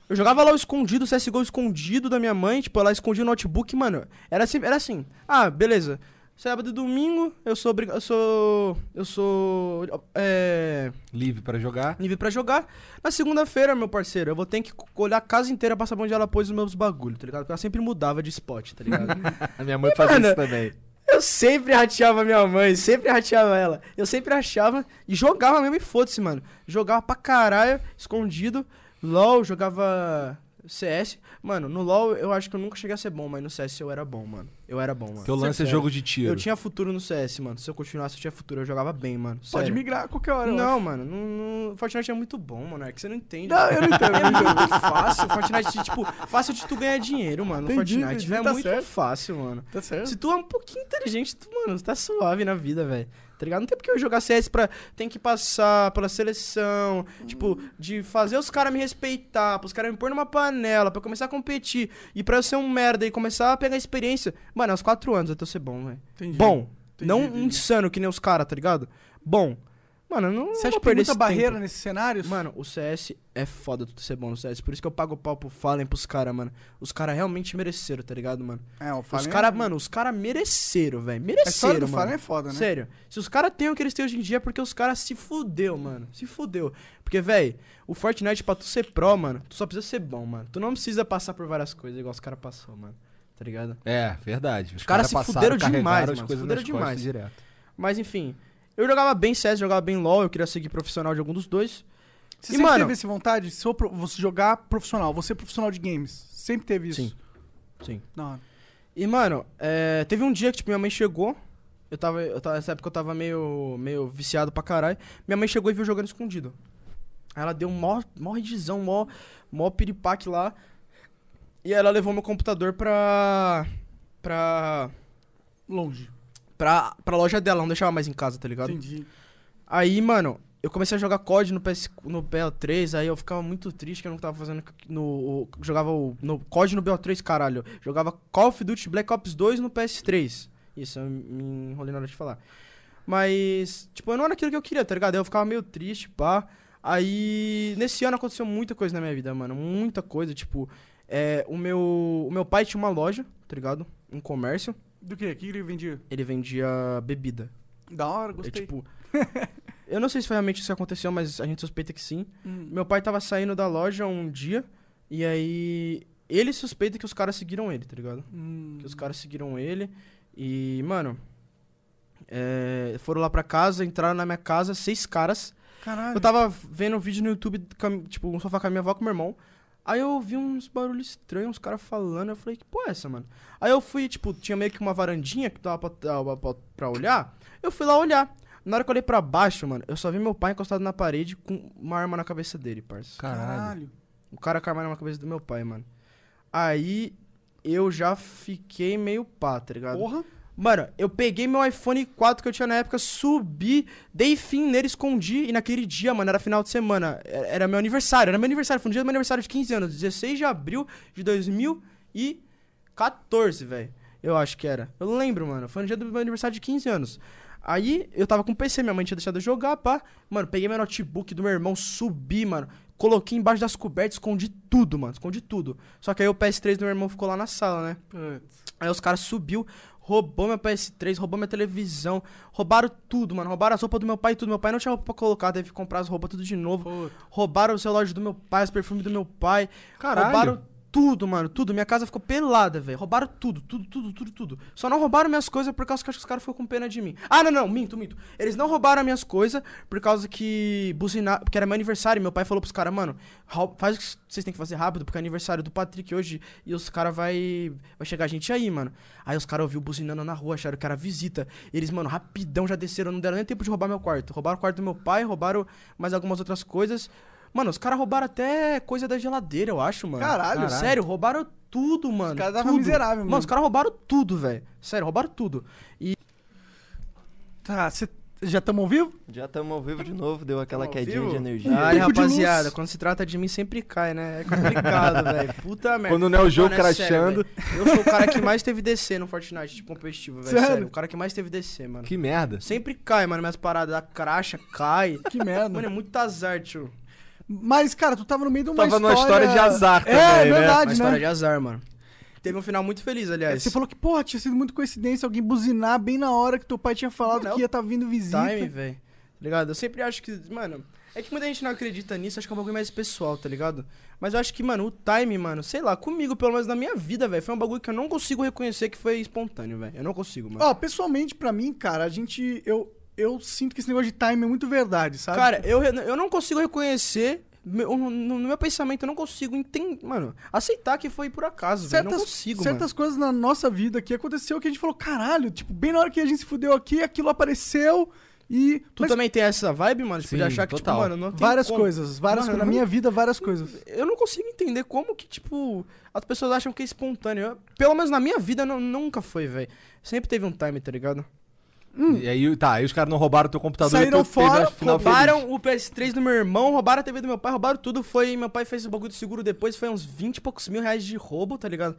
C: eu jogava LOL escondido, CSGO escondido da minha mãe, tipo, ela escondia o notebook, mano. Era assim, era assim. Ah, beleza. Sábado e domingo eu sou obriga- eu sou eu sou é,
A: Livre pra jogar.
C: nível pra jogar. Na segunda-feira, meu parceiro, eu vou ter que co- olhar a casa inteira pra saber onde ela pôs os meus bagulho, tá ligado? Porque ela sempre mudava de spot, tá ligado?
A: A minha mãe fazia
C: Mano,
A: isso também.
C: Eu sempre rateava minha mãe, sempre rateava ela. Eu sempre achava e jogava mesmo e foda-se, mano. Jogava pra caralho, escondido. LOL, jogava CS. Mano, no LOL eu acho que eu nunca cheguei a ser bom, mas no CS eu era bom, mano. Eu era bom, mano.
A: Teu lance é
C: Sério.
A: jogo de tiro.
C: Eu tinha futuro no CS, mano. Se eu continuasse, eu tinha futuro. Eu jogava bem, mano.
B: Pode
C: Sério.
B: migrar a qualquer hora. eu acho.
C: Não, mano, não, não- Fortnite é muito bom, mano. É que você não entende.
B: Não, eu não entendo, eu não
C: É muito fácil. Fortnite, tipo, fácil de tu ganhar dinheiro, mano. no
B: Entendi,
C: Fortnite.
B: entendi,
C: velho, é
B: tá
C: muito
B: certo.
C: fácil, mano.
B: Tá certo.
C: Se tu é um pouquinho inteligente, tu, mano, tu tá suave na vida, velho. Tá ligado? Não tem porque eu jogar CS pra. Tem que passar pela seleção. Tipo, de fazer os caras me respeitar, pros caras me pôr numa panela, pra eu começar a competir. E pra eu ser um merda e começar a pegar experiência. Mano, aos quatro anos até eu ser bom, velho.
B: Entendi.
C: Bom.
B: Entendi,
C: não
B: entendi.
C: insano que nem os caras, tá ligado? Bom. Mano, eu não.
B: Você
C: não
B: acha que
C: vou
B: tem
C: perder
B: muita
C: esse
B: barreira
C: tempo.
B: nesses cenários?
C: Mano, o CS é foda tu ser bom no CS. Por isso que eu pago pau pro Fallen pros caras, mano. Os caras realmente mereceram, tá ligado, mano?
B: é, o
C: Os
B: Fallen-
C: caras, mano, os caras mereceram, velho.
B: A história
C: Mereceram,
B: do
C: mano.
B: Fallen é foda, né?
C: Sério. Se os caras têm o que eles têm hoje em dia é porque os caras se fudeu, mano. Se fudeu. Porque, velho, o Fortnite pra tu ser pró, mano, tu só precisa ser bom, mano. Tu não precisa passar por várias coisas igual os caras passou, mano. Tá ligado?
A: É, verdade. Os
C: caras se fuderam
A: carregaram
C: demais,
A: as
C: mano, se
A: coisas
C: fuderam
A: nas costas
C: demais.
A: direto.
C: Mas, enfim. Eu jogava bem CS, jogava bem LoL. Eu queria seguir profissional de algum dos dois.
B: Você
C: E,
B: sempre
C: mano-
B: teve essa vontade de ser pro- você jogar profissional, você é profissional de games. Sempre teve isso.
C: Sim. Sim.
B: Não.
C: E, mano, é, teve um dia que, tipo, minha mãe chegou. Eu tava, eu tava. Nessa época eu tava meio, meio viciado pra caralho. Minha mãe chegou e viu eu jogando escondido. Aí ela deu um mó, mó redizão, mó, mó piripaque lá. E ela levou meu computador pra. pra.
B: Longe.
C: pra, pra loja dela, não deixava mais em casa, tá ligado?
B: Entendi.
C: Aí, mano, eu comecei a jogar COD no, PS, no BO3, aí eu ficava muito triste que eu não tava fazendo no... o- Jogava o, no COD no BO3, caralho. Jogava Call of Duty Black Ops 2 no PS3. Isso, eu me enrolei na hora de falar. Mas, tipo, não era aquilo que eu queria, tá ligado? Eu ficava meio triste, pá. Aí, nesse ano aconteceu muita coisa na minha vida, mano. Muita coisa, tipo... É, o, meu, o meu pai tinha uma loja, tá ligado? Um comércio.
B: Do quê? O que ele vendia?
C: Ele vendia bebida.
B: Da hora,
C: É,
B: gostei.
C: tipo. eu não sei se foi realmente isso que aconteceu, mas a gente suspeita que sim.
B: Hum.
C: Meu pai tava saindo da loja um dia, e aí. Ele suspeita que os caras seguiram ele, tá ligado?
B: Hum.
C: Que os caras seguiram ele. E, mano. é, foram lá pra casa, entraram na minha casa, seis caras.
B: Caralho.
C: Eu tava vendo um vídeo no YouTube, com a mi- tipo, um sofá com a minha avó e com meu irmão. Aí eu ouvi uns barulhos estranhos, uns caras falando. Eu falei, que porra é essa, mano? Aí eu fui, tipo, tinha meio que uma varandinha que dava pra, dava pra- pra olhar. Eu fui lá olhar. Na hora que eu olhei pra baixo, mano, eu só vi meu pai encostado na parede com uma arma na cabeça dele, parça.
A: Caralho.
C: O cara com a arma na cabeça do meu pai, mano. Aí eu já fiquei meio pá, tá ligado?
B: Porra.
C: Mano, eu peguei meu iPhone 4 que eu tinha na época, subi, dei fim nele, escondi, e naquele dia, mano, era final de semana, era- era meu aniversário, era meu aniversário, foi um dia do meu aniversário de 15 anos, 16 de abril de 2014, velho, eu acho que era. Eu lembro, mano, foi no dia do meu aniversário de 15 anos. Aí, eu tava com o PC, minha mãe tinha deixado eu jogar, pá. Mano, peguei meu notebook do meu irmão, subi, mano. Coloquei embaixo das cobertas, escondi tudo, mano, escondi tudo. Só que aí o PS3 do meu irmão ficou lá na sala, né?
B: Putz.
C: Aí os caras subiu, roubou meu PS3, roubou minha televisão, roubaram tudo, mano. Roubaram as roupas do meu pai e tudo. Meu pai não tinha roupa pra colocar, teve que comprar as roupas tudo de novo.
B: Puta.
C: Roubaram os relógios do meu pai, os perfumes do meu pai.
A: Caralho.
C: Roubaram tudo, mano, tudo. Minha casa ficou pelada, velho. Roubaram tudo, tudo, tudo, tudo, tudo. Só não roubaram minhas coisas por causa que eu acho que os caras ficou com pena de mim. Ah, não, não, minto, minto. Eles não roubaram minhas coisas por causa que buzinaram, porque era meu aniversário. e Meu pai falou pros caras, mano, rou- faz o que vocês têm que fazer rápido, porque é aniversário do Patrick hoje e os caras vai vai chegar a gente aí, mano. Aí os caras ouviu buzinando na rua, acharam que era visita. Eles, mano, rapidão já desceram, não deram nem tempo de roubar meu quarto. Roubaram o quarto do meu pai, roubaram mais algumas outras coisas. Mano, os caras roubaram até coisa da geladeira, eu acho, mano.
B: Caralho. Caralho.
C: Sério, roubaram tudo, mano.
B: caras tava
C: tudo.
B: miserável, mano.
C: Mano, os caras roubaram tudo, velho. Sério, roubaram tudo. E
B: Tá, você já estamos ao vivo?
E: Já estamos ao vivo de novo, deu aquela
C: Tamo ao
E: quedinha
C: vivo?
E: de energia.
C: Ai,
B: Pico de luz.
C: rapaziada, quando se trata de mim sempre cai, né? É complicado, velho. Puta merda.
A: Quando não é o jogo
C: Mano, é sério,
A: crashando.
C: velho. eu sou o cara que mais teve DC no Fortnite de competitivo, velho.
B: Sério?
C: Sério? O cara que mais teve DC, mano.
A: Que merda.
C: Sempre cai, mano. Minhas paradas da cracha cai.
B: Que merda.
C: Mano, é muito azar, tio.
B: Mas, cara, tu tava no meio de uma
A: Tava
B: história...
A: numa história de azar
B: É,
A: também, né?
C: Uma
B: verdade, né?
C: história de azar, mano. Teve um final muito feliz, aliás.
B: Você falou que, porra, tinha sido muito coincidência alguém buzinar bem na hora que teu pai tinha falado
C: Não,
B: que ia estar vindo visita.
C: time, velho. Tá ligado? Eu sempre acho que, mano, é que muita gente não acredita nisso, acho que é um bagulho mais pessoal, tá ligado? Mas eu acho que, mano, o time, mano, sei lá, comigo, pelo menos na minha vida, velho, foi um bagulho que eu não consigo reconhecer que foi espontâneo, velho. Eu não consigo, mano.
B: Ó, pessoalmente, pra mim, cara, a gente. Eu, eu sinto que esse negócio de time é muito verdade, sabe?
C: Cara, eu, re- eu não consigo reconhecer. meu- no, no meu pensamento, eu não consigo entender. Mano, aceitar que foi por acaso, velho. Eu Não consigo,
B: certas
C: mano.
B: coisas na nossa vida que aconteceu que a gente falou, caralho, tipo, bem na hora que a gente se fudeu aqui, aquilo apareceu e.
C: Tu
B: mas
C: também tem essa vibe, mano? Tipo, de
A: Sim,
C: achar que,
A: total.
C: tipo, mano, não tem
B: várias
C: como.
B: coisas, várias
C: Mano,
B: coisas. Na minha vida, várias coisas.
C: Eu não consigo entender como que, tipo, as pessoas acham que é espontâneo. Eu- pelo menos na minha vida não- nunca foi, velho. Sempre teve um time, tá ligado?
A: E aí, tá, aí os caras não roubaram o teu computador
B: Saíram
A: e tu teve
B: fora,
A: a final feliz.
C: Roubaram o PS3 do meu irmão, roubaram a TV do meu pai, roubaram tudo. Foi. Meu pai fez o bagulho do seguro depois, foi uns 20 e poucos mil reais de roubo, tá ligado?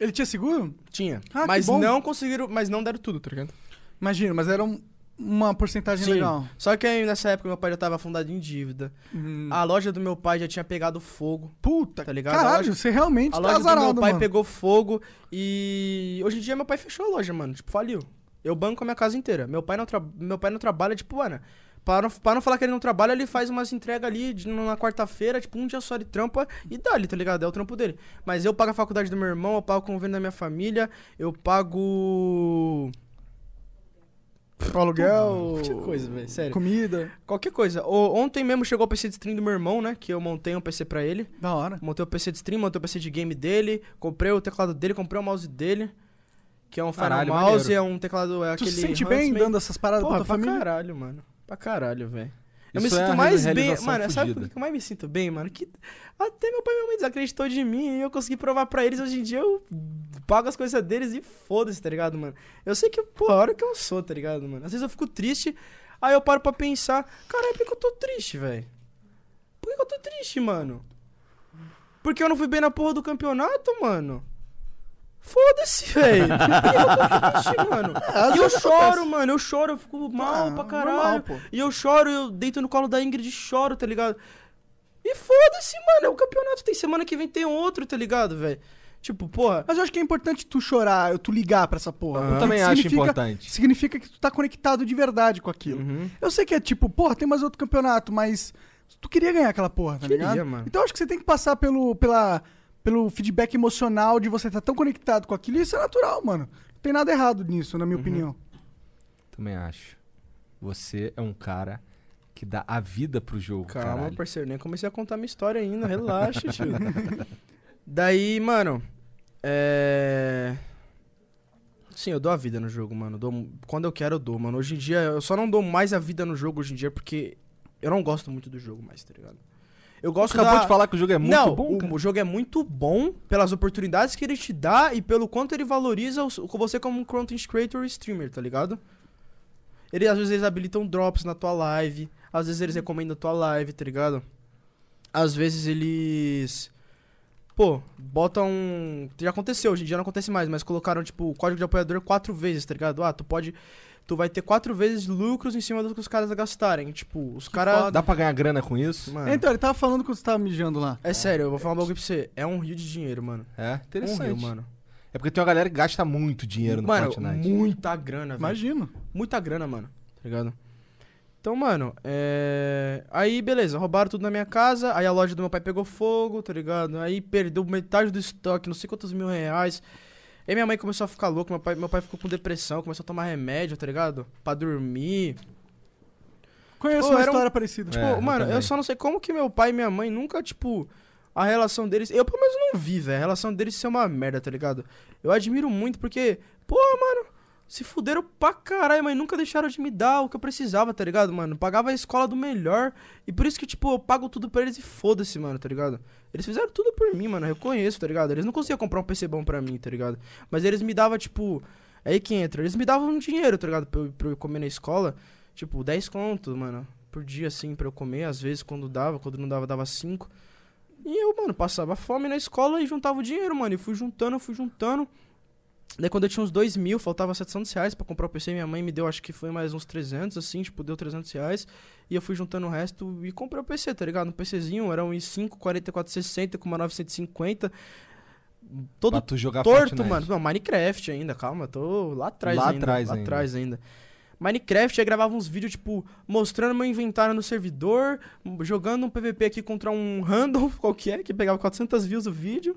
B: Ele tinha seguro?
C: Tinha.
B: Ah, que
C: mas
B: bom.
C: não conseguiram. Mas não deram tudo, tá ligado?
B: Imagina, mas era um- uma porcentagem é legal.
C: Só que aí, nessa época meu pai já tava afundado em dívida.
B: Uhum.
C: A loja do meu pai já tinha pegado fogo.
B: Puta,
C: Tá ligado? A
B: Caralho,
C: loja-
B: você realmente
C: A
B: tá
C: loja do
B: azarado,
C: meu pai
B: mano.
C: pegou fogo e hoje em dia meu pai fechou a loja, mano. Tipo, faliu. Eu banco a minha casa inteira. Meu pai não, tra- meu pai não trabalha, tipo, mano. Pra não, pra não falar que ele não trabalha, ele faz umas entregas ali de- na quarta-feira, tipo, um dia só ele trampa e dá-lhe, tá ligado? É o trampo dele. Mas eu pago a faculdade do meu irmão, eu pago o convênio da minha família, eu pago.
B: O aluguel,
C: Qualquer coisa, velho, sério.
B: comida.
C: Qualquer coisa. O- ontem mesmo chegou o PC de stream do meu irmão, né? Que eu montei um PC pra ele.
B: Da hora.
C: Montei o PC de stream, montei o PC de game dele, comprei o teclado dele, comprei o mouse dele, que é um Final
A: Caralho,
C: Mouse,
A: maneiro.
C: é um teclado,
B: Ah,
C: é
B: Tu
C: aquele...
B: se sente bem
C: Huntsman.
B: dando essas paradas
C: Porra,
B: pra tua
C: pra
B: família?
C: caralho, mano. Pra caralho, velho. Eu me
A: Isso é
C: sinto
A: a
C: mais
A: realização
C: bem, mano, sabe
A: fudida.
C: por que eu mais me sinto bem, mano? Que até meu pai e minha mãe desacreditou de mim e eu consegui provar pra eles, hoje em dia eu pago as coisas deles e foda-se, tá ligado, mano? Eu sei que, pô, a hora que eu sou, tá ligado, mano? Às vezes eu fico triste, aí eu paro pra pensar, caralho, por que que eu tô triste, velho? Por que que eu tô triste, mano? Porque eu não fui bem na porra do campeonato, mano? Foda-se, velho. Por que que eu tô triste, mano?
B: É,
C: E eu choro, mano. Eu choro, eu fico mal
B: Ah,
C: pra
B: normal,
C: caralho.
B: pô.
C: e eu choro, eu deito no colo da Ingrid e choro, tá ligado? E foda-se, mano. É o campeonato. Tem semana que vem tem outro, tá ligado, velho? Tipo, porra.
B: Mas eu acho que é importante tu chorar, tu ligar pra essa porra.
C: Aham.
B: porque
A: Eu também acho
B: significa-
A: importante.
B: Significa que tu tá conectado de verdade com aquilo.
C: Uhum.
B: Eu sei que é tipo, porra, tem mais outro campeonato, mas tu queria ganhar aquela porra, tá
C: Queria,
B: ligado?
C: mano.
B: Então eu acho que você tem que passar pelo, pela, pelo feedback emocional de você estar tão conectado com aquilo. E isso é natural, mano. Não tem nada errado nisso, na minha
C: Uhum.
B: opinião.
A: Também acho. Você é um cara que dá a vida pro jogo,
C: Calma,
A: caralho.
C: parceiro, nem comecei a contar minha história ainda, relaxa, tio. Daí, mano, é... Sim, eu dou a vida no jogo, mano. Dou... Quando eu quero, eu dou, mano. Hoje em dia, eu só não dou mais a vida no jogo hoje em dia porque eu não gosto muito do jogo mais, tá ligado? Eu gosto
A: Acabou
C: da-
A: de falar que o jogo é muito
C: não,
A: bom,
C: o,
A: cara.
C: o jogo é muito bom pelas oportunidades que ele te dá e pelo quanto ele valoriza os- com você como um content creator e streamer, tá ligado? Ele, às vezes eles habilitam drops na tua live, às vezes eles recomendam a tua live, tá ligado? Às vezes eles. Pô, botam. um, Já aconteceu, hoje em dia não acontece mais, mas colocaram, tipo, o código de apoiador quatro vezes, tá ligado? Ah, tu pode. Tu vai ter quatro vezes lucros em cima do que os caras gastarem. Tipo, os caras.
A: Dá pra ganhar grana com isso?
C: Mano,
B: Então, ele tava falando quando você tava mijando lá.
C: Ah. é sério, eu vou falar um bagulho pra você. É um rio de dinheiro, mano.
A: É, interessante.
C: Um rio, mano.
A: É porque tem uma galera que gasta muito dinheiro no
C: mano,
A: Fortnite.
C: muita grana, velho.
B: Imagino.
C: Muita grana, mano. Tá ligado? Então, mano, é... Aí, beleza, roubaram tudo na minha casa, aí a loja do meu pai pegou fogo, tá ligado? Aí perdeu metade do estoque, não sei quantos mil reais. Aí minha mãe começou a ficar louca, meu pai, meu pai ficou com depressão, começou a tomar remédio, tá ligado? Pra dormir.
B: Conheço
C: Pô,
B: uma
C: era um-
B: história parecida.
A: É,
C: Tipo,
A: eu
C: mano, eu
A: também.
C: só não sei como que meu pai e minha mãe nunca, tipo, a relação deles. Eu pelo menos não vi, velho. A relação deles ser uma merda, tá ligado? Eu admiro muito porque, pô, mano, se fuderam pra caralho, mas nunca deixaram de me dar o que eu precisava, tá ligado, mano? Pagava a escola do melhor. E por isso que, tipo, eu pago tudo pra eles e foda-se, mano, tá ligado? Eles fizeram tudo por mim, mano. Eu reconheço, tá ligado? Eles não conseguiam comprar um PC bom pra mim, tá ligado? Mas eles me davam, tipo. Aí que entra. Eles me davam um dinheiro, tá ligado? Pra eu, pra eu comer na escola. Tipo, 10 conto, mano. Por dia, assim, pra eu comer. Às vezes, quando dava, quando não dava, dava 5. E eu, mano, passava fome na escola e juntava o dinheiro, mano. E fui juntando, fui juntando. Daí quando eu tinha uns 2 mil, faltava 700 reais pra comprar o PC. Minha mãe me deu, acho que foi mais uns 300, assim, tipo, deu 300 reais. E eu fui juntando o resto e comprei o PC, tá ligado? Um PCzinho, era um i5 4460 com uma 950. todo
A: Pra tu jogar
C: torto,
A: Fortnite.
C: mano. Não, Minecraft ainda, calma, tô lá atrás
A: Lá
C: ainda.
A: atrás
C: lá
A: ainda.
C: atrás ainda. Minecraft, aí gravava uns vídeos, tipo, mostrando meu inventário no servidor, jogando um PVP aqui contra um random qualquer, que pegava 400 views o vídeo.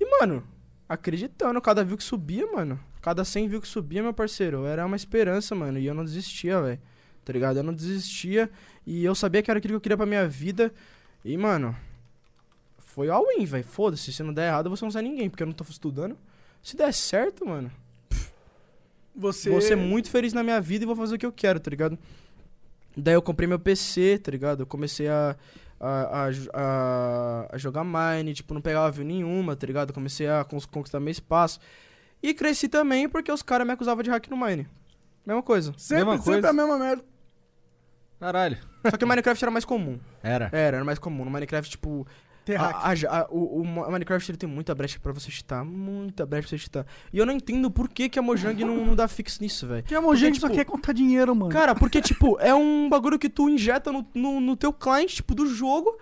C: E, mano, acreditando, cada view que subia, mano, cada 100 views que subia, meu parceiro, era uma esperança, mano, e eu não desistia, velho, tá ligado? Eu não desistia, e eu sabia que era aquilo que eu queria pra minha vida, e, mano, foi all in, velho, foda-se, se não der errado, você não sai ninguém, porque eu não tô estudando. Se der certo, mano,
B: Você,
C: vou ser é muito feliz na minha vida e vou fazer o que eu quero, tá ligado? Daí eu comprei meu PC, tá ligado? Eu comecei a, a, a jo- a- a jogar Mine, tipo, não pegava view nenhuma, tá ligado? Comecei a cons- conquistar meu espaço. E cresci também porque os caras me acusavam de hack no Mine. Mesma coisa.
B: Sempre,
A: Mesma
B: sempre
A: coisa.
B: a mesma merda.
A: Caralho.
C: Só que o Minecraft era mais comum.
A: Era.
C: Era, era mais comum. No Minecraft, tipo,
B: Ter
C: A-
B: hack.
C: a- a- o, o Ma- o Minecraft ele tem muita brecha pra você chutar, muita brecha pra você chutar. E eu não entendo por que, que a Mojang não, não dá fix nisso, velho.
B: Que a Mojang
C: Porque,
B: só
C: tipo,
B: quer contar dinheiro, mano.
C: Cara, porque, tipo, é um bagulho que tu injeta no, no, no teu client, tipo, do jogo.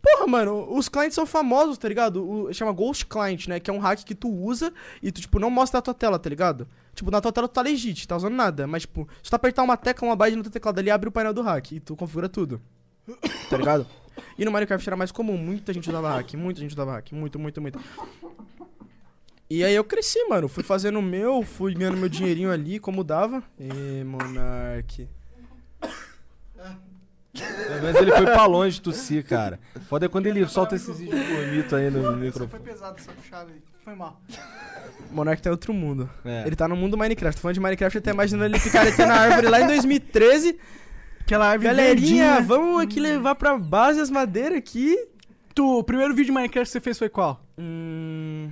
C: Porra, mano, os clients são famosos, tá ligado? O, chama Ghost Client, né? Que é um hack que tu usa e tu, tipo, não mostra na tua tela, tá ligado? Tipo, na tua tela tu tá legit, tá usando nada. Mas, tipo, se tu apertar uma tecla, uma base no teu teclado ali, abre o painel do hack e tu configura tudo. Tá ligado? E no Minecraft era mais comum, muita gente usava hack, muita gente usava hack, muito, muito, muito. E aí eu cresci, mano. Fui fazendo o meu, fui ganhando meu dinheirinho ali, como dava. Ê, Monark.
A: Pelo menos ele foi pra longe de tossir, cara. Foda é quando ele solta esses mito aí no
B: Foi
A: microfone.
B: pesado essa puxada aí. Foi mal.
C: Monark tá em outro mundo.
A: É.
C: Ele tá no mundo Minecraft. Tô falando de Minecraft até imaginando ele ficar até na árvore lá em 2013.
B: Aquela árvore
C: Galerinha,
B: verdinha.
C: vamos aqui levar pra base as madeiras aqui.
B: Tu, o primeiro vídeo de Minecraft que você fez foi qual?
C: Hum.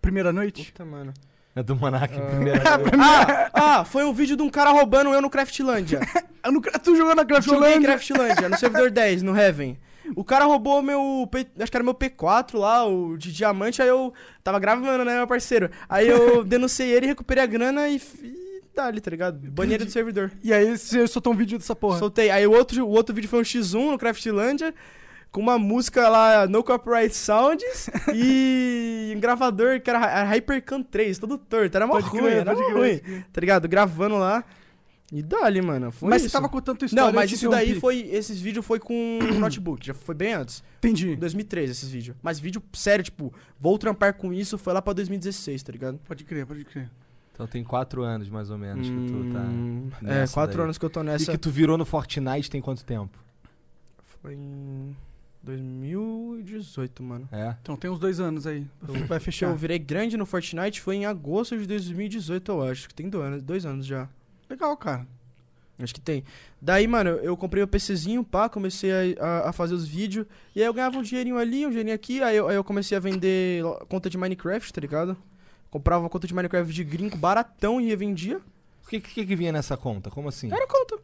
B: Primeira noite?
C: Puta, mano.
A: É do Monark, primeiro.
C: Ah, ah, foi um vídeo de um cara roubando eu no Craftlândia.
B: Eu não, tu jogou na Craft
C: Joguei Craftlândia no servidor 10, no Heaven. O cara roubou meu. P- Acho que era meu P4 lá, o de diamante. Aí eu tava gravando, né, meu parceiro? Aí eu denunciei ele, recuperei a grana e. f- e Tá ali, tá ligado? Banheiro do servidor.
B: E aí você soltou um vídeo dessa porra.
C: Soltei. Aí o outro, o outro vídeo foi um X1 no Craftlândia, com uma música lá, No Copyright Sounds, e um gravador que era Hy- era Hypercam 3, todo torto. Era mó
B: Pode
C: ruim,
B: crer,
C: era
B: pode
C: mó
B: crer,
C: ruim.
B: pode crer.
C: Tá ligado? Gravando lá. E dali, mano. Foi
B: Mas
C: isso.
B: você tava contando tua história.
C: um
B: um
C: Não,
B: eu
C: mas
B: te
C: isso daí
B: interrompi.
C: foi. Esses vídeos foi com um notebook, já foi bem antes. Em
B: Entendi.
C: 2013, esses vídeos. Mas vídeo sério, tipo, vou trampar com isso, foi lá pra 2016, tá ligado?
B: Pode crer, pode crer.
A: Então tem quatro anos, mais ou
B: É,
A: menos, que tu tá.
C: Hum, É,
A: nessa
C: quatro
A: daí.
C: anos que eu tô
A: E
C: nessa.
A: que tu virou no Fortnite tem quanto tempo?
C: Foi em 2018, mano.
A: É.
B: Então tem uns dois anos aí. É. Vai
C: Que
B: fechar.
C: eu virei grande no Fortnite foi em agosto de 2018, eu acho. Que tem dois anos, dois anos já.
B: Legal, cara.
C: Acho que tem. Daí, mano, eu comprei o PCzinho, pá, comecei a, a- a fazer os vídeos. E aí eu ganhava um dinheirinho ali, um dinheirinho aqui. Aí eu, aí eu comecei a vender lo- conta de Minecraft, tá ligado? Comprava uma conta de Minecraft de gringo baratão e revendia.
A: O que, que que vinha nessa conta? Como assim?
C: Era conta.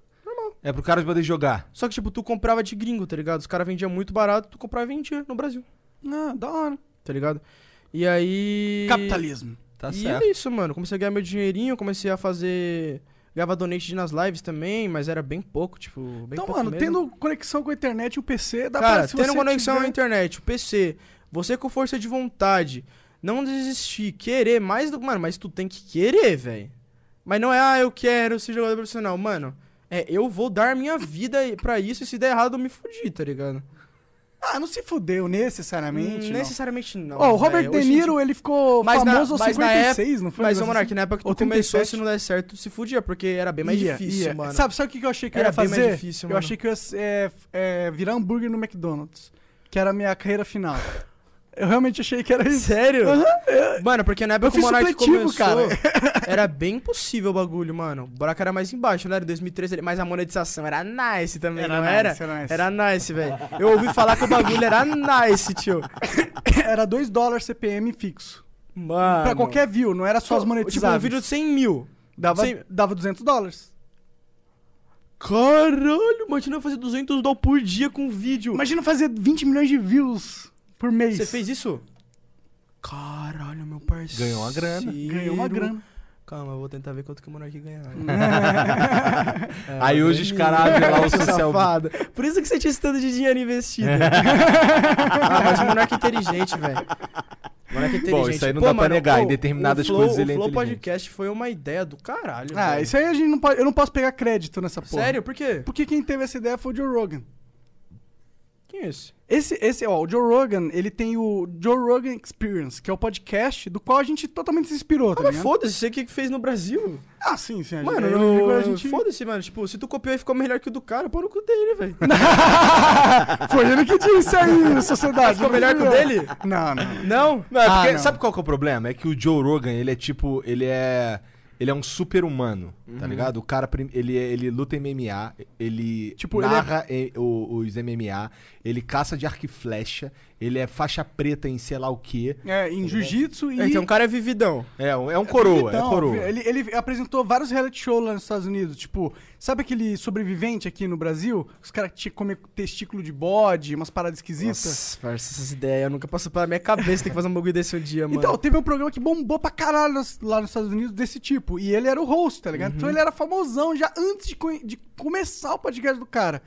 A: É pro cara poder jogar.
C: Só que, tipo, tu comprava de gringo, tá ligado? Os caras vendiam muito barato, tu comprava e vendia no Brasil,
B: Ah, da hora.
C: tá ligado? E aí.
B: Capitalismo.
A: Tá
C: e
A: certo.
C: era isso, mano. Comecei a ganhar meu dinheirinho, comecei a fazer. Ganhava donate nas lives também, mas era bem pouco, tipo, bem
B: Então,
C: pouco
B: mano,
C: mesmo.
B: tendo conexão com a internet e o PC, dá
C: Cara,
B: pra... se
C: tendo
B: você
C: conexão à
B: tiver-
C: internet, o PC, você com força de vontade, não desistir, querer mais do. Mano, mas tu tem que querer, velho. Mas não é, ah, eu quero ser jogador profissional. Mano, é, eu vou dar minha vida pra isso e se der errado eu me fudi, tá ligado?
B: Ah, não se fudeu necessariamente, não.
C: Hum, necessariamente não.
B: Ó, o Robert
C: velho.
B: De
C: Hoje em
B: Niro, ele ficou
C: Mas na-
B: famoso aos
C: mas na época-
B: 56, não foi?
C: Mas,
B: Um
C: ô,
B: negócio
C: Monark, na época que
B: Ou
C: tu começou,
B: 37.
C: se não der certo, tu se fudia, porque era bem É mais
B: Ia,
C: difícil,
B: ia.
C: mano.
B: Sabe, sabe o que eu achei que eu
C: Era
B: ia
C: bem
B: fazer?
C: mais
B: eu
C: difícil, mano.
B: achei que eu ia é, é, virar hambúrguer no McDonald's, que era a minha carreira final. Eu realmente achei que era isso.
C: Sério?
B: Aham,
C: Mano, porque na época
B: Eu
C: que o
B: fiz
C: Monark
B: supletivo,
C: começou,
B: cara.
C: era bem possível o bagulho, mano. O buraco era mais embaixo, não era? Em 2013, ele- mas a monetização era nice também,
B: Era
C: não
B: nice,
C: era?
B: era nice.
C: velho. Eu ouvi falar que o bagulho era nice, tio.
B: Era 2 dólares CPM fixo.
C: Mano.
B: Pra qualquer view, não era só as
C: Ah, Tipo, um
B: monetizadas.
C: vídeo de 100 mil.
B: dava,
C: Cem-
B: dava 200 dólares.
C: Caralho, imagina eu fazer 200 dólares por dia com um vídeo.
B: Imagina fazer 20 milhões de views por mês.
C: Você fez isso? Caralho, meu parceiro.
A: Ganhou uma grana.
B: Ganhou uma grana.
C: Calma, eu vou tentar ver quanto que o Monark ganhava. É,
A: Aí
C: uma
A: hoje os
C: graninha.
A: caras abrem lá o
C: Seu
A: social.
C: safado. Por isso que você tinha esse tanto de dinheiro investido. ah, mas o Monark é inteligente, é velho. Moleque é inteligente.
A: Bom, isso aí não dá pra negar, em
C: pô,
A: determinadas
C: o Flow,
A: coisas ele é
C: O Flow
A: inteligente. é
C: Podcast foi uma ideia do caralho.
B: Ah,
C: velho.
B: isso aí a gente não pode. Eu não posso pegar crédito nessa porra.
C: Sério? Por quê?
B: Porque quem teve essa ideia foi o Joe Rogan.
C: Quem é esse?
B: Esse, esse, ó, o Joe Rogan, ele tem o Joe Rogan Experience, que é o podcast do qual a gente totalmente se inspirou, tá
C: Ah, mas
B: ligado?
C: foda-se, você que fez no Brasil.
B: Ah, sim, sim. a gente-
C: Mano,
B: eu não digo,
C: eu,
B: a gente...
C: foda-se, mano. Tipo, se tu copiou e ficou melhor que o do cara, pô no cu dele, velho.
B: Foi ele que disse aí, sociedade.
C: Ficou melhor que o
B: Não.
C: dele?
B: Não, não.
C: Ah, Não?
A: Não, é porque,
B: Ah, não.
A: sabe qual que é o problema? É que o Joe Rogan, ele é tipo, ele é ele é um super humano,
B: Uhum.
A: tá ligado? O cara, prim- ele, é- ele luta MMA, ele
B: Tipo, ele é-
A: narra e- o- os MMA, ele caça de arco e flecha, ele é faixa preta em sei lá o quê.
B: É, em jiu-jitsu e...
C: Então o cara é vividão.
A: É, um- é um coroa, é
B: Então,
A: coroa.
B: Ele, ele apresentou vários reality shows lá nos Estados Unidos. Tipo, sabe aquele sobrevivente aqui no Brasil? Os caras tinham que comer testículo de bode, umas paradas esquisitas.
C: Nossa, parça, essas ideias nunca passou pela minha cabeça. Tem que fazer um bagulho desse um dia, mano.
B: Então, teve um programa que bombou pra caralho nos- lá nos Estados Unidos desse tipo. E ele era o host, tá ligado?
C: Uhum.
B: Então ele era famosão já antes de, co- de começar o podcast do cara.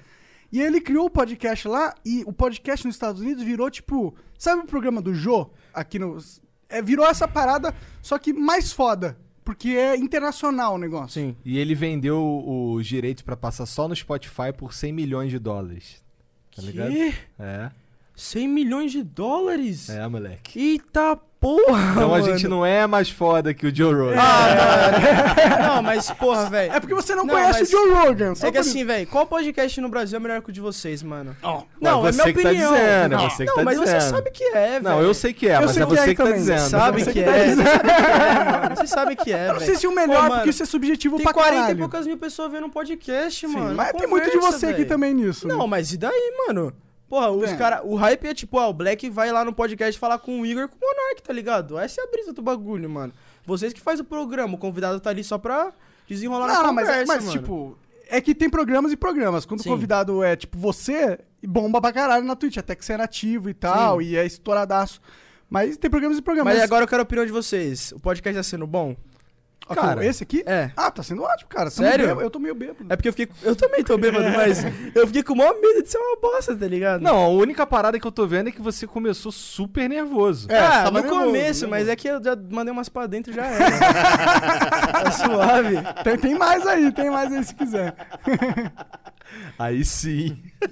B: E aí ele criou o podcast lá e o podcast nos Estados Unidos virou tipo. Sabe o programa do Jô? Aqui no. É, virou essa parada, só que mais foda. Porque é internacional o negócio.
C: Sim.
A: E ele vendeu o- os direitos pra passar só no Spotify por 100 milhões de dólares. Tá ligado?
C: Que?
A: É,
C: 100 milhões de dólares?
A: é, moleque.
C: Eita porra!
A: Então a
C: mano.
A: gente não é mais foda que o Joe Rogan.
B: Ah,
C: Não, mas porra, velho.
B: É porque você não, conhece
C: mas-
B: o Joe Rogan. Só
C: É que
B: por
C: assim, velho, qual podcast no Brasil é melhor que o de vocês, mano?
B: Ó,
C: não,
A: mas
C: é
A: você
C: minha
A: que tá
C: opinião.
A: dizendo, é
C: não,
A: você que tá
C: não, mas você
A: dizendo.
C: sabe que é, velho.
A: Não, eu sei que é,
B: Eu
A: mas
B: sei
A: é
B: que é
A: você que, tá
B: também.
A: dizendo.
C: Sabe
B: Você
C: que
B: que tá
C: é. Você sabe que é, mano. Você sabe que é,
B: Eu não sei
C: velho.
B: se o melhor,
C: Pô,
B: porque
C: mano,
B: isso é subjetivo
C: Tem
B: pra
C: 40
B: caralho.
C: e poucas mil pessoas vendo um podcast,
B: Sim,
C: mano.
B: mas tem muito de
C: Conversa,
B: você aqui
C: velho.
B: também nisso. né?
C: Não, mas e daí, mano? Porra, os
B: É.
C: cara, o hype é tipo, ah, o Black vai lá no podcast falar com o Igor e com o Monark, tá ligado? Essa é a brisa do bagulho, mano. Vocês que fazem o programa, o convidado tá ali só pra desenrolar na
B: Não, mas,
C: conversa,
B: mas,
C: mano.
B: tipo, é que tem programas e programas. Quando
C: Sim.
B: o convidado é, tipo, você, bomba pra caralho na Twitch, até que você é nativo e tal, e é estouradaço. Mas tem programas e programas.
C: Mas agora eu quero a opinião de vocês. O podcast tá sendo bom?
B: Ok,
A: cara,
B: esse aqui?
C: é.
B: Ah, tá sendo ótimo, cara. Tamo
C: Sério?
B: bêbado, eu tô meio bêbado.
C: É porque eu fiquei. Eu também tô bêbado, mas eu fiquei com o maior medo de ser uma bosta, tá ligado?
A: Não, a única parada que eu tô vendo é que você começou super nervoso.
C: É,
B: você
C: no
B: tava nervoso,
C: começo, mas é que eu já mandei umas pra dentro e já era. tá suave.
B: Tem, tem mais aí, tem mais aí se quiser.
A: Aí sim.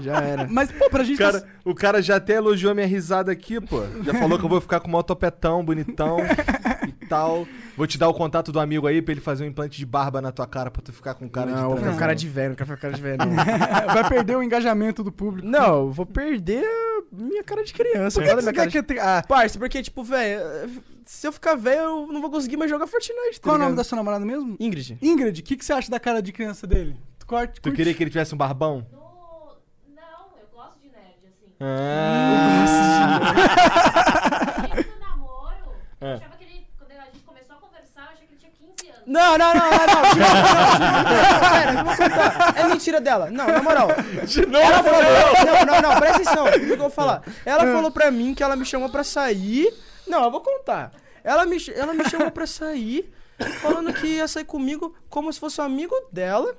C: Já era.
B: Mas, pô, pra gente.
A: O
B: tá
A: É. cara, o cara já até elogiou minha risada aqui, pô. Já falou que eu vou ficar com o maior topetão, bonitão e tal. Vou te dar o contato do amigo aí pra ele fazer um implante de barba na tua cara pra tu ficar com cara
C: Não,
A: de
C: não.
A: transão.
C: cara de velho, não quero ficar cara de velho. não.
B: é, vai perder o engajamento do público.
C: Não, eu vou perder a minha cara de criança.
B: Por que
C: Olha
B: que você
C: minha cara
B: quer
C: de...
B: que eu tenha- ah,
C: Parça, porque, tipo, velho, se eu ficar velho, eu não vou conseguir mais jogar Fortnite, tá
B: Qual é o nome da
C: ligado?
B: sua namorada mesmo?
C: Ingrid.
B: Ingrid, o que, que você acha da cara de criança dele? Tu corte,
A: Tu
B: curte?
A: queria que ele tivesse um barbão?
G: No... Não, eu gosto de nerd, assim. Desde o namoro, eu achava que ele, quando a gente começou a conversar, eu achei que ele tinha 15 anos.
C: Não, não, não, não, não. não, não. Pera, eu vou contar. É mentira dela. Não, na moral.
A: De novo?
C: Ela falou. Não, não, não, presta atenção. O que eu vou falar? Ela falou pra mim que ela me chamou pra sair. Não, eu vou contar. Ela me, ch- ela me chamou pra sair, falando que ia sair comigo como se fosse um amigo dela.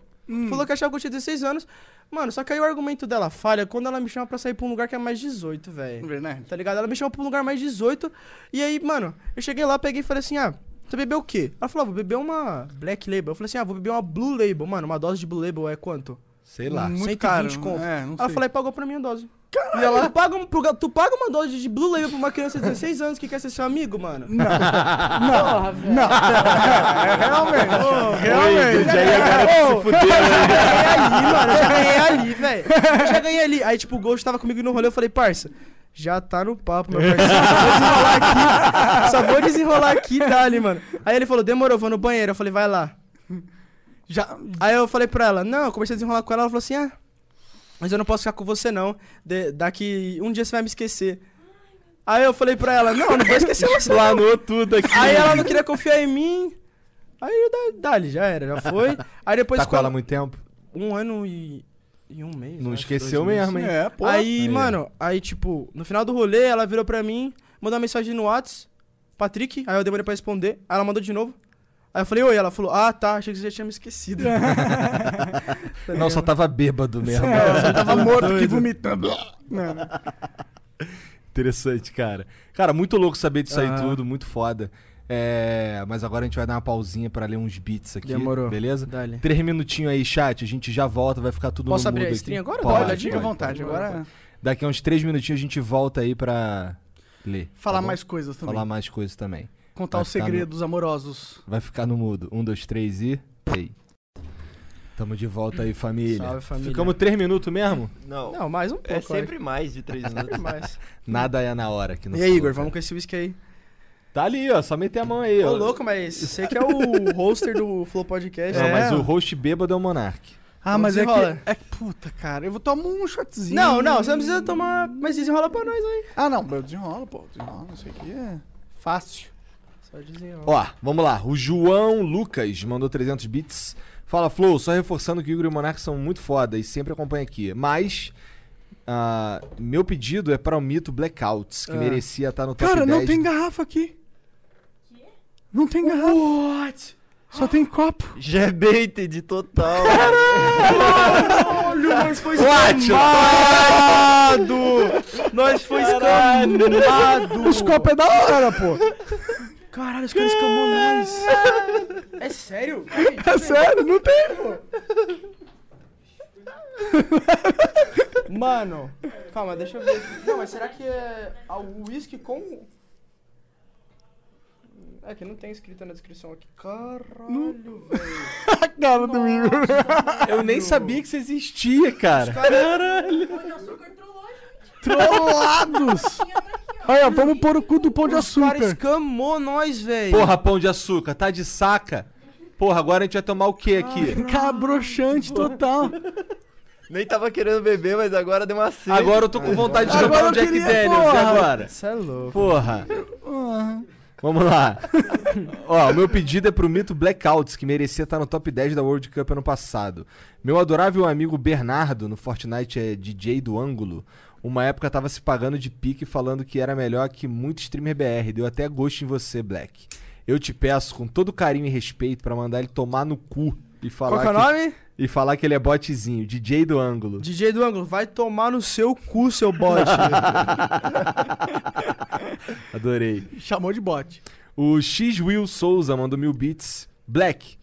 C: Falou que achava que eu tinha 16 anos. Mano, só que aí o argumento dela falha quando ela me chama pra sair pra um lugar que é mais 18, velho.
B: Verdade.
C: Tá ligado? Ela me chamou pra um lugar mais 18. E aí, mano, eu cheguei lá, peguei e falei assim: ah, você bebeu o quê? Ela falou: ah, vou beber uma Black Label. Eu falei assim: ah, vou beber uma Blue Label. Mano, uma dose de Blue Label é quanto?
A: Sei lá.
B: Muito
C: 120
B: caro,
C: conto.
B: é, não
C: Aí eu
B: sei.
C: falei: pagou pra mim a dose. E ela, tu paga, um- pro- tu paga uma dose de Blue Label pra uma criança de 16 anos que quer ser seu amigo, mano? Não,
B: Realmente.
A: Realmente. Aí a cara se
C: Eu
A: fudeu.
C: já ganhei ali, mano. Eu já ganhei ali, velho. Eu já ganhei ali. Aí, tipo, o Ghost tava comigo no rolê, eu falei, parça, já tá no papo, meu parceiro. Só vou desenrolar aqui. Só vou desenrolar aqui e dali, mano. Aí ele falou, demorou, vou no banheiro. Eu falei, vai lá.
B: Já,
C: Aí eu falei pra ela, não, eu comecei a desenrolar com ela, ela falou assim, ah, mas eu não posso ficar com você não, De- daqui um dia você vai me esquecer. Aí eu falei pra ela, não, eu não vou esquecer você não.
A: Planou tudo aqui.
C: Aí ela não queria confiar em mim, aí da- dali, já era, já foi. Aí depois...
A: Tá com ela há
C: quando-
A: muito tempo?
C: um ano e, e um mês.
A: Não
C: acho,
A: esqueceu
C: dois meses.
A: mesmo, hein?
B: É, pô.
C: Aí,
A: Aí, ó.
C: mano, aí tipo, no final do rolê, ela virou pra mim, mandou uma mensagem no Whats, Patrick, aí eu demorei pra responder, aí ela mandou de novo. Aí eu falei, oi, ela falou, ah tá, achei que você já tinha me esquecido.
A: Não, só tava bêbado mesmo.
B: É, eu tava morto aqui vomitando. Não, não.
A: Interessante, cara. Cara, muito louco saber disso aí tudo, muito foda. É, mas agora a gente vai dar uma pausinha pra ler uns beats aqui.
C: Demorou.
A: Beleza?
C: Dale.
A: Três minutinhos aí, chat. A gente já volta, vai ficar tudo
C: Posso
A: no
C: abrir
A: mudo
C: a
A: aqui.
C: stream agora? Dá uma
A: Pode,
C: olhadinha?
B: Fica à
A: pode,
B: vontade.
A: pode.
B: Agora,
A: Daqui a uns três minutinhos a gente volta aí pra ler.
B: falar
A: tá bom?
B: mais coisas também.
A: Falar mais coisas também.
B: Contar
A: vai
B: os
A: ficar no-
B: segredos amorosos.
A: Vai ficar no mudo. Um, dois, três e. Play. Tamo de volta aí, família.
C: Salve, família.
A: Ficamos três minutos mesmo?
E: Não,
C: Não, mais um pouco.
E: é
C: olha.
E: sempre mais de três minutos.
C: mais.
A: Nada é na hora aqui no
C: E aí,
A: Flow,
C: Igor,
A: cara.
C: vamos com esse whisky aí.
A: Tá ali, ó. Só meter a mão aí,
C: Ô,
A: ó.
C: louco, mas você que é o hoster do Flow Podcast.
A: Não,
C: né?
A: mas o host bêbado é o Monark.
B: Ah, mas é
C: desenrola.
B: que, é que- Puta, cara, eu vou tomar um shotzinho.
C: Não, não, você não precisa tomar. Mas desenrola pra nós aí.
B: Ah, não, eu desenrolo, pô. Desenrolo, isso aqui é fácil.
C: Só desenrola.
A: Ó, vamos lá. O João Lucas mandou 300 bits. Fala, Flow, só reforçando que o Igor e o Monark são muito foda e sempre acompanha aqui. Mas, ah, meu pedido é para o mito Blackouts, que
C: Ah.
A: merecia estar no top
B: Cara,
A: 10.
B: não tem garrafa aqui. Não tem garrafa.
C: What?
B: Só tem copo.
E: Já é baited de total.
C: Olha, mas foi
E: Escamado! Nós foi escamado!
B: Os copos é da hora, pô.
C: Caralho, os caras escamou nós. É sério?
B: É sério, não tem, pô.
C: Mano, calma, deixa eu ver. aqui. Não, mas será que é a- o uísque com. É que não tem escrito na descrição aqui. Caralho, velho.
B: A cara do Igor.
A: Eu nem sabia que isso existia, cara. Caralho.
G: Pão de açúcar trollou, gente.
B: Trollados. Olha, vamos pôr o cu do pão de
C: Os caras
B: açúcar.
C: escamou nós, velho.
A: Porra, pão de açúcar, tá de saca? Porra, agora a gente vai tomar o quê aqui?
B: Cara, broxante total.
E: Nem tava querendo beber, mas agora deu uma cena.
A: Agora eu tô com vontade de
B: Agora
A: jogar
B: eu
A: um Jack
B: queria,
A: Daniels, e
B: porra.
A: agora?
C: Isso é louco.
A: Porra. Vamos lá. Ó, o meu pedido é pro mito Blackouts, que merecia estar no top 10 da World Cup ano passado. Meu adorável amigo Bernardo, no Fortnite é DJ do ângulo, uma época tava se pagando de pique falando que era melhor que muito streamer BR. Deu até gosto em você, Black. Eu te peço, com todo carinho e respeito, pra mandar ele tomar no cu e falar,
C: Qual que é o
A: que,
C: nome?
A: e falar que ele é botzinho, DJ do ângulo.
C: DJ do ângulo, vai tomar no seu cu, seu bot.
A: Adorei.
B: Chamou de bote.
A: O X Will Souza mandou mil bits. Black,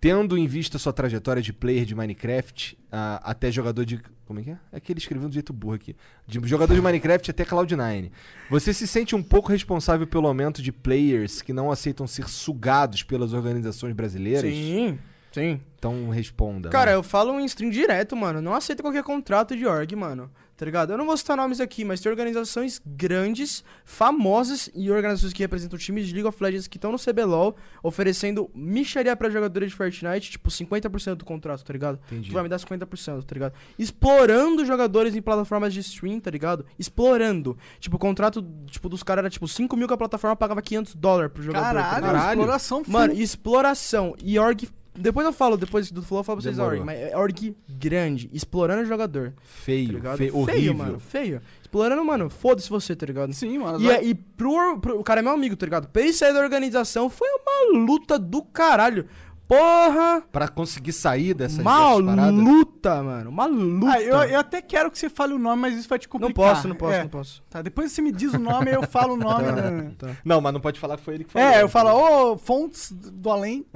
A: tendo em vista sua trajetória de player de Minecraft, ah, até jogador de. Como é que é? É que ele escreveu do jeito burro aqui. De jogador de Minecraft até Cloud9. Você se sente um pouco responsável pelo aumento de players que não aceitam ser sugados pelas organizações brasileiras?
C: sim, sim.
A: Então responda.
C: Cara,
A: né?
C: eu falo em stream direto, mano. Não aceito qualquer contrato de org, mano. Tá ligado? Eu não vou citar nomes aqui, mas tem organizações grandes, famosas e organizações que representam times de League of Legends que estão no CBLOL oferecendo micharia pra jogadores de Fortnite, tipo 50% do contrato, tá ligado?
A: Entendi.
C: Tu vai me dar 50%, tá ligado? Explorando jogadores em plataformas de stream, tá ligado? Explorando. Tipo, o contrato tipo, dos caras era tipo 5 mil que a plataforma pagava 500 dólares pro jogador. tá
B: Caralho,
C: ligado?
B: exploração full.
C: Mano, exploração e org. Depois eu falo, depois do Flow eu falo pra vocês a org,
A: Demorou.
C: mas é org grande, explorando o jogador, tá
A: feio,
C: ligado?
A: feio,
C: feio,
A: horrível.
C: mano, feio. Explorando, mano, foda-se você, tá ligado?
B: Sim, mano.
C: E, é- e pro, pro- O cara é meu amigo, tá ligado? Pra ele sair da organização foi uma luta do caralho. Porra!
A: Pra conseguir sair dessas,
C: uma
A: dessas paradas.
C: luta, mano. Uma luta.
B: Ah, eu, eu até quero que você fale o nome, mas isso vai te
C: Não
B: complicar.
C: posso, não posso,
B: É.
C: não posso. Tá.
B: Tá, depois você me diz o nome, eu falo o nome. né?
A: Não, mas não pode falar que foi ele que falou.
B: É, eu falo, ô, fontes do além.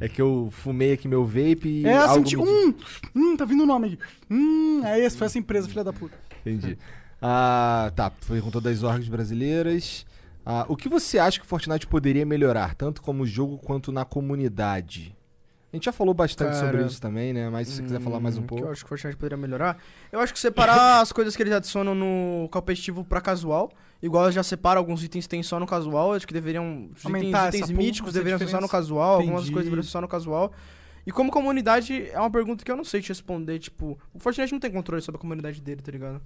A: É que eu fumei aqui meu vape e.
B: É, eu
A: algo
B: senti,
A: me-
B: hum, hum, tá vindo o nome aqui. Hum, é esse, foi essa empresa, filha da puta.
A: Entendi. Ah, tá. Perguntou das orgs brasileiras. Ah, o que você acha que o Fortnite poderia melhorar, tanto como jogo quanto na comunidade? A gente já falou bastante
C: Cara,
A: sobre isso também, né? Mas se você quiser falar mais um
C: Hum, que
A: pouco.
C: Eu acho que o Fortnite poderia melhorar. Eu acho que separar as coisas que eles adicionam no competitivo pra casual. Igual já separa alguns itens que tem só no casual. Acho que deveriam. os
B: Aumentar
C: itens,
B: essa
C: itens míticos
B: essa
C: deveriam ser só no
B: diferença.
C: casual. Algumas
B: Entendi.
C: coisas deveriam ser só no casual. E como comunidade, é uma pergunta que eu não sei te responder. Tipo, o Fortnite não tem controle sobre a comunidade dele, tá ligado?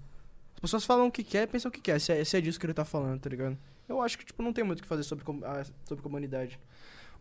C: As pessoas falam o que quer e pensam o que quer. Se é, se é disso que ele tá falando, tá ligado? Eu acho que, tipo, não tem muito o que fazer sobre, com- ah, sobre comunidade.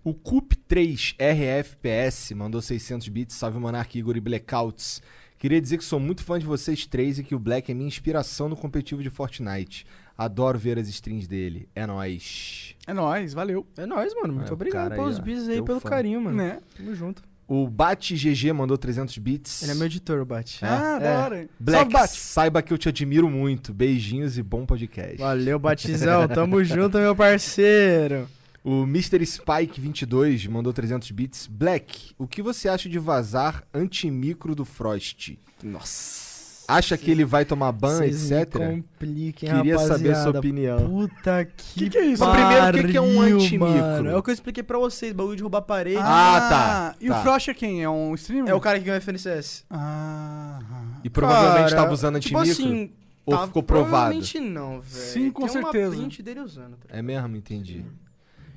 A: O CUP3RFPS mandou 600 bits. Salve Monark, Igor e Blackouts. Queria dizer que sou muito fã de vocês três e que o Black é minha inspiração no competitivo de Fortnite. Adoro ver as strings dele. É nóis.
B: É nóis, valeu.
C: É nóis, mano. Muito
A: É, o
C: obrigado
A: cara aí,
C: pelos
A: ó,
C: bis aí,
A: teu
C: pelo
A: fã.
C: carinho, mano.
B: Né?
C: Tamo junto.
A: O Bate GG mandou 300 bits.
C: Ele é meu editor, o Bate.
B: Ah,
C: É.
B: da hora.
A: Black,
B: Salve, Bate.
A: saiba que eu te admiro muito. Beijinhos e bom podcast.
C: Valeu, Batizão. Tamo junto, meu parceiro.
A: O Mr. Spike22 mandou 300 bits. Black, o que você acha de vazar antimicro do Frost?
C: Nossa.
A: Acha que ele vai tomar ban,
C: Vocês
A: etc?
C: Me compliquem,
A: Queria
C: rapaziada.
A: saber a sua opinião.
C: Puta que
A: Que que é isso? Mas primeiro, o que que é um
C: pariu,
A: antimicro?
C: mano. É o que eu expliquei pra vocês, bagulho de roubar parede.
A: Ah, tá,
B: E
A: tá.
B: o Frost é quem? É um streamer?
C: É o cara que ganhou o FNCS.
B: Ah, ah.
A: E provavelmente
C: Cara,
A: tava usando antimicro.
C: Tipo assim,
A: Ou
C: tá-
A: ficou provado?
C: Provavelmente não, velho.
B: Sim, com
C: Tem
B: certeza.
C: uma print dele usando. tá ligado?
A: É mesmo? Entendi.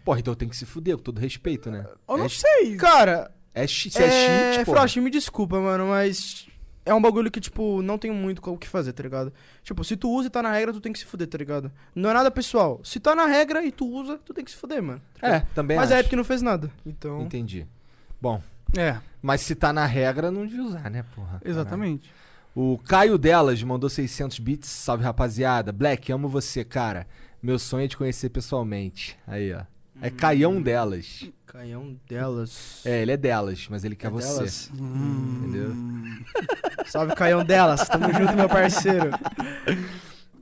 A: Porra, então tem que se fuder, com todo respeito, né?
B: Eu não
A: é,
B: sei.
C: Cara,
A: É, chi- se
C: é,
A: é, cheat, porra.
C: Frost, me desculpa, mano, mas é um bagulho que, tipo, não tem muito com o que fazer, tá ligado? Tipo, se tu usa e tá na regra, tu tem que se fuder, tá ligado? Não é nada pessoal. Se tá na regra e tu usa, tu tem que se fuder, mano. tá
A: É,
C: ligado?
A: também
C: Mas
A: acho.
C: a Epic não fez nada. Então.
A: Entendi. Bom,
B: É,
A: mas se tá na regra, não devia usar, né, porra?
B: exatamente.
A: O Caio Delas mandou 600 bits. Salve, rapaziada. Black, amo você, cara. Meu sonho é te conhecer pessoalmente. Aí, ó. É
C: Hum.
A: Caião Delas.
C: Caião delas.
A: É, ele é delas, mas ele quer
C: É
A: você.
C: delas?
A: Entendeu?
C: Salve, Caião delas. Tamo junto, meu parceiro.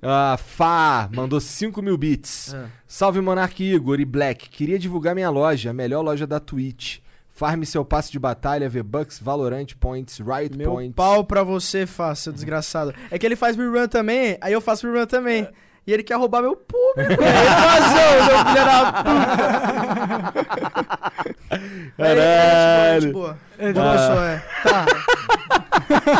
A: Ah, Fá mandou 5 mil bits.
C: Ah.
A: Salve Monark Igor e Black. Queria divulgar minha loja, a melhor loja da Twitch. Farme seu passe de batalha, V-Bucks, Valorant Points, Riot
C: Meu
A: Points.
C: pau pra você, faz, seu desgraçado. É que ele faz rerun também, aí eu faço rerun também. E ele quer roubar meu público. velho. Invasão, meu filho da puta. Mas ele- ele é gente boa, gente boa. Boa pessoa, é. Tá.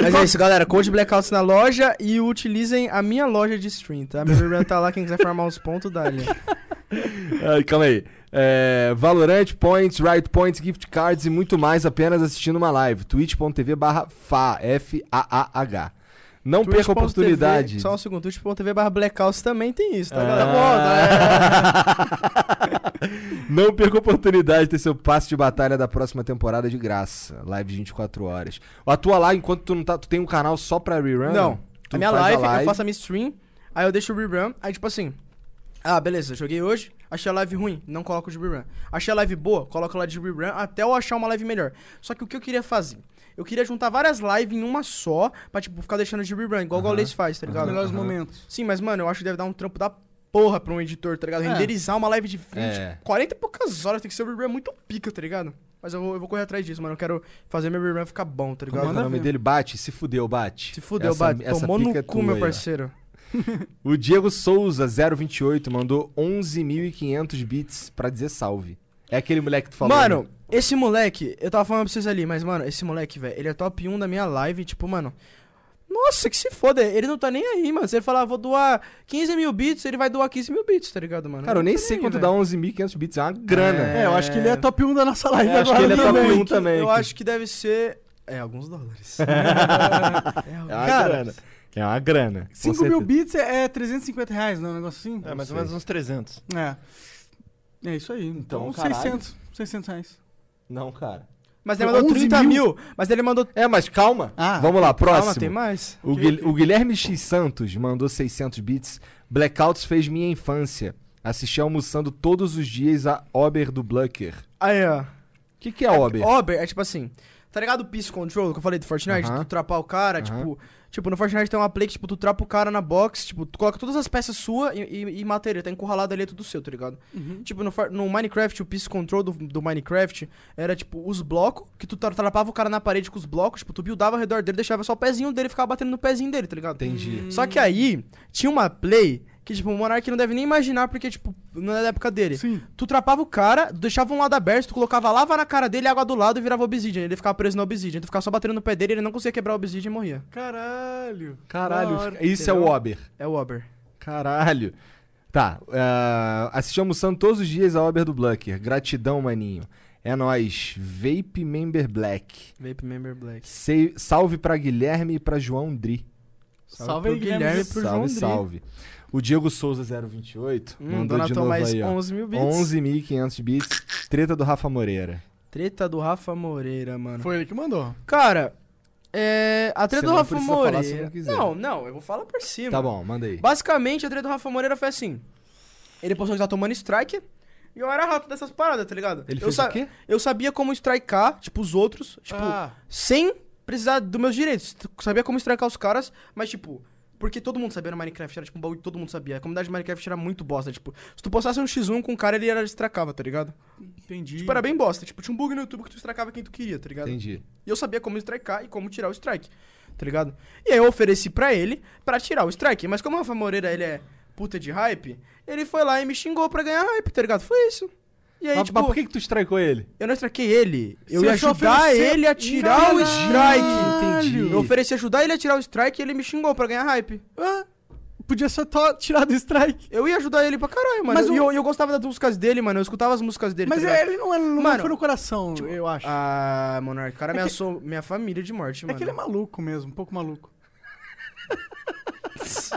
C: Mas é isso, galera. Code Blackouts na loja e utilizem a minha loja de stream, tá? Meu rerun tá lá, quem quiser farmar uns pontos, dá ali.
A: Ai, Ah, calma aí. É, Valorant Points, Riot Points, Gift Cards e muito mais apenas assistindo uma live. twitch.tv barra FA, F-A-A-H. Não perca a
C: Twitch.tv,
A: oportunidade.
C: Só um segundo, twitch.tv barra blackouts também tem isso, tá?
A: Ah.
C: galera? Tá bom, tá? né?
A: Não perca a oportunidade de ter seu passe de batalha da próxima temporada de graça. Live de 24 horas. A tua lá, enquanto tu não tá. Tu tem um canal só pra rerun?
C: Não.
A: Tu
C: A minha
A: faz
C: live, é eu faço a minha stream, aí eu deixo o rerun, aí tipo assim. Ah, beleza, joguei hoje, achei a live ruim, não coloco de rerun. Achei a live boa, coloco ela de rerun até eu achar uma live melhor. Só que o que eu queria fazer? Eu queria juntar várias lives em uma só, pra tipo, ficar deixando de rerun, igual o Gaules faz, tá
B: Os
C: ligado?
B: melhores momentos.
C: Sim, mas mano, eu acho que deve dar um trampo da porra pra um editor, tá ligado?
B: É.
C: Renderizar uma live de 20,
A: É.
C: 40 e poucas horas, tem que ser um rerun muito pica, tá ligado? Mas eu vou, eu vou correr atrás disso, mano, eu quero fazer meu rerun ficar bom, tá
A: Como é
C: ligado?
A: que é o nome dele? Bate? Se fudeu, bate.
C: Se fudeu,
A: Essa-
C: Bate.
A: essa
C: Tomou no
A: pica é
C: cu,
A: tua
C: meu
A: aí, ó.
C: parceiro.
A: O Diego Souza, 028, mandou 11.500 bits pra dizer salve. É aquele moleque que tu falou.
C: mano,
A: né?
C: esse moleque, eu tava falando pra vocês ali, mas, mano, esse moleque, velho, ele é top 1 da minha live, tipo, mano. Nossa, que se foda, ele não tá nem aí, mano. Se ele falar, vou doar 15 mil bits, ele vai doar 15 mil bits, tá ligado, mano?
A: Cara, eu
C: Não
A: nem
C: tá
A: sei
C: aí,
A: quanto
C: velho.
A: dá 11.500 bits. É uma grana.
B: É, eu acho que ele é top 1 da nossa live
A: É, acho
B: agora.
A: que ele é top
C: um.
B: também.
A: 1 também.
C: Eu acho que deve ser. É, alguns dólares. é,
A: É uma
C: cara,
A: grana. É uma grana. com
B: 5 mil
A: certeza.
B: bits é, é 350 reais, não é um negócio assim?
E: É, mais ou menos uns 300.
B: É. É isso aí. Então,
A: Então, caralho.
B: 600, 600 reais.
A: Não, cara.
C: Mas ele mandou
B: 11
C: 30
B: mil?
C: mil. mas ele mandou.
A: É, mas calma.
B: Ah.
A: Vamos lá, próximo.
C: Calma, tem mais.
A: O, Guil- o Guilherme X Santos mandou 600 bits. Blackouts fez minha infância. Assisti almoçando todos os dias a Ober do Blucker.
C: Aí, ó.
A: O que, que é Ober?
C: Ober é tipo assim, tá ligado o Peace Control que eu falei do Fortnite?
A: Aham.
C: Tu trapar o cara, tipo. Tipo, no Fortnite tem uma play que, tipo, tu trapa o cara na box, tipo, tu coloca todas as peças suas e, e, e mata ele, tá encurralado ali, é tudo seu, tá ligado? Tipo, no, For- no Minecraft, o Peace Control do, do Minecraft era, tipo, os blocos, que tu tra- trapava o cara na parede com os blocos, tipo, tu buildava ao redor dele, deixava só o pezinho dele, ficava batendo no pezinho dele, tá ligado?
A: Entendi.
C: Só que aí, tinha uma play que, tipo, o Monark não deve nem imaginar, porque, tipo, não é da época dele.
B: Sim.
C: Tu trapava o cara, deixava um lado aberto, tu colocava lava na cara dele, água do lado e virava obsidian. Ele ficava preso na obsidian. Tu ficava só batendo no pé dele, ele não conseguia quebrar o obsidian e morria.
B: Caralho.
A: Caralho,
B: Da hora.
A: isso é o
C: entendeu?
A: Ober.
C: É o Ober.
A: Caralho. Tá, ah, assisti almoçando todos os dias a Ober do Blucker. Gratidão, maninho. É nóis. Vape Member Black.
C: Vape Member Black.
A: Sei- salve pra Guilherme e pra João Dri.
C: Salve,
B: aí,
C: pro Guilherme e pro
A: Salve,
C: João Dri.
A: salve. O Diego Souza 028
C: Hum,
A: mandou de
C: Donatou
A: novo
C: mais
A: aí, ó.
C: 11 mil bits.
A: 11.500 bits. Treta do Rafa Moreira.
C: Treta do Rafa Moreira, mano.
B: Foi ele que mandou.
C: Cara, é... a
A: Você
C: treta do
A: não
C: Rafa
A: precisa falar
C: Moreira...
A: se não quiser.
C: não, não, eu vou falar por cima.
A: Tá bom, manda aí.
C: Basicamente, a treta do Rafa Moreira foi assim. Ele postou que tá tomando strike. E eu era rato dessas paradas, tá ligado?
A: Ele
C: eu
A: fez o
C: sa-
A: quê?
C: Eu sabia como strikear, tipo, os outros, tipo,
A: Ah.
C: sem precisar dos meus direitos. Tu Sabia como strikear os caras, mas, tipo, porque todo mundo sabia no Minecraft, era tipo um bagulho que todo mundo sabia. A comunidade de Minecraft era muito bosta, tipo, se tu postasse um X1 com um cara, ele era strikeava, tá ligado?
B: Entendi.
C: Tipo, era bem bosta. Tipo, tinha um bug no YouTube que tu strikeava quem tu queria, tá ligado?
A: Entendi.
C: E eu sabia como strikear e como tirar o strike, tá ligado? E aí eu ofereci pra ele pra tirar o strike. Mas como o Rafa Moreira, ele é puta de hype, ele foi lá e me xingou pra ganhar hype, tá ligado? Foi isso. E aí,
A: mas,
C: tipo,
A: mas por que, que tu strikeou ele?
C: eu não strikei ele. Eu
B: Você
C: ia
B: só
C: ajudar
B: ofereceu-
C: ele a tirar o
A: Caralho!
C: strike.
A: Entendi.
C: Eu ofereci ajudar ele a tirar o strike e ele me xingou pra ganhar hype.
B: Ah, podia só to- tirar do strike.
C: Eu ia ajudar ele pra caralho, mano.
B: Mas
C: Mas eu,
B: o-
C: e eu, eu gostava das músicas dele, mano. Eu escutava as músicas dele.
B: Mas
C: tá ligado?
B: ele não, é- não
C: Mano,
B: foi no coração, eu acho.
C: Ah, Monark, o cara ameaçou minha família de morte,
B: é
C: mano.
B: que ele é maluco mesmo, um pouco maluco.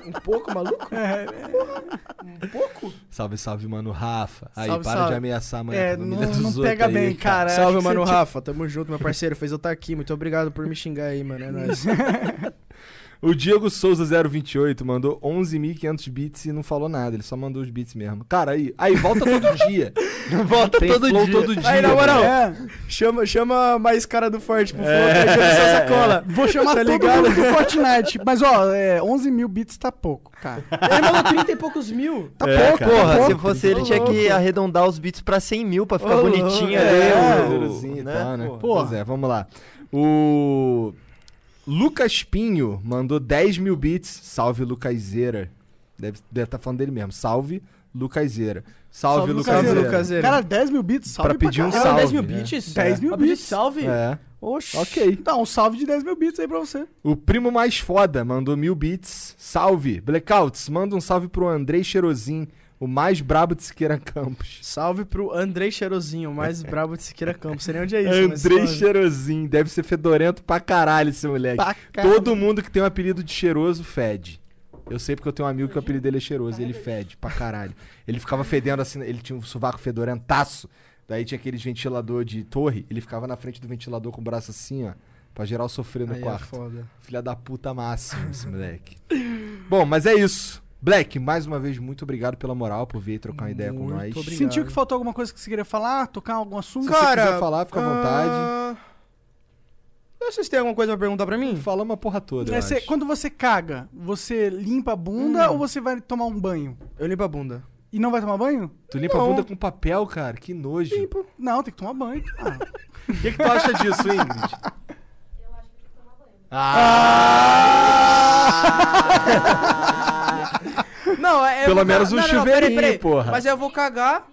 C: Um pouco maluco?
B: É,
A: Salve, salve, mano Rafa. Aí,
B: Salve,
A: para
B: salve.
A: de ameaçar, mano.
B: é,
A: a
B: não,
A: família dos
B: não
A: outros
B: pega
A: aí,
B: bem, cara. Acho
C: Salve,
B: que
C: mano
B: você-
C: Rafa. Tamo junto, meu parceiro. Fez eu estar aqui. Muito obrigado por me xingar aí, mano. É nóis.
A: O Diego Souza 028 mandou 11.500 bits e não falou nada, ele só mandou os bits mesmo. Cara, aí, aí volta todo dia. volta
E: todo
A: flow
E: dia.
A: todo dia. né?
C: Aí, na moral,
B: É.
C: chama, chama mais cara do forte pro Flow, tá achando sua sacola.
B: Vou chamar
C: tá
B: todo
C: ligado?
B: mundo do Fortnite. Mas, ó, é, 11 mil bits tá pouco, cara.
C: Ele mandou 30 e poucos mil.
B: Tá
A: É,
B: pouco,
A: cara.
B: tá
E: Porra, se
B: pouco.
E: fosse ele, tinha que arredondar os bits pra 100 mil pra ficar
C: Ô, louco.
E: bonitinho
A: É,
E: ali. o-
A: dinheirozinho e
E: né?
A: tal, né?
B: Porra.
A: Pois é, vamos lá. O Lucas Pinho mandou 10 mil bits. Salve, Lucaseira. Deve estar falando dele mesmo. Salve, Lucaseira. Salve,
C: Salve,
A: Lucaseira.
C: Lucaseira.
B: Cara, 10 mil bits, salve
A: Pra pedir um
B: caralho.
A: salve.
C: 10 Ah, mil
A: né?
C: bits?
B: 10 mil
C: Ah, pediu
B: bits.
C: Salve?
A: É.
C: Oxi.
A: Ok.
B: Dá um salve de 10 mil bits aí pra você.
A: O primo mais foda mandou mil bits. Salve. Blackouts, manda um salve pro Andrei Cheirozinho, o mais brabo de Siqueira Campos.
C: Salve pro Andrei Cheirozinho, o mais brabo de Siqueira Campos. Sei nem onde é isso, mas
A: Andrei
C: salve.
A: Cheirozinho. Deve ser fedorento pra caralho esse moleque.
B: Pra caralho.
A: Todo mundo que tem um apelido de cheiroso fede. Eu sei porque eu tenho um amigo que o apelido dele é cheiroso. Ele fede pra caralho. Ele ficava fedendo assim, ele tinha um sovaco fedorentaço. Daí tinha aquele ventilador de torre. Ele ficava na frente do ventilador com o braço assim, ó. Pra geral sofrer no
C: Aí é
A: quarto.
C: foda.
A: Filha da puta máximo esse moleque. Bom, mas é isso. Black, mais uma vez, muito obrigado pela moral, por vir trocar uma ideia com
C: Muito
A: nós.
C: obrigado.
B: Sentiu que faltou alguma coisa que você queria falar? Tocar algum assunto?
A: Se você quiser falar, fica à
C: ah, Não sei se tem ah, alguma coisa pra perguntar pra mim.
A: Falamos a porra toda, eu
B: É, você-
A: acho.
B: quando você caga, você limpa a bunda ou você vai tomar um banho?
C: Eu limpo a bunda.
B: E não vai tomar banho?
A: Tu limpa a
C: Não.
A: bunda com papel, cara? Que nojo.
B: Não, tem que tomar banho. cara.
A: O que, que tu acha disso, Ingrid?
G: Eu acho que tem que tomar banho.
A: Ah!
C: Não, é. eu
A: Pelo
C: vou
A: menos
C: ca-
A: um
C: não, não, não, peraí,
A: chuveirinho,
C: peraí.
A: porra.
C: Mas eu vou cagar.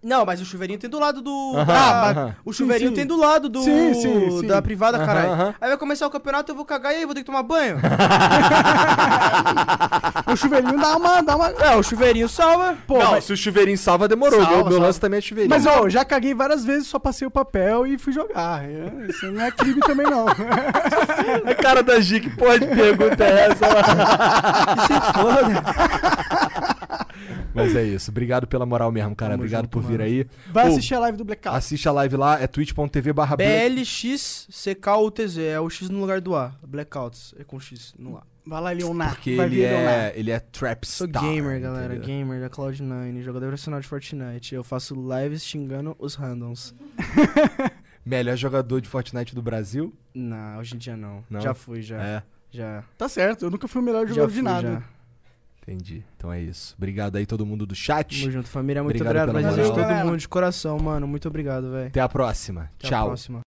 C: Não, mas o chuveirinho tem do lado do.
A: Aham,
C: da-
A: aham.
C: O chuveirinho
B: sim.
C: tem do lado do.
B: Sim, sim, sim.
C: Da privada,
A: Aham,
C: caralho.
A: aham.
C: Aí vai começar o campeonato, eu vou cagar e aí vou ter que tomar banho.
B: o chuveirinho dá uma. Dá uma...
C: é, o chuveirinho salva. Pô,
A: não,
C: mas-
A: se o chuveirinho salva, demorou.
C: Salva,
A: meu meu
C: salva.
A: lance também é chuveirinho.
B: Mas, ó, eu já caguei várias vezes, só passei o papel e fui jogar. É, Isso não é crime também, não.
A: a cara da G, que porra de pergunta é essa? Mas é isso. Obrigado pela moral mesmo, cara. obrigado por vir aí.
B: Vai
A: Ô,
B: assistir a live do Blackout.
A: Assiste a live lá, é twitch.tv barra Black-
C: BLXCKUTZ. É o X no lugar do A. Blackouts. É com X no A.
B: Vai lá, Leonar.
A: Porque
B: vai
A: ele
B: ver Leonar.
A: é, ele é trap
C: Sou
A: star,
C: gamer, galera.
A: entendeu?
C: Gamer da Cloud9. Jogador profissional de Fortnite. Eu faço lives xingando os randoms.
A: Melhor jogador de Fortnite do Brasil.
C: Não, hoje em dia não.
A: Não?
C: Já fui, já.
A: É,
C: Já.
B: Tá certo, eu nunca fui o melhor
C: Já
B: jogador
C: fui,
B: de nada.
C: já.
A: entendi. Então é isso. Obrigado aí todo mundo do chat.
C: Tamo junto, família. Muito
A: Obrigado
C: obrigado,
A: pela
C: pela presença de
B: moral.
C: todo mundo de coração, mano. Muito obrigado, velho.
A: Até a próxima.
C: Até a
A: Tchau.
C: próxima.